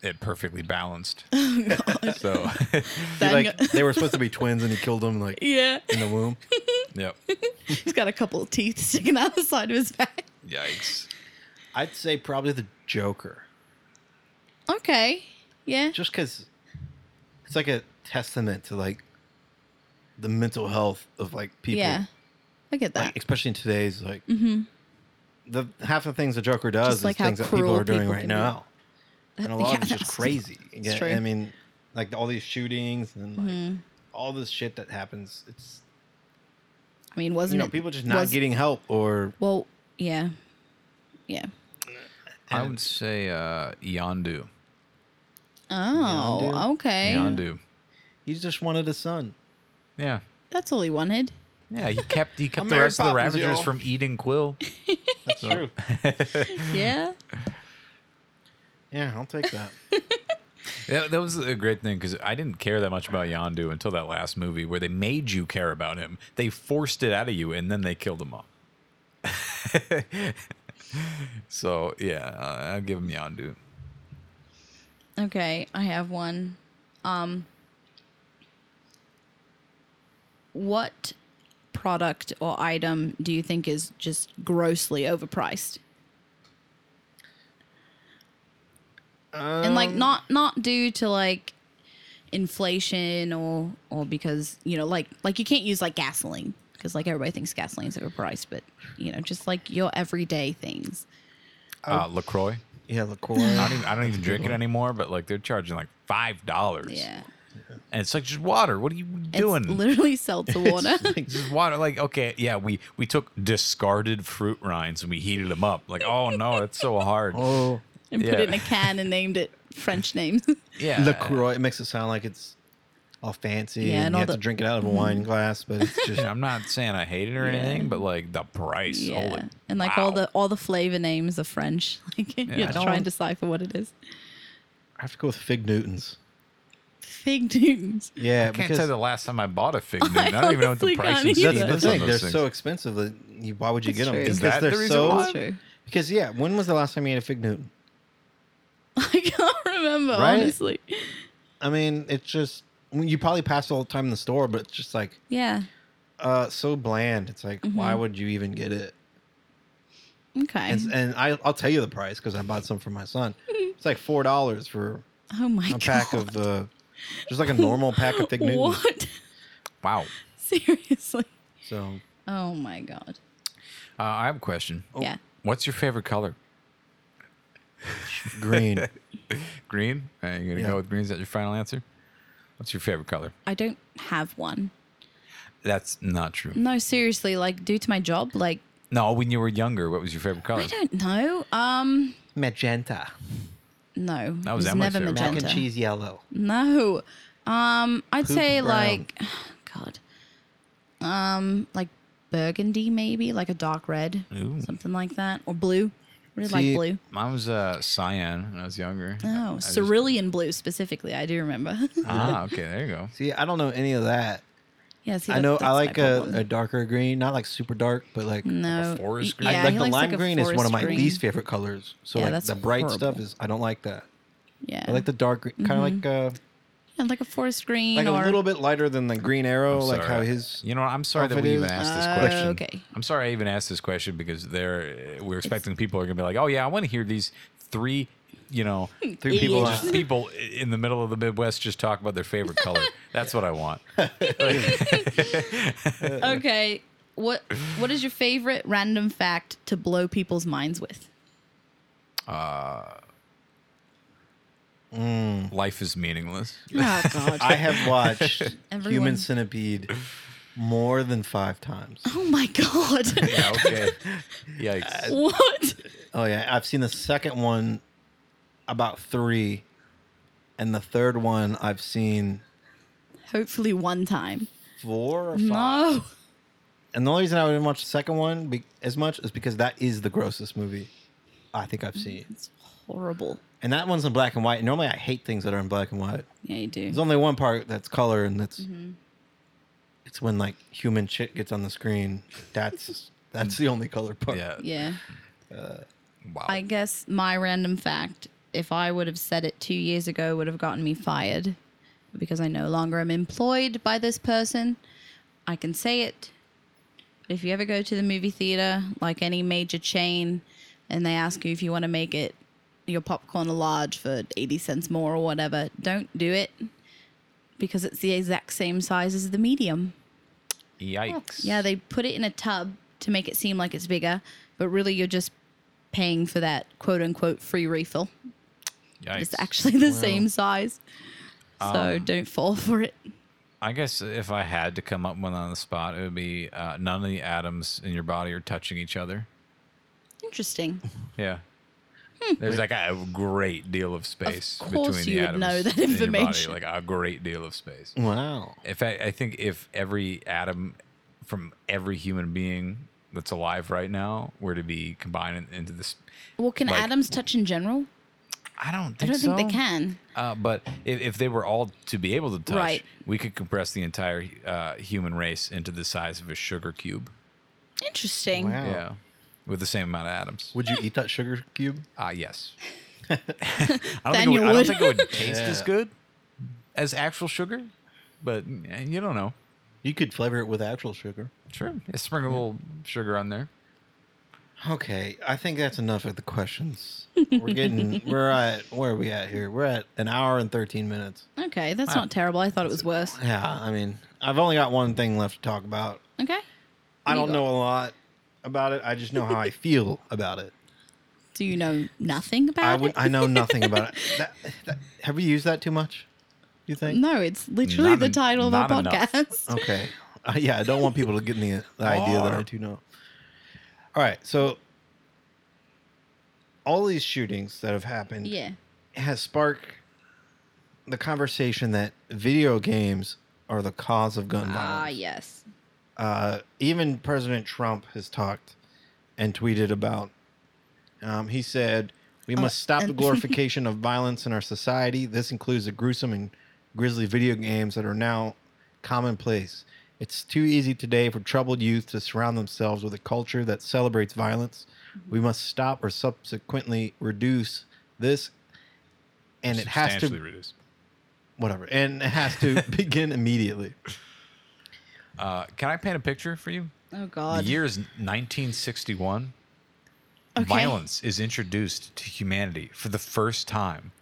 Speaker 1: it perfectly balanced. so,
Speaker 2: He,
Speaker 3: Daniel-
Speaker 2: like they were supposed to be twins, and he killed them like
Speaker 3: yeah,
Speaker 2: in the womb.
Speaker 1: yep.
Speaker 3: he's got a couple of teeth sticking out the side of his back.
Speaker 1: Yikes.
Speaker 2: I'd say probably the Joker,
Speaker 3: Okay. Yeah.
Speaker 2: just because it's like a testament to like the mental health of like people,
Speaker 3: Yeah. I get that. Mm-hmm.
Speaker 2: like, especially in today's like the half the things the Joker
Speaker 3: Just
Speaker 2: does
Speaker 3: like
Speaker 2: is
Speaker 3: how
Speaker 2: things that people
Speaker 3: cruel
Speaker 2: are doing
Speaker 3: people
Speaker 2: right
Speaker 3: can be.
Speaker 2: now. and a lot
Speaker 3: Yeah,
Speaker 2: of it's just
Speaker 3: that's-
Speaker 2: crazy.
Speaker 3: it's
Speaker 2: Yeah,
Speaker 3: true. Mm-hmm.
Speaker 2: I mean, like all these shootings and like all this shit that happens. It's
Speaker 3: I mean, wasn't
Speaker 2: you know
Speaker 3: it
Speaker 2: people just not
Speaker 3: was-
Speaker 2: getting help or
Speaker 3: Well, yeah, yeah.
Speaker 1: I would say uh, Yondu.
Speaker 3: Oh,
Speaker 2: Yondu.
Speaker 3: okay.
Speaker 1: Yondu.
Speaker 2: he just wanted a son.
Speaker 1: Yeah.
Speaker 3: That's all he wanted.
Speaker 1: Yeah, he kept he kept
Speaker 2: I'm
Speaker 1: the
Speaker 2: Mary
Speaker 1: rest of the
Speaker 2: Poppins,
Speaker 1: Ravagers
Speaker 2: yo.
Speaker 1: from eating Quill.
Speaker 2: That's true.
Speaker 3: Yeah.
Speaker 2: Yeah, I'll take that.
Speaker 1: That, that was a great thing because I didn't care that much about Yondu until that last movie where they made you care about him. They forced it out of you, and then they killed him off. so yeah, uh, I'll give him Yondu.
Speaker 3: Okay, I have one. Um, what product or item do you think is just grossly overpriced? and
Speaker 2: Um,
Speaker 3: like not not due to like inflation or or because you know like like you can't use like gasoline because like everybody thinks gasoline's overpriced but you know just like your everyday things
Speaker 1: Uh, Lacroix.
Speaker 2: Yeah, LaCroix.
Speaker 1: I don't even, I don't even drink it anymore, but like they're charging like five dollars.
Speaker 3: yeah
Speaker 1: and it's like just water. What are you doing?
Speaker 3: it's literally seltzer water
Speaker 1: It's just water. Like, okay, yeah, we we took discarded fruit rinds and we heated them up. Like, oh no, that's so hard.
Speaker 2: oh,
Speaker 3: and put it in
Speaker 1: Yeah.
Speaker 3: a can and named it french names
Speaker 1: yeah,
Speaker 2: LaCroix. It makes it sound like it's all fancy
Speaker 3: Yeah,
Speaker 2: and,
Speaker 3: and
Speaker 2: you
Speaker 3: all
Speaker 2: have
Speaker 3: the- Mm-hmm.
Speaker 2: to drink it out of a wine glass, but it's just
Speaker 1: Yeah, I'm not saying I hate it or anything, but like the price,
Speaker 3: yeah
Speaker 1: holy
Speaker 3: and like all
Speaker 1: wow.
Speaker 3: the all the flavor names are french like
Speaker 1: I
Speaker 3: you're just
Speaker 1: don't-
Speaker 3: trying to decipher what it is
Speaker 2: I have to go with Fig Newtons.
Speaker 3: fig dunes
Speaker 2: Yeah,
Speaker 1: I can't
Speaker 2: because
Speaker 1: tell the last time I bought a fig Newton. I, don't even know what
Speaker 3: honestly
Speaker 1: the price
Speaker 3: can't
Speaker 1: is.
Speaker 3: either.
Speaker 2: that's the
Speaker 1: on
Speaker 2: thing.
Speaker 1: those
Speaker 2: They're
Speaker 1: things.
Speaker 2: so expenve that you, why would you
Speaker 3: That's
Speaker 2: get them?
Speaker 3: true. Is
Speaker 1: that
Speaker 2: they're
Speaker 1: the reason
Speaker 2: so
Speaker 1: why?
Speaker 3: true
Speaker 2: because yeah. When was the last time you had a Fig Newton?
Speaker 3: i can't remember
Speaker 2: Right?
Speaker 3: honestly
Speaker 2: I mean, it's just I mean, you probably pass all the time in the store, but it's just like
Speaker 3: yeah
Speaker 2: uh, so bland. It's like, why
Speaker 3: Mm-hmm.
Speaker 2: would you even get it?
Speaker 3: Okay.
Speaker 2: And, and I, I'll tell you the price because I bought some for my son.
Speaker 3: Mm-hmm.
Speaker 2: It's like four dollars for
Speaker 3: oh my
Speaker 2: a
Speaker 3: god.
Speaker 2: pack of uh, just like a normal pack of thick noodles.
Speaker 3: What?
Speaker 1: Wow.
Speaker 3: Seriously.
Speaker 2: So
Speaker 3: Oh my god.
Speaker 1: Uh, I have a question.
Speaker 3: Yeah.
Speaker 1: What's your favorite color?
Speaker 2: green.
Speaker 1: Green. Uh, you're gonna
Speaker 2: Yeah.
Speaker 1: go with green. Is that your final answer? What's your favorite color?
Speaker 3: I don't have one.
Speaker 1: That's not true.
Speaker 3: No, seriously, like due to my job, like
Speaker 1: No, when you were younger, what was your favorite color?
Speaker 3: I don't know. Um
Speaker 2: Magenta.
Speaker 3: no. That
Speaker 1: was
Speaker 3: it
Speaker 1: Emily's
Speaker 3: never
Speaker 1: favorite. Mac and
Speaker 3: magenta.
Speaker 2: yellow.
Speaker 3: No. Um I'd
Speaker 2: Poop
Speaker 3: say
Speaker 2: brown.
Speaker 3: like god. Um like burgundy maybe, like a dark red,
Speaker 1: Ooh.
Speaker 3: something like that or blue. Really like
Speaker 2: See,
Speaker 3: blue.
Speaker 1: Mine was uh, cyan when I was younger. I
Speaker 3: Oh,
Speaker 1: just-
Speaker 3: cerulean blue specifically. I do remember.
Speaker 1: Ah, okay, there you go.
Speaker 2: See, I don't know any of that.
Speaker 3: yeah, see,
Speaker 2: I know
Speaker 3: that's-
Speaker 2: I
Speaker 3: that's my
Speaker 2: like uh, a,
Speaker 3: problem.
Speaker 2: a darker green, not like super dark, but like
Speaker 3: no
Speaker 1: forest
Speaker 3: y-
Speaker 1: green?
Speaker 3: Yeah,
Speaker 2: like
Speaker 3: he
Speaker 2: the
Speaker 3: likes,
Speaker 2: lime
Speaker 3: a
Speaker 2: green is one of my
Speaker 3: forest green.
Speaker 2: least favorite colors. So
Speaker 3: Yeah,
Speaker 2: like
Speaker 3: that's
Speaker 2: the bright stuff
Speaker 3: horrible.
Speaker 2: is I don't like that.
Speaker 3: Yeah,
Speaker 2: I like the dark green, kind of
Speaker 3: Mm-hmm.
Speaker 2: like uh,
Speaker 3: yeah, like a forest green
Speaker 2: like
Speaker 3: or
Speaker 2: a little bit lighter than the green arrow,
Speaker 1: I'm
Speaker 2: like
Speaker 1: sorry.
Speaker 2: how his
Speaker 1: You know, what? I'm sorry that
Speaker 2: outfit
Speaker 1: we even
Speaker 2: is.
Speaker 1: asked this
Speaker 3: Oh,
Speaker 1: question.
Speaker 3: okay.
Speaker 1: I'm sorry I even asked this question because there uh, we're expecting people are gonna be like, oh yeah, I want to hear these three, you know,
Speaker 2: three people.
Speaker 3: Idiots.
Speaker 2: out.
Speaker 1: people i- in the middle of the Midwest just talk about their favorite color. That's what I want.
Speaker 3: okay. What what is your favorite random fact to blow people's minds with?
Speaker 2: Mm-hmm.
Speaker 1: Life is meaningless.
Speaker 3: Oh god.
Speaker 2: I have watched
Speaker 3: Everyone.
Speaker 2: Human Centipede more than five times.
Speaker 3: oh my god.
Speaker 1: Yeah, okay.
Speaker 3: Uh,
Speaker 1: Yikes.
Speaker 3: what?
Speaker 2: Oh yeah, I've seen the second one about three, and the third one I've seen
Speaker 3: Hopefully one time.
Speaker 2: four or five.
Speaker 3: No.
Speaker 2: And the only reason I didn't watch the second one be- as much is because that is the grossest movie I think I've seen.
Speaker 3: It's horrible.
Speaker 2: And that one's in black and white. Normally I hate things that are in black and white.
Speaker 3: Yeah, you do.
Speaker 2: There's only one part that's color, and that's
Speaker 3: Mm-hmm.
Speaker 2: it's when like human shit gets on the screen. That's that's the only color part.
Speaker 1: Yeah.
Speaker 3: yeah.
Speaker 1: Wow.
Speaker 3: I guess my random fact, if I would have said it two years ago, would have gotten me fired because I no longer am employed by this person. I can say it. But if you ever go to the movie theater, like any major chain, and they ask you if you want to make it your popcorn a large for 80 cents more or whatever, don't do it because it's the exact same size as the medium.
Speaker 1: Yikes.
Speaker 3: Yeah, they put it in a tub to make it seem like it's bigger, but really you're just paying for that quote unquote free refill.
Speaker 1: Yikes.
Speaker 3: It's actually the same size. So
Speaker 1: Um,
Speaker 3: don't fall for it.
Speaker 1: I guess if I had to come up with one on the spot, it would be uh, none of the atoms in your body are touching each other.
Speaker 3: Interesting.
Speaker 1: Yeah. There's like a great deal of space
Speaker 3: Hmm. course
Speaker 1: between the
Speaker 3: you would
Speaker 1: atoms.
Speaker 3: know that
Speaker 1: in your body,
Speaker 3: information.
Speaker 1: Like a great deal of space.
Speaker 2: Wow.
Speaker 1: In fact, I think if every atom from every human being that's alive right now were to be combined in- into this,
Speaker 3: Well, can
Speaker 1: Like-
Speaker 3: atoms touch in general?
Speaker 1: I don't
Speaker 3: I
Speaker 1: think
Speaker 3: don't
Speaker 1: so.
Speaker 3: think they can.
Speaker 1: Uh, but if, if they were all to be able to touch,
Speaker 3: Right.
Speaker 1: we could compress the entire uh, human race into the size of a sugar cube.
Speaker 3: Interesting.
Speaker 2: Wow.
Speaker 1: Yeah. With the same amount of atoms.
Speaker 2: Would you eat that sugar cube?
Speaker 1: Ah, yes. I, don't
Speaker 3: Then
Speaker 1: think it
Speaker 3: you
Speaker 1: would, I don't
Speaker 3: would.
Speaker 1: think it would taste as
Speaker 2: Yeah.
Speaker 1: good as actual sugar, but eh, you don't know.
Speaker 2: You could flavor it with actual sugar.
Speaker 1: Sure. Yeah, sprinkle a little sugar on there.
Speaker 2: Okay, I think that's enough of the questions. We're getting we're at where are we at here? We're at an hour and thirteen minutes.
Speaker 3: Okay, that's not terrible. I thought it was worse.
Speaker 2: Yeah, I mean, I've only got one thing left to talk about.
Speaker 3: Okay. What
Speaker 2: I don't
Speaker 3: do you
Speaker 2: know a lot about it. I just know how I feel about it.
Speaker 3: Do you know nothing about
Speaker 2: I would
Speaker 3: it?
Speaker 2: I know nothing about it. That, that, have we used that too much? You think?
Speaker 3: no, it's literally
Speaker 1: Not
Speaker 3: the
Speaker 1: en-
Speaker 3: title of our
Speaker 1: not enough.
Speaker 3: podcast.
Speaker 2: Okay. Uh, yeah, I don't want people to get the, the idea that I do know. All right, so all these shootings that have happened
Speaker 3: Yeah.
Speaker 2: has sparked the conversation that video games are the cause of gun
Speaker 3: Ah,
Speaker 2: violence.
Speaker 3: yes.
Speaker 2: Uh, even President Trump has talked and tweeted about. Um, he said, "We must stop the
Speaker 3: and-
Speaker 2: glorification of violence in our society. This includes the gruesome and grisly video games that are now commonplace. It's too easy today for troubled youth to surround themselves with a culture that celebrates violence. We must stop or subsequently reduce this." And it has to
Speaker 1: Substantially reduced.
Speaker 2: whatever, and it has to begin immediately.
Speaker 1: Uh, can I paint a picture for you?
Speaker 3: Oh
Speaker 1: The
Speaker 2: Uh,
Speaker 3: God.
Speaker 1: year is 1961.
Speaker 3: Okay.
Speaker 1: Violence is introduced to humanity for the first time.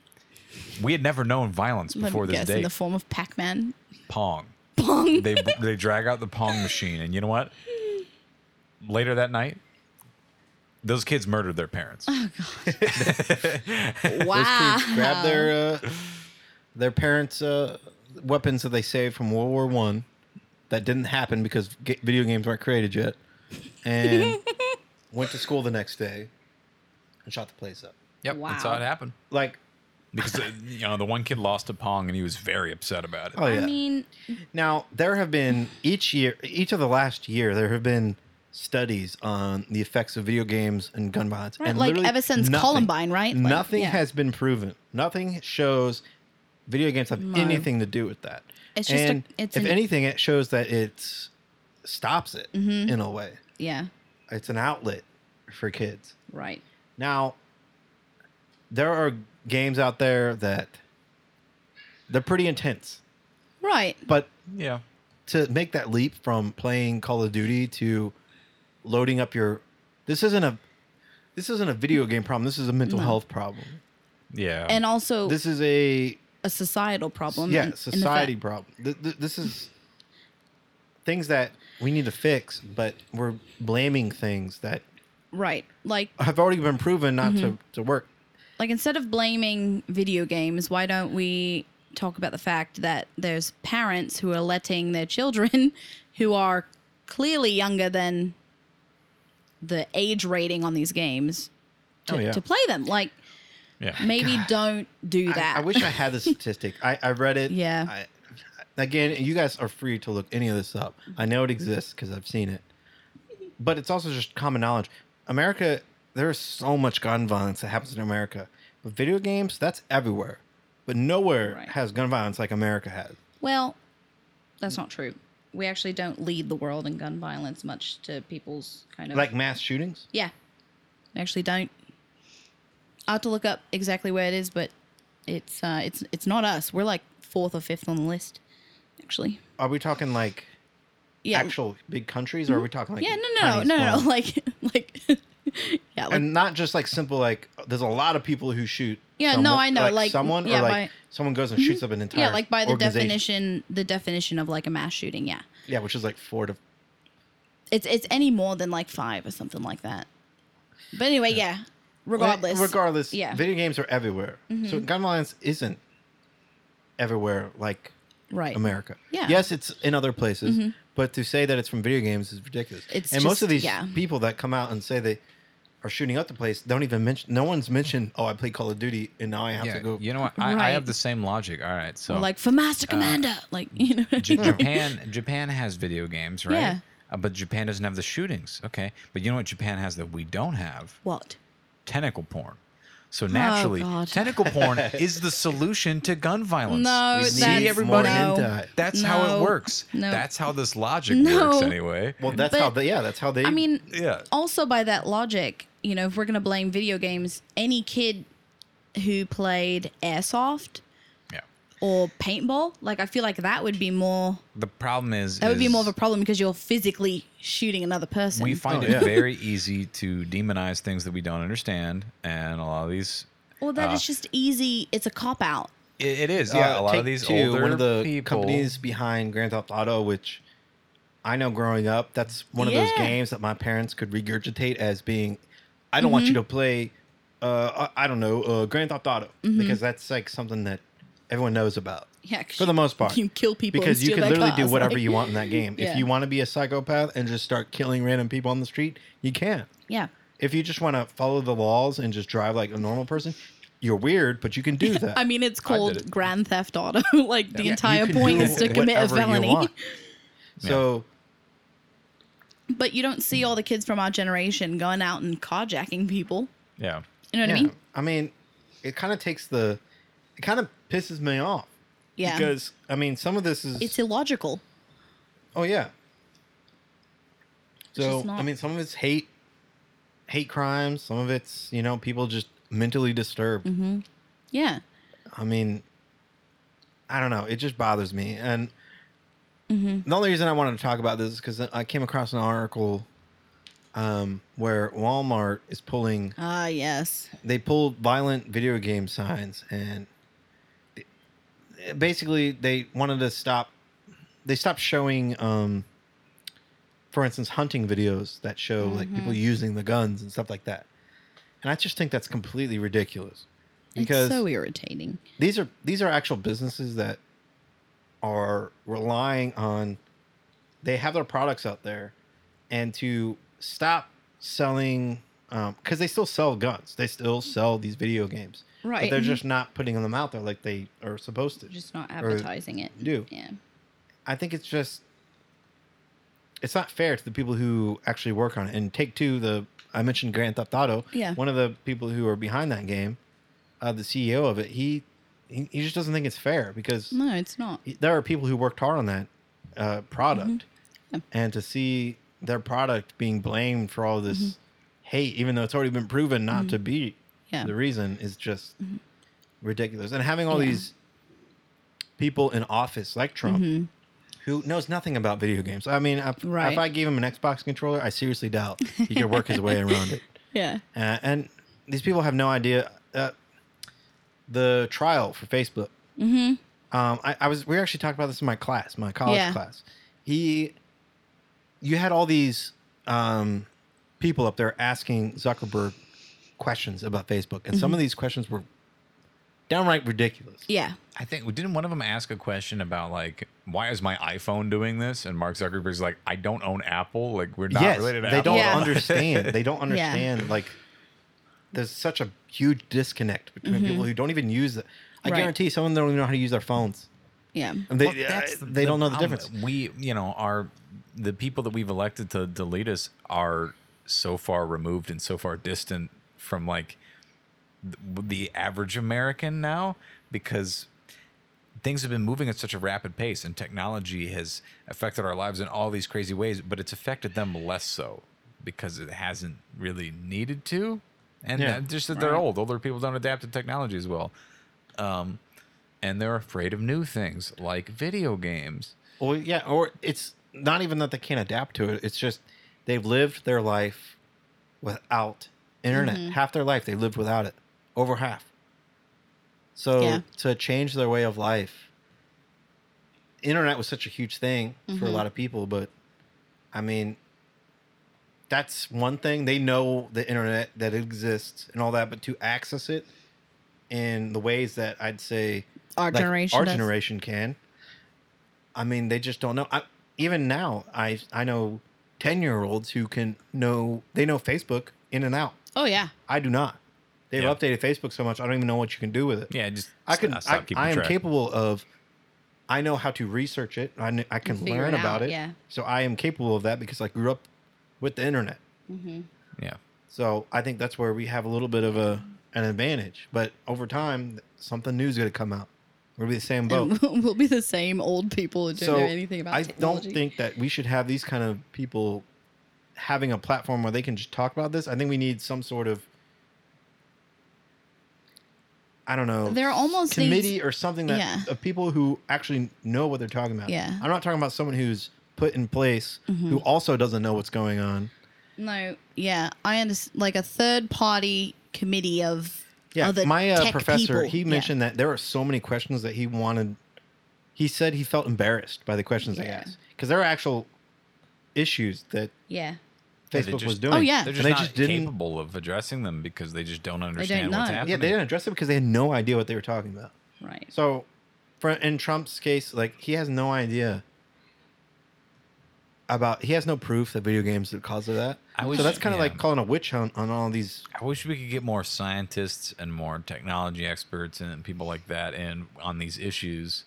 Speaker 1: We had never known violence
Speaker 3: Let me
Speaker 1: before this
Speaker 3: guess,
Speaker 1: day.
Speaker 3: in the form of Pac-Man.
Speaker 1: Pong.
Speaker 3: Pong.
Speaker 1: They they drag out the pong machine, and you know what? Later that night, those kids murdered their parents.
Speaker 3: Oh, wow.
Speaker 2: Grab their uh, their parents' uh, weapons that they saved from World War One. That didn't happen because ga- video games weren't created yet, and went to school the next day and shot the place up.
Speaker 1: Yep, that's how
Speaker 3: Wow.
Speaker 1: it happened.
Speaker 2: Like,
Speaker 1: Because uh, you know the one kid lost to pong, and he was very upset about it.
Speaker 2: oh yeah.
Speaker 3: I mean,
Speaker 2: Now, there have been each year, each of the last year, there have been studies on the effects of video games and gun violence.
Speaker 3: Right,
Speaker 2: and
Speaker 3: like
Speaker 2: literally
Speaker 3: ever since Columbine, right? Like,
Speaker 2: nothing
Speaker 3: yeah.
Speaker 2: has been proven. Nothing shows video games have anything to do with that.
Speaker 3: It's just a-
Speaker 2: and
Speaker 3: it's
Speaker 2: if
Speaker 3: an-
Speaker 2: anything, it shows that it stops it
Speaker 3: Mm-hmm.
Speaker 2: in a way.
Speaker 3: yeah,
Speaker 2: It's an outlet for kids.
Speaker 3: right.
Speaker 2: Now, there are games out there that they're pretty intense,
Speaker 3: Right.
Speaker 2: but
Speaker 1: Yeah,
Speaker 2: to make that leap from playing Call of Duty to loading up your this isn't a this isn't a video game problem. This is a mental health problem.
Speaker 1: yeah.
Speaker 3: And also
Speaker 2: This is a
Speaker 3: a societal problem. in-
Speaker 2: yeah
Speaker 3: in the fact-
Speaker 2: society problem. Th- th- This is things that we need to fix, but we're blaming things that
Speaker 3: right. Like
Speaker 2: have already been proven not
Speaker 3: Mm-hmm.
Speaker 2: to, to work.
Speaker 3: like instead of blaming video games, why don't we talk about the fact that there's parents who are letting their children who are clearly younger than the age rating on these games to,
Speaker 2: Oh, yeah.
Speaker 3: to play them. Like
Speaker 1: yeah.
Speaker 3: maybe don't do
Speaker 2: I,
Speaker 3: that.
Speaker 2: I wish I had the statistic. I, I read it.
Speaker 3: Yeah.
Speaker 2: I, again, you guys are free to look any of this up. I know it exists because I've seen it. But it's also just common knowledge. America, there's so much gun violence that happens in America. But video games, that's everywhere. But nowhere
Speaker 3: Right.
Speaker 2: has gun violence like America has.
Speaker 3: Well, that's not true. We actually don't lead the world in gun violence, much to people's kind of
Speaker 2: Like mass shootings.
Speaker 3: yeah. We actually don't. I will have to look up exactly where it is, but it's uh, it's it's not us. We're like fourth or fifth on the list, actually.
Speaker 2: Are we talking like
Speaker 3: Yeah. Mm-hmm.
Speaker 2: actual big countries or are we talking like
Speaker 3: yeah. No. No.
Speaker 2: tiny
Speaker 3: No. No.
Speaker 2: small-
Speaker 3: no. Like. Like. yeah. Like.
Speaker 2: and not just like simple like there's a lot of people who shoot
Speaker 3: Yeah, no, I know, like,
Speaker 2: someone
Speaker 3: yeah,
Speaker 2: or like
Speaker 3: by- Mm-hmm.
Speaker 2: someone goes and shoots up an entire
Speaker 3: yeah. Like by the
Speaker 2: organization.
Speaker 3: definition, the definition of like a mass shooting. Yeah.
Speaker 2: Yeah, which is like four to.
Speaker 3: It's it's any more than like five or something like that. But anyway, yeah. Regardless.
Speaker 2: Regardless.
Speaker 3: Yeah. Mm-hmm.
Speaker 2: Video games are everywhere. So gun violence isn't everywhere like
Speaker 3: Right.
Speaker 2: America.
Speaker 3: Yeah. Mm-hmm.
Speaker 2: Yes, it's in other places, but to say that it's from video games is ridiculous.
Speaker 3: It's
Speaker 2: and most
Speaker 3: just-
Speaker 2: of these
Speaker 3: yeah.
Speaker 2: people that come out and say they are shooting up the place don't even mention. No one's mentioned. Oh, I played Call of Duty and now I have to
Speaker 1: Yeah,
Speaker 2: go.
Speaker 1: you know what? I, I
Speaker 3: Right.
Speaker 1: have the same logic. All right, so
Speaker 3: Or like for Master
Speaker 2: Uh,
Speaker 3: Commander, like you know.
Speaker 1: J- Japan Japan has video games, right?
Speaker 3: Yeah.
Speaker 1: Uh, but Japan doesn't have the shootings. Okay. But you know what Japan has that we don't have?
Speaker 3: what?
Speaker 1: Tentacle porn. So naturally,
Speaker 3: Oh, God.
Speaker 1: tentacle porn is the solution to gun violence.
Speaker 3: No,
Speaker 1: You see
Speaker 3: that's-
Speaker 1: everybody.
Speaker 3: no.
Speaker 1: That's how it
Speaker 3: No.
Speaker 1: works.
Speaker 3: No.
Speaker 1: That's how this logic
Speaker 3: No.
Speaker 1: works anyway.
Speaker 2: Well, that's how
Speaker 3: But-
Speaker 2: they. Yeah, that's how they.
Speaker 3: I mean,
Speaker 1: Yeah.
Speaker 3: also by that logic, you know, if we're gonna blame video games, any kid who played airsoft
Speaker 1: Yeah.
Speaker 3: or paintball, like I feel like that would be more
Speaker 1: The problem is
Speaker 3: that would be
Speaker 1: is
Speaker 3: more of a problem because you're physically shooting another person.
Speaker 1: we find
Speaker 2: Oh,
Speaker 1: it
Speaker 2: yeah.
Speaker 1: very easy to demonize things that we don't understand, and a lot of these,
Speaker 3: or that it's just easy. It's a cop out.
Speaker 1: it, it is,
Speaker 2: Uh,
Speaker 1: yeah, a lot of
Speaker 2: Take
Speaker 1: these
Speaker 2: Two,
Speaker 1: older
Speaker 2: one of the
Speaker 1: people,
Speaker 2: companies behind Grand Theft Auto, which I know growing up, that's one of those
Speaker 3: Yeah.
Speaker 2: games that my parents could regurgitate as being, I don't want
Speaker 1: Mm-hmm.
Speaker 2: you to play, uh, I I don't know, uh, Grand Theft Auto
Speaker 1: Mm-hmm.
Speaker 2: because that's like something that everyone knows about.
Speaker 3: Yeah, 'cause
Speaker 2: for the most part,
Speaker 3: you kill people and
Speaker 2: because you
Speaker 3: steal
Speaker 2: can
Speaker 3: their
Speaker 2: literally do
Speaker 3: cars,
Speaker 2: whatever
Speaker 3: like-
Speaker 2: you want in that game.
Speaker 3: Yeah.
Speaker 2: If you want to be a psychopath and just start killing random people on the street, you can.
Speaker 3: Yeah.
Speaker 2: If you just want to follow the laws and just drive like a normal person, you're weird, but you can do that.
Speaker 3: I mean, it's called
Speaker 1: it.
Speaker 3: Grand Theft Auto. like the entire
Speaker 2: can
Speaker 3: point
Speaker 2: do
Speaker 3: is to commit a
Speaker 2: whatever you
Speaker 3: felony.
Speaker 2: want. So
Speaker 3: But you don't see all the kids from our generation going out and carjacking people.
Speaker 1: yeah,
Speaker 3: You know what
Speaker 2: yeah,
Speaker 3: I mean?
Speaker 2: it kind of takes the, it kind of pisses me off.
Speaker 3: Yeah.
Speaker 2: Because I mean, some of this is.
Speaker 3: it's illogical.
Speaker 2: oh yeah. So
Speaker 3: just not-
Speaker 2: I mean, some of it's hate, hate crimes. Some of it's you know people just mentally disturbed.
Speaker 3: Yeah. Mm-hmm.
Speaker 2: I mean, I don't know. It just bothers me, and
Speaker 3: Mm-hmm.
Speaker 2: The only reason I wanted to talk about this is because I came across an article um, where Walmart is pulling
Speaker 3: Ah, yes.
Speaker 2: they pulled violent video game signs and basically they wanted to stop they stopped showing um for instance hunting videos that show
Speaker 3: Mm-hmm.
Speaker 2: like people using the guns and stuff like that and i just think that's completely ridiculous because
Speaker 3: it's so irritating.
Speaker 2: these are these are actual businesses that are relying on they have their products out there and to stop selling because they still sell guns they still sell these video games but
Speaker 3: Right.
Speaker 2: they're
Speaker 3: Mhm.
Speaker 2: just not putting them out there like they are supposed to
Speaker 3: Just not
Speaker 2: Or-
Speaker 3: advertising it.
Speaker 2: you do.
Speaker 3: Yeah.
Speaker 2: i think it's just it's not fair to the people who actually work on it and take two the i mentioned grand theft auto
Speaker 3: Yeah.
Speaker 2: one of the people who are behind that game uh, the ceo of it he, he he just doesn't think it's fair because
Speaker 3: No, it's not.
Speaker 2: there are people who worked hard on that uh, product,
Speaker 3: Mm-hmm.
Speaker 2: and to see their product being blamed for all
Speaker 3: Mm-hmm.
Speaker 2: this hate, even though it's already been proven not to be
Speaker 3: Yeah. Mm-hmm.
Speaker 2: the reason, is just ridiculous. And having all
Speaker 3: Yeah.
Speaker 2: these people in office like Trump, who knows nothing about video games. I mean, if,
Speaker 3: Mm-hmm. Right.
Speaker 2: if I gave him an Xbox controller, I seriously doubt he could work his way around it.
Speaker 3: Yeah.
Speaker 2: Uh, and these people have no idea. Uh, the trial for Facebook. Mm-hmm. Um, I, I was we actually talked about this in my class, my college
Speaker 3: Yeah.
Speaker 2: class. He, you had all these um, people up there asking Zuckerberg questions about Facebook, and some of these questions were downright ridiculous.
Speaker 3: Yeah.
Speaker 1: I think didn't one of them ask a question about like why is my iPhone doing this? And Mark Zuckerberg's like, I don't own Apple. Like we're not
Speaker 2: yes,
Speaker 1: related to
Speaker 2: they
Speaker 1: Apple.
Speaker 2: don't
Speaker 3: Yeah.
Speaker 2: understand. They don't understand. Like, there's such a huge disconnect between people who don't even use it. I
Speaker 3: Right.
Speaker 2: guarantee someone don't even know how to use their phones.
Speaker 3: Yeah.
Speaker 2: And they, uh,
Speaker 1: Well, that's the-
Speaker 2: they don't know the
Speaker 1: problem.
Speaker 2: difference.
Speaker 1: We, you know, are the people that we've elected to delete us are so far removed and so far distant from like th- the average American now because things have been moving at such a rapid pace and technology has affected our lives in all these crazy ways, but it's affected them less so because it hasn't really needed to. And
Speaker 2: Yeah.
Speaker 1: that- just that they're
Speaker 3: Right.
Speaker 1: old, older people don't adapt to technology as well. Um, and they're afraid of new things like video games.
Speaker 2: Well, yeah, or it's not even that they can't adapt to it. It's just they've lived their life without internet.
Speaker 1: Mm-hmm.
Speaker 2: Half their life they lived without it, over half. So
Speaker 3: Yeah.
Speaker 2: to change their way of life, internet was such a huge thing for
Speaker 1: Mm-hmm.
Speaker 2: a lot of people. But I mean, that's one thing they know the internet that exists and all that, but to access it in the ways that I'd say
Speaker 3: Our
Speaker 2: like
Speaker 3: generation.
Speaker 2: our
Speaker 3: does.
Speaker 2: generation can. I mean, they just don't know. I, even now, I I know ten year olds who can know they know Facebook in and out.
Speaker 3: Oh yeah.
Speaker 2: I do not. They've
Speaker 1: Yeah.
Speaker 2: updated Facebook so much, I don't even know what you can do with it.
Speaker 1: Yeah, just
Speaker 2: I
Speaker 1: st-
Speaker 2: can.
Speaker 1: stop
Speaker 2: I,
Speaker 1: keeping
Speaker 2: I am
Speaker 1: track.
Speaker 2: capable of. I know how to research it. I, kn- I can
Speaker 3: figure
Speaker 2: learn
Speaker 3: it
Speaker 2: about
Speaker 3: out,
Speaker 2: it.
Speaker 3: yeah.
Speaker 2: So I am capable of that because I grew up with the internet. Mm-hmm.
Speaker 1: Yeah,
Speaker 2: So I think that's where we have a little bit of a an advantage. But over time, something new is going to come out. We'll be the same boat.
Speaker 3: And we'll be the same old people who don't know anything about
Speaker 2: I
Speaker 3: technology.
Speaker 2: don't think that we should have these kind of people having a platform where they can just talk about this. I think we need some sort of I don't know.
Speaker 3: There are almost these-
Speaker 2: committee or something that
Speaker 3: Yeah.
Speaker 2: of people who actually know what they're talking about.
Speaker 3: Yeah. Hmm.
Speaker 2: I'm not talking about someone who's put in place who also doesn't know what's going on.
Speaker 3: Mm-hmm. No, yeah, I understand. Like a third party committee of
Speaker 2: Yeah,
Speaker 3: other
Speaker 2: my uh,
Speaker 3: Oh, tech
Speaker 2: professor,
Speaker 3: people.
Speaker 2: he
Speaker 3: Yeah.
Speaker 2: mentioned that there are so many questions that he wanted. He said he felt embarrassed by the questions they
Speaker 3: Yeah.
Speaker 2: asked because there are actual issues that
Speaker 3: Yeah,
Speaker 1: Yeah,
Speaker 2: Facebook
Speaker 1: they
Speaker 2: was
Speaker 1: just-
Speaker 2: doing.
Speaker 3: Oh, yeah.
Speaker 1: they're
Speaker 2: And
Speaker 1: just
Speaker 2: they
Speaker 1: not
Speaker 2: just didn't.
Speaker 1: capable of addressing them because they just don't understand what's
Speaker 3: know. Yeah,
Speaker 1: happening.
Speaker 2: Yeah, they didn't address it because they had no idea what they were talking about.
Speaker 3: right.
Speaker 2: So, for in Trump's case, like he has no idea about. He has no proof that video games are the cause of that.
Speaker 1: I
Speaker 2: so
Speaker 1: wish-
Speaker 2: that's kind of
Speaker 1: yeah.
Speaker 2: like calling a witch hunt on all these.
Speaker 1: I wish we could get more scientists and more technology experts and people like that in on these issues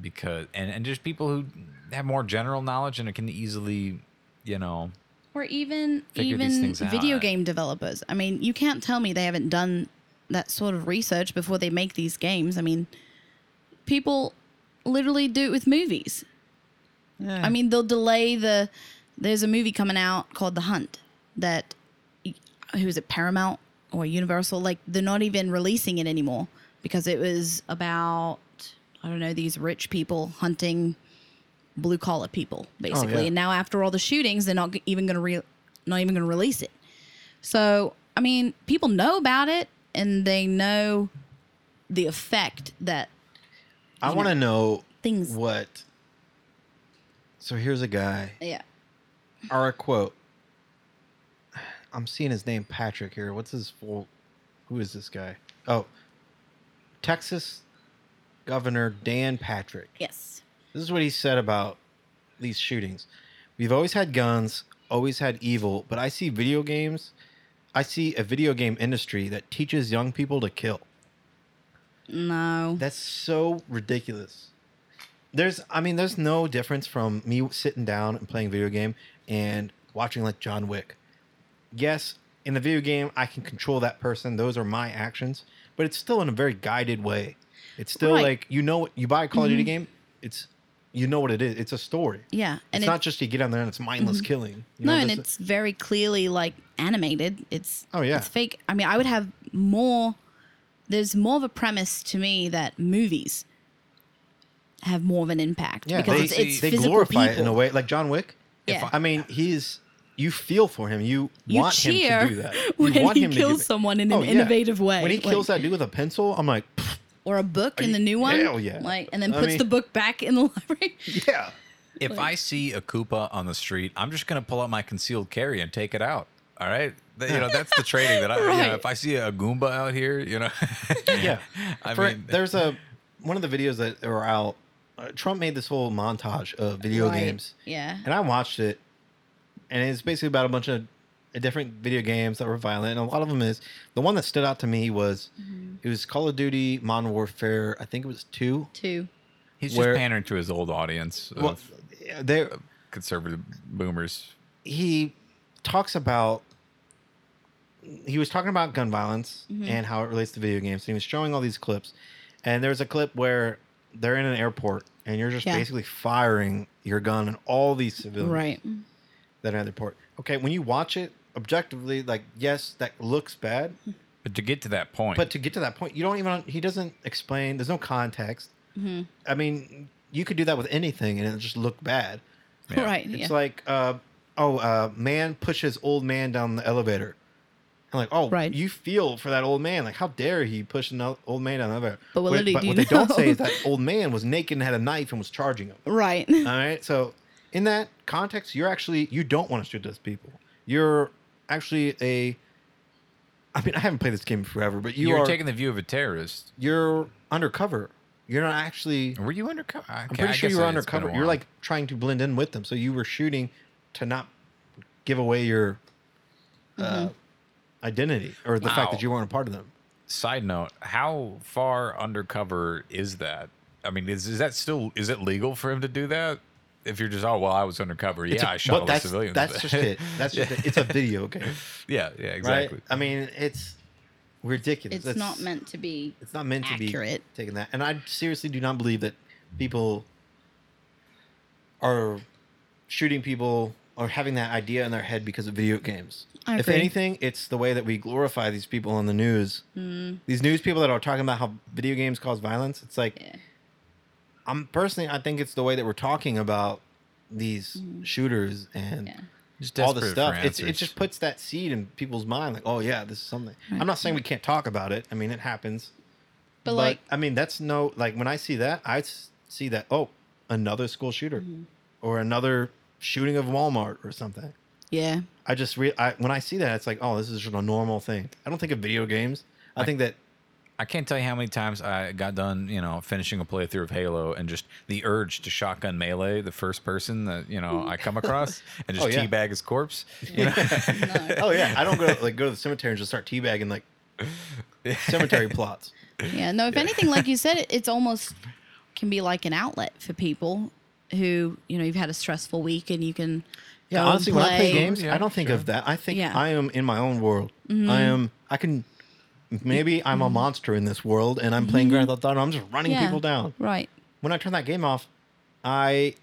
Speaker 1: because and, and just people who have more general knowledge and can easily, you know,
Speaker 3: Or even
Speaker 1: Figure these
Speaker 3: even
Speaker 1: things out.
Speaker 3: video game developers. I mean, you can't tell me they haven't done that sort of research before they make these games. I mean, people literally do it with movies. I mean, they'll delay the. There's a movie coming out called The Hunt that, who is it, Paramount or Universal? Like, they're not even releasing it anymore because it was about, I don't know, these rich people hunting blue collar people basically.
Speaker 2: Oh, yeah.
Speaker 3: And now after all the shootings, they're not g- even going to re- not even going to release it. So I mean, people know about it and they know the effect that
Speaker 2: I
Speaker 3: you
Speaker 2: want to know
Speaker 3: things.
Speaker 2: what. So here's a guy,
Speaker 3: yeah.
Speaker 2: or a quote. I'm seeing his name, Patrick. Here, what's his full? Who is this guy? Oh, Texas Governor Dan Patrick.
Speaker 3: Yes.
Speaker 2: This is what he said about these shootings. We've always had guns, always had evil, but I see video games. I see a video game industry that teaches young people to kill.
Speaker 3: No.
Speaker 2: That's so ridiculous. There's, I mean, there's no difference from me sitting down and playing video game and watching like John Wick. Yes, in the video game, I can control that person. Those are my actions, but it's still in a very guided way. It's still
Speaker 3: Right.
Speaker 2: like you know, what you buy a Call of Duty game. It's you know what it is. It's a story.
Speaker 3: yeah.
Speaker 2: it's
Speaker 3: And Mm-hmm.
Speaker 2: not just you get on there and it's mindless killing. You
Speaker 3: no,
Speaker 2: know,
Speaker 3: and
Speaker 2: there's-
Speaker 3: it's very clearly like animated. It's
Speaker 2: Oh, yeah.
Speaker 3: it's fake. I mean, I would have more. There's more of a premise to me that movies have more of an impact
Speaker 2: yeah,
Speaker 3: because
Speaker 2: they,
Speaker 3: it's, it's
Speaker 2: they
Speaker 3: physical
Speaker 2: glorify
Speaker 3: people.
Speaker 2: it in a way, like John Wick.
Speaker 3: Yeah.
Speaker 2: I mean, he's you feel for him. You,
Speaker 3: You
Speaker 2: want
Speaker 3: cheer
Speaker 2: him to do that. You
Speaker 3: when
Speaker 2: want
Speaker 3: he
Speaker 2: him to
Speaker 3: kills
Speaker 2: give it-
Speaker 3: someone in
Speaker 2: Oh,
Speaker 3: an
Speaker 2: yeah.
Speaker 3: innovative way.
Speaker 2: When he kills
Speaker 3: like,
Speaker 2: that dude with a pencil, I'm like, "Pff,
Speaker 3: or a book in
Speaker 2: you-
Speaker 3: the new one,
Speaker 2: hell yeah.
Speaker 3: like, and then
Speaker 2: I
Speaker 3: puts
Speaker 2: mean-
Speaker 3: the book back in the library.
Speaker 2: yeah.
Speaker 1: If I see a Koopa on the street, I'm just gonna pull out my concealed carry and take it out. All right, Th- you know that's the training that I. You
Speaker 3: Right.
Speaker 1: know, if I see a Goomba out here, you know.
Speaker 2: Yeah.
Speaker 1: I
Speaker 2: For-
Speaker 1: mean,
Speaker 2: there's a one of the videos that are out. Uh, Trump made this whole montage of video
Speaker 3: Right.
Speaker 2: games,
Speaker 3: Yeah.
Speaker 2: and I watched it, and it's basically about a bunch of different video games that were violent. And a lot of them is the one that stood out to me was
Speaker 3: Mm-hmm.
Speaker 2: it was Call of Duty Modern Warfare. I think it was two.
Speaker 3: Two.
Speaker 1: he's
Speaker 2: where-
Speaker 1: just pandering to his old audience of
Speaker 2: Well, they
Speaker 1: conservative boomers.
Speaker 2: he talks about he was talking about gun violence
Speaker 3: Mm-hmm.
Speaker 2: and how it relates to video games. And he was showing all these clips, and there was a clip where they're in an airport and you're just
Speaker 3: Yeah.
Speaker 2: basically firing your gun at all these civilians
Speaker 3: Right.
Speaker 2: that are in the airport. Okay, when you watch it objectively, like yes, that looks bad,
Speaker 1: But to get to that point,
Speaker 2: but to get to that point, you don't even he doesn't explain. There's no context.
Speaker 3: Mm-hmm.
Speaker 2: I mean, you could do that with anything and it just look bad.
Speaker 1: Yeah.
Speaker 3: Right.
Speaker 2: It's
Speaker 3: Yeah.
Speaker 2: like, uh, oh, uh, man pushes old man down the elevator. And like, oh,
Speaker 3: Right.
Speaker 2: you feel for that old man. Like, how dare he push an el- old man down the elevator?
Speaker 3: But what little do
Speaker 2: what
Speaker 3: you
Speaker 2: they don't say
Speaker 3: know?
Speaker 2: is that old man was naked and had a knife and was charging him.
Speaker 3: right.
Speaker 2: All right. So in that context, you're actually you don't want to shoot those people. You're actually a. I mean, I haven't played this game forever, but you
Speaker 1: you are
Speaker 2: are-
Speaker 1: taking the view of a terrorist.
Speaker 2: you're undercover. You're not actually.
Speaker 1: Were you undercover? I'm
Speaker 2: I'm pretty sure you were undercover. You're like trying to blend in with them, so you were shooting to not give away your uh,
Speaker 3: Mm-hmm.
Speaker 2: identity or the fact
Speaker 1: Wow.
Speaker 2: that you weren't a part of them.
Speaker 1: Side note: How far undercover is that? I mean, is, is that still is it legal for him to do that? If you're just oh well, I was undercover. Yeah,
Speaker 2: It's a-
Speaker 1: I shot
Speaker 2: but
Speaker 1: all the
Speaker 2: that's,
Speaker 1: civilians.
Speaker 2: That's just it. That's just it. It's a video game,
Speaker 1: yeah, yeah,
Speaker 2: right?
Speaker 1: exactly.
Speaker 2: I mean, it's ridiculous.
Speaker 3: It's not
Speaker 2: That's-
Speaker 3: meant to be.
Speaker 2: It's not meant to be
Speaker 3: accurate.
Speaker 2: taken that, and I seriously do not believe that people are shooting people or having that idea in their head because of video games.
Speaker 3: I
Speaker 2: If
Speaker 3: agree.
Speaker 2: anything, it's the way that we glorify these people on the news.
Speaker 3: Mm.
Speaker 2: These news people that are talking about how video games cause violence. It's like
Speaker 3: Yeah.
Speaker 2: I'm personally, I think it's the way that we're talking about these shooters and
Speaker 3: Mm-hmm. Yeah.
Speaker 1: just
Speaker 2: all the
Speaker 1: desperate for
Speaker 2: stuff. It's, it
Speaker 1: answers.
Speaker 2: just puts that seed in people's mind, like, oh yeah, this is something. I'm not saying we can't talk about it. I mean, it happens.
Speaker 3: But, like,
Speaker 2: I mean, that's no like when I see that, I s- see that oh, another school shooter, or another shooting of Walmart or something.
Speaker 3: yeah.
Speaker 2: I just re- I, when I see that, it's like oh, this is just a normal thing. I don't think of video games. I think that
Speaker 1: I can't tell you how many times I got done, you know, finishing a playthrough of Halo and just the urge to shotgun melee the first person that, you know, I come across and just
Speaker 2: Oh, yeah.
Speaker 1: teabag his corpse. You know?
Speaker 3: No.
Speaker 2: oh yeah, I don't go like go to the cemetery and just start teabagging like cemetery plots.
Speaker 3: Yeah, no, if anything, like you said, it, it's almost can be like an outlet for people who, you know, you've had a stressful week and you can
Speaker 2: Yeah,
Speaker 3: go and
Speaker 2: honestly, when I play
Speaker 3: play.
Speaker 2: games,
Speaker 1: Yeah,
Speaker 2: I don't think
Speaker 1: sure.
Speaker 2: of that. I think
Speaker 3: Yeah.
Speaker 2: I am in my own world. I am. I can. Maybe I'm a monster in this world, and I'm playing Grand Theft Auto. I'm just running
Speaker 3: Yeah.
Speaker 2: people down.
Speaker 3: Right.
Speaker 2: when I turn that game off, I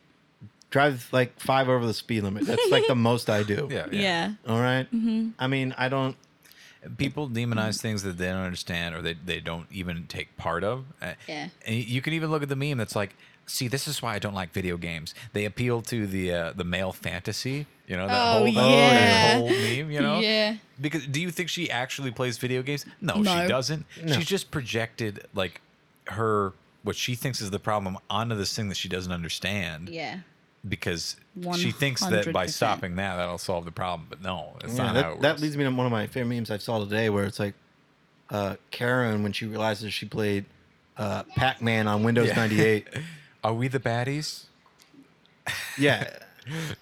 Speaker 2: drive like five over the speed limit. That's like the most I do.
Speaker 1: yeah, yeah.
Speaker 3: Yeah.
Speaker 2: All right? I mean, I don't.
Speaker 1: people demonize things that they don't understand or they, they don't even take part of. Uh,
Speaker 3: Yeah.
Speaker 1: And you can even look at the meme that's like, see, this is why I don't like video games. They appeal to the uh, the male fantasy, you know, that, whole,
Speaker 3: Oh,
Speaker 1: that
Speaker 3: yeah.
Speaker 1: whole meme, you know?
Speaker 3: Yeah.
Speaker 1: Because do you think she actually plays video games? No,
Speaker 3: No.
Speaker 1: she doesn't. She's just projected like her what she thinks is the problem onto this thing that she doesn't understand
Speaker 3: Yeah.
Speaker 1: because she thinks that by
Speaker 3: 100%.
Speaker 1: stopping that that'll solve the problem, but no, that's
Speaker 2: Yeah,
Speaker 1: not how it
Speaker 2: that,
Speaker 1: works.
Speaker 2: that leads me to one of my favorite memes I saw today where it's like uh, Karen when she realizes she played uh, Pac Man on Windows
Speaker 1: Yeah.
Speaker 2: 98.
Speaker 1: Are we the baddies?
Speaker 2: yeah.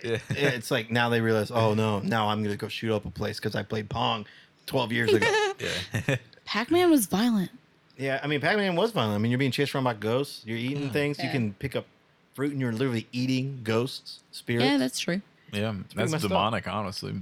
Speaker 2: It's like now they realize, oh no, now I'm going to go shoot up a place because I played Pong 12 years ago.
Speaker 1: Yeah.
Speaker 3: Pac Man was violent.
Speaker 2: yeah, I mean, Pac Man was violent. I mean, you're being chased around by ghosts, you're eating
Speaker 1: Mm.
Speaker 2: things, you
Speaker 3: Yeah.
Speaker 2: can pick up fruit, and you're literally eating ghosts, spirits.
Speaker 3: Yeah, that's true.
Speaker 1: yeah, that's
Speaker 2: messed up. Mm-hmm.
Speaker 1: demonic, honestly.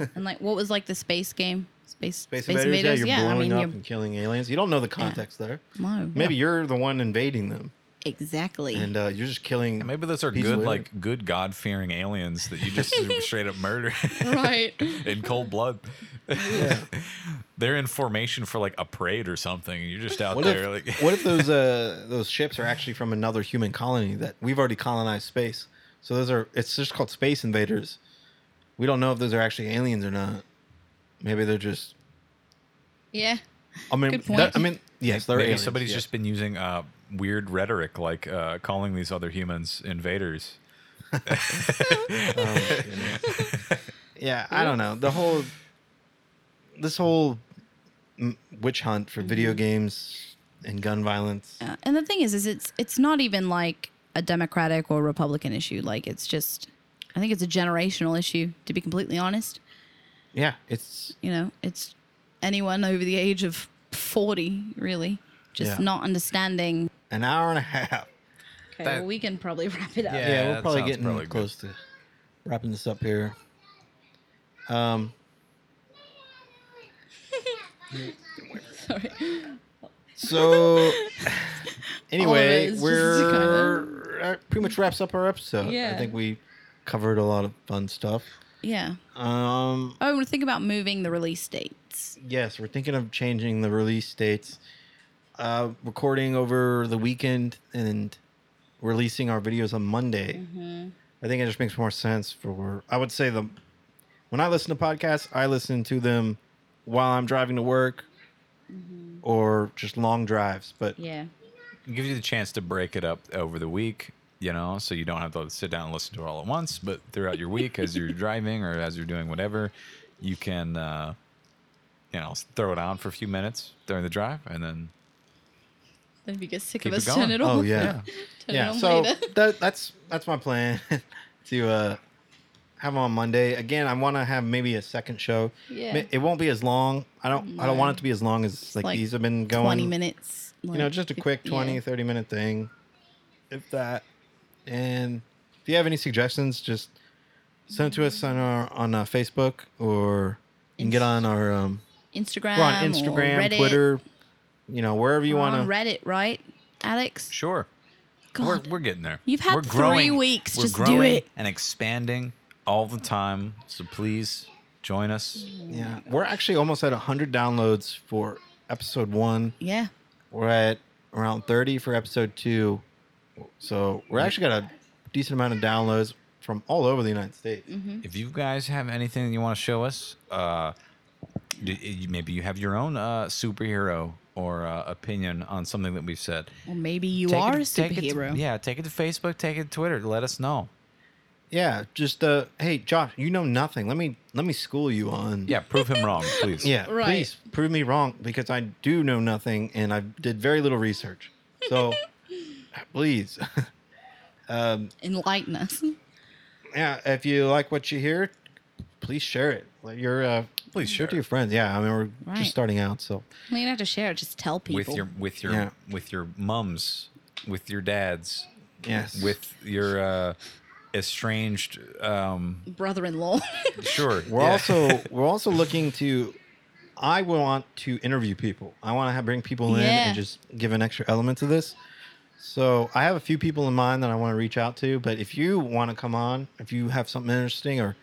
Speaker 3: And like, what was like the space game? Space
Speaker 2: Space, invaders, yeah, you're blowing up and killing aliens. You don't know the context there.
Speaker 3: no,
Speaker 2: Maybe you're the one invading them,
Speaker 3: exactly.
Speaker 2: and uh, you're just killing.
Speaker 1: Maybe those are
Speaker 2: He's
Speaker 1: good,
Speaker 2: weird.
Speaker 1: like good God fearing aliens that you just straight up murder
Speaker 3: right.
Speaker 1: in cold blood. They're in formation for like a parade or something, and you're just out
Speaker 2: What
Speaker 1: there
Speaker 2: if,
Speaker 1: like
Speaker 2: what if those uh, those ships are actually from another human colony that we've already colonized space? So those are it's just called space invaders. We don't know if those are actually aliens or not. Maybe they're just.
Speaker 3: Yeah.
Speaker 2: I mean,
Speaker 3: Good point.
Speaker 2: that- I mean, yes, they're
Speaker 1: Maybe
Speaker 2: aliens.
Speaker 1: somebody's
Speaker 2: yes.
Speaker 1: just been using uh, weird rhetoric, like uh, calling these other humans invaders.
Speaker 2: Yeah, I don't know. The whole this whole m- witch hunt for video
Speaker 3: Mm-hmm.
Speaker 2: games and gun violence.
Speaker 3: Uh, and the thing is, is it's it's not even like a Democratic or Republican issue. Like it's just, I think it's a generational issue. To be completely honest,
Speaker 2: Yeah, it's
Speaker 3: you know, it's anyone over the age of forty, really, just
Speaker 2: Yeah.
Speaker 3: not understanding.
Speaker 2: an hour and a half.
Speaker 3: Okay,
Speaker 1: That-
Speaker 3: well, we can probably wrap it up.
Speaker 1: Yeah.
Speaker 2: yeah, we're
Speaker 1: that
Speaker 2: probably
Speaker 1: sounds
Speaker 2: getting
Speaker 1: probably good.
Speaker 2: close to wrapping this up here. Um,
Speaker 3: Sorry.
Speaker 2: so
Speaker 3: is
Speaker 2: anyway,
Speaker 3: just
Speaker 2: we're that pretty much wraps up our episode. I
Speaker 3: Yeah.
Speaker 2: think we covered a lot of fun stuff.
Speaker 3: Yeah.
Speaker 2: Um,
Speaker 3: Oh, we're think about moving the release dates.
Speaker 2: yes, we're thinking of changing the release dates. Uh, recording over the weekend and releasing our videos on Monday. I think it just makes more sense for. I would say the when I listen to podcasts, I listen to them while I'm driving to work or just long drives. But
Speaker 3: Yeah.
Speaker 1: It gives you the chance to break it up over the week, you know, so you don't have to sit down and listen to it all at once, but throughout your week as you're driving or as you're doing whatever, you can, uh, you know, throw it on for a few minutes during the drive and then
Speaker 3: Then if you get sick
Speaker 1: Keep
Speaker 3: of
Speaker 1: it
Speaker 3: us,
Speaker 1: going.
Speaker 3: turn it off.
Speaker 2: oh yeah,
Speaker 3: Turn it
Speaker 2: yeah.
Speaker 3: on
Speaker 2: So
Speaker 3: later.
Speaker 2: that, that's that's my plan to uh, have on Monday again. I want to have maybe a second show.
Speaker 3: Yeah.
Speaker 2: Ma- It won't be as long. I don't. I don't want it to be as long as like,
Speaker 3: like
Speaker 2: these have been going.
Speaker 3: 20 minutes.
Speaker 2: you know, just a quick 20, 30 minute thing, if that. And if you have any suggestions, just send it to
Speaker 3: Mm-hmm.
Speaker 2: us on our on uh, Facebook or you can get on our um,
Speaker 3: Instagram.
Speaker 2: we're on
Speaker 3: or
Speaker 2: Instagram,
Speaker 3: Reddit.
Speaker 2: Twitter, you know, wherever you
Speaker 3: We're on
Speaker 2: want to.
Speaker 3: Reddit, right, Alex?
Speaker 1: sure. We're,
Speaker 3: God.
Speaker 1: we're getting there.
Speaker 3: You've had
Speaker 1: We're
Speaker 3: three weeks.
Speaker 1: We're
Speaker 3: Just do
Speaker 1: growing
Speaker 3: it.
Speaker 1: And expanding all the time. So please join us.
Speaker 2: Yeah, we're actually almost at hundred downloads for episode one.
Speaker 3: Yeah.
Speaker 2: We're at around thirty for episode two, so we're actually got a decent amount of downloads from all over the United States.
Speaker 1: If you guys have anything you want to show us, uh, d- you- maybe you have your own uh, superhero or uh, opinion on something that we've said.
Speaker 3: Well, maybe you
Speaker 1: Take
Speaker 3: are a
Speaker 1: it- take it to-
Speaker 3: superhero.
Speaker 1: yeah, take it to Facebook, take it to Twitter. Let us know.
Speaker 2: Yeah, just uh, hey Josh, you know nothing. Let me let me school you on.
Speaker 1: Yeah, prove him wrong, please.
Speaker 2: yeah.
Speaker 3: Right.
Speaker 2: Please prove me wrong because I do know nothing and I did very little research. So please, Um,
Speaker 3: Enlighten us.
Speaker 2: yeah. If you like what you hear, please share it. Let your uh,
Speaker 1: Please
Speaker 2: share
Speaker 1: share
Speaker 2: it to your friends. Yeah, I mean we're
Speaker 3: Right.
Speaker 2: just starting out, so
Speaker 3: Well, you don't have to share. Just tell people.
Speaker 1: With your with your
Speaker 2: Yeah.
Speaker 1: with your mums, with your dads,
Speaker 2: yes,
Speaker 1: with your uh, estranged. Um,
Speaker 3: brother-in-law.
Speaker 1: sure.
Speaker 2: We're
Speaker 1: yeah.
Speaker 2: also we're also looking to. I want to interview people. I want to have, bring people in
Speaker 3: Yeah.
Speaker 2: and just give an extra element to this. So I have a few people in mind that I want to reach out to. But if you want to come on, if you have something interesting, or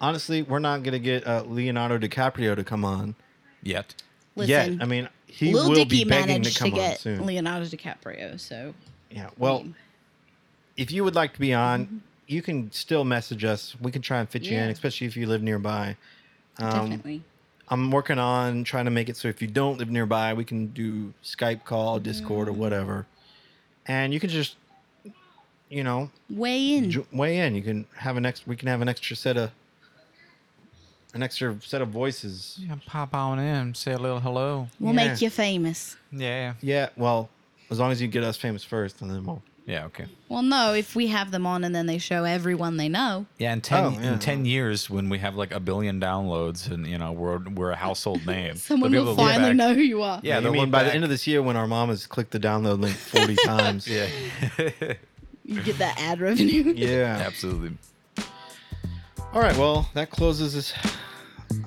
Speaker 2: honestly, we're not going to get uh, Leonardo DiCaprio to come on.
Speaker 1: Yet.
Speaker 3: Listen,
Speaker 2: Yet, I mean, he
Speaker 3: Lil
Speaker 2: will
Speaker 3: Dicky
Speaker 2: be begging
Speaker 3: managed
Speaker 2: to
Speaker 3: to,
Speaker 2: come on
Speaker 3: get
Speaker 2: soon.
Speaker 3: Leonardo DiCaprio, so
Speaker 2: yeah. Well,
Speaker 1: um,
Speaker 2: if you would like to be on, you can still message us. We can try and fit you in,
Speaker 3: Mm-hmm. Yeah.
Speaker 2: especially if you live nearby. Um,
Speaker 3: definitely.
Speaker 2: I'm working on trying to make it so if you don't live nearby, we can do Skype call, Discord, or whatever, and you can just, you know,
Speaker 3: Weigh in.
Speaker 2: jo- weigh in. You can have an ex. We can have an extra set of, an extra set of voices.
Speaker 1: Yeah, pop on in, say a little hello.
Speaker 3: we'll
Speaker 2: yeah.
Speaker 3: make you famous.
Speaker 1: Yeah.
Speaker 2: Yeah, well, as long as you get us famous first, and then we'll.
Speaker 1: Yeah, okay.
Speaker 3: Well, no, if we have them on and then they show everyone they know,
Speaker 1: Yeah, in 10
Speaker 2: Oh, yeah.
Speaker 1: in 10 years when we have like a billion downloads and you know, we're we're a household name.
Speaker 3: someone
Speaker 1: they'll be
Speaker 3: will
Speaker 1: able to look
Speaker 3: finally
Speaker 1: back.
Speaker 3: know who you are.
Speaker 1: Yeah,
Speaker 2: I
Speaker 1: they'll
Speaker 2: mean
Speaker 1: look
Speaker 2: by the
Speaker 1: back.
Speaker 2: end of this year when our mom has clicked the download link forty times.
Speaker 1: Yeah.
Speaker 3: You get that ad revenue.
Speaker 2: Yeah.
Speaker 1: Absolutely.
Speaker 2: All right. Well, that closes us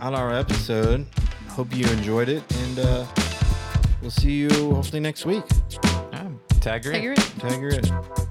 Speaker 2: on our episode. Hope you enjoyed it, and uh, we'll see you hopefully next week.
Speaker 1: Yeah, tag her in.
Speaker 3: Figure it.
Speaker 2: Tag your it.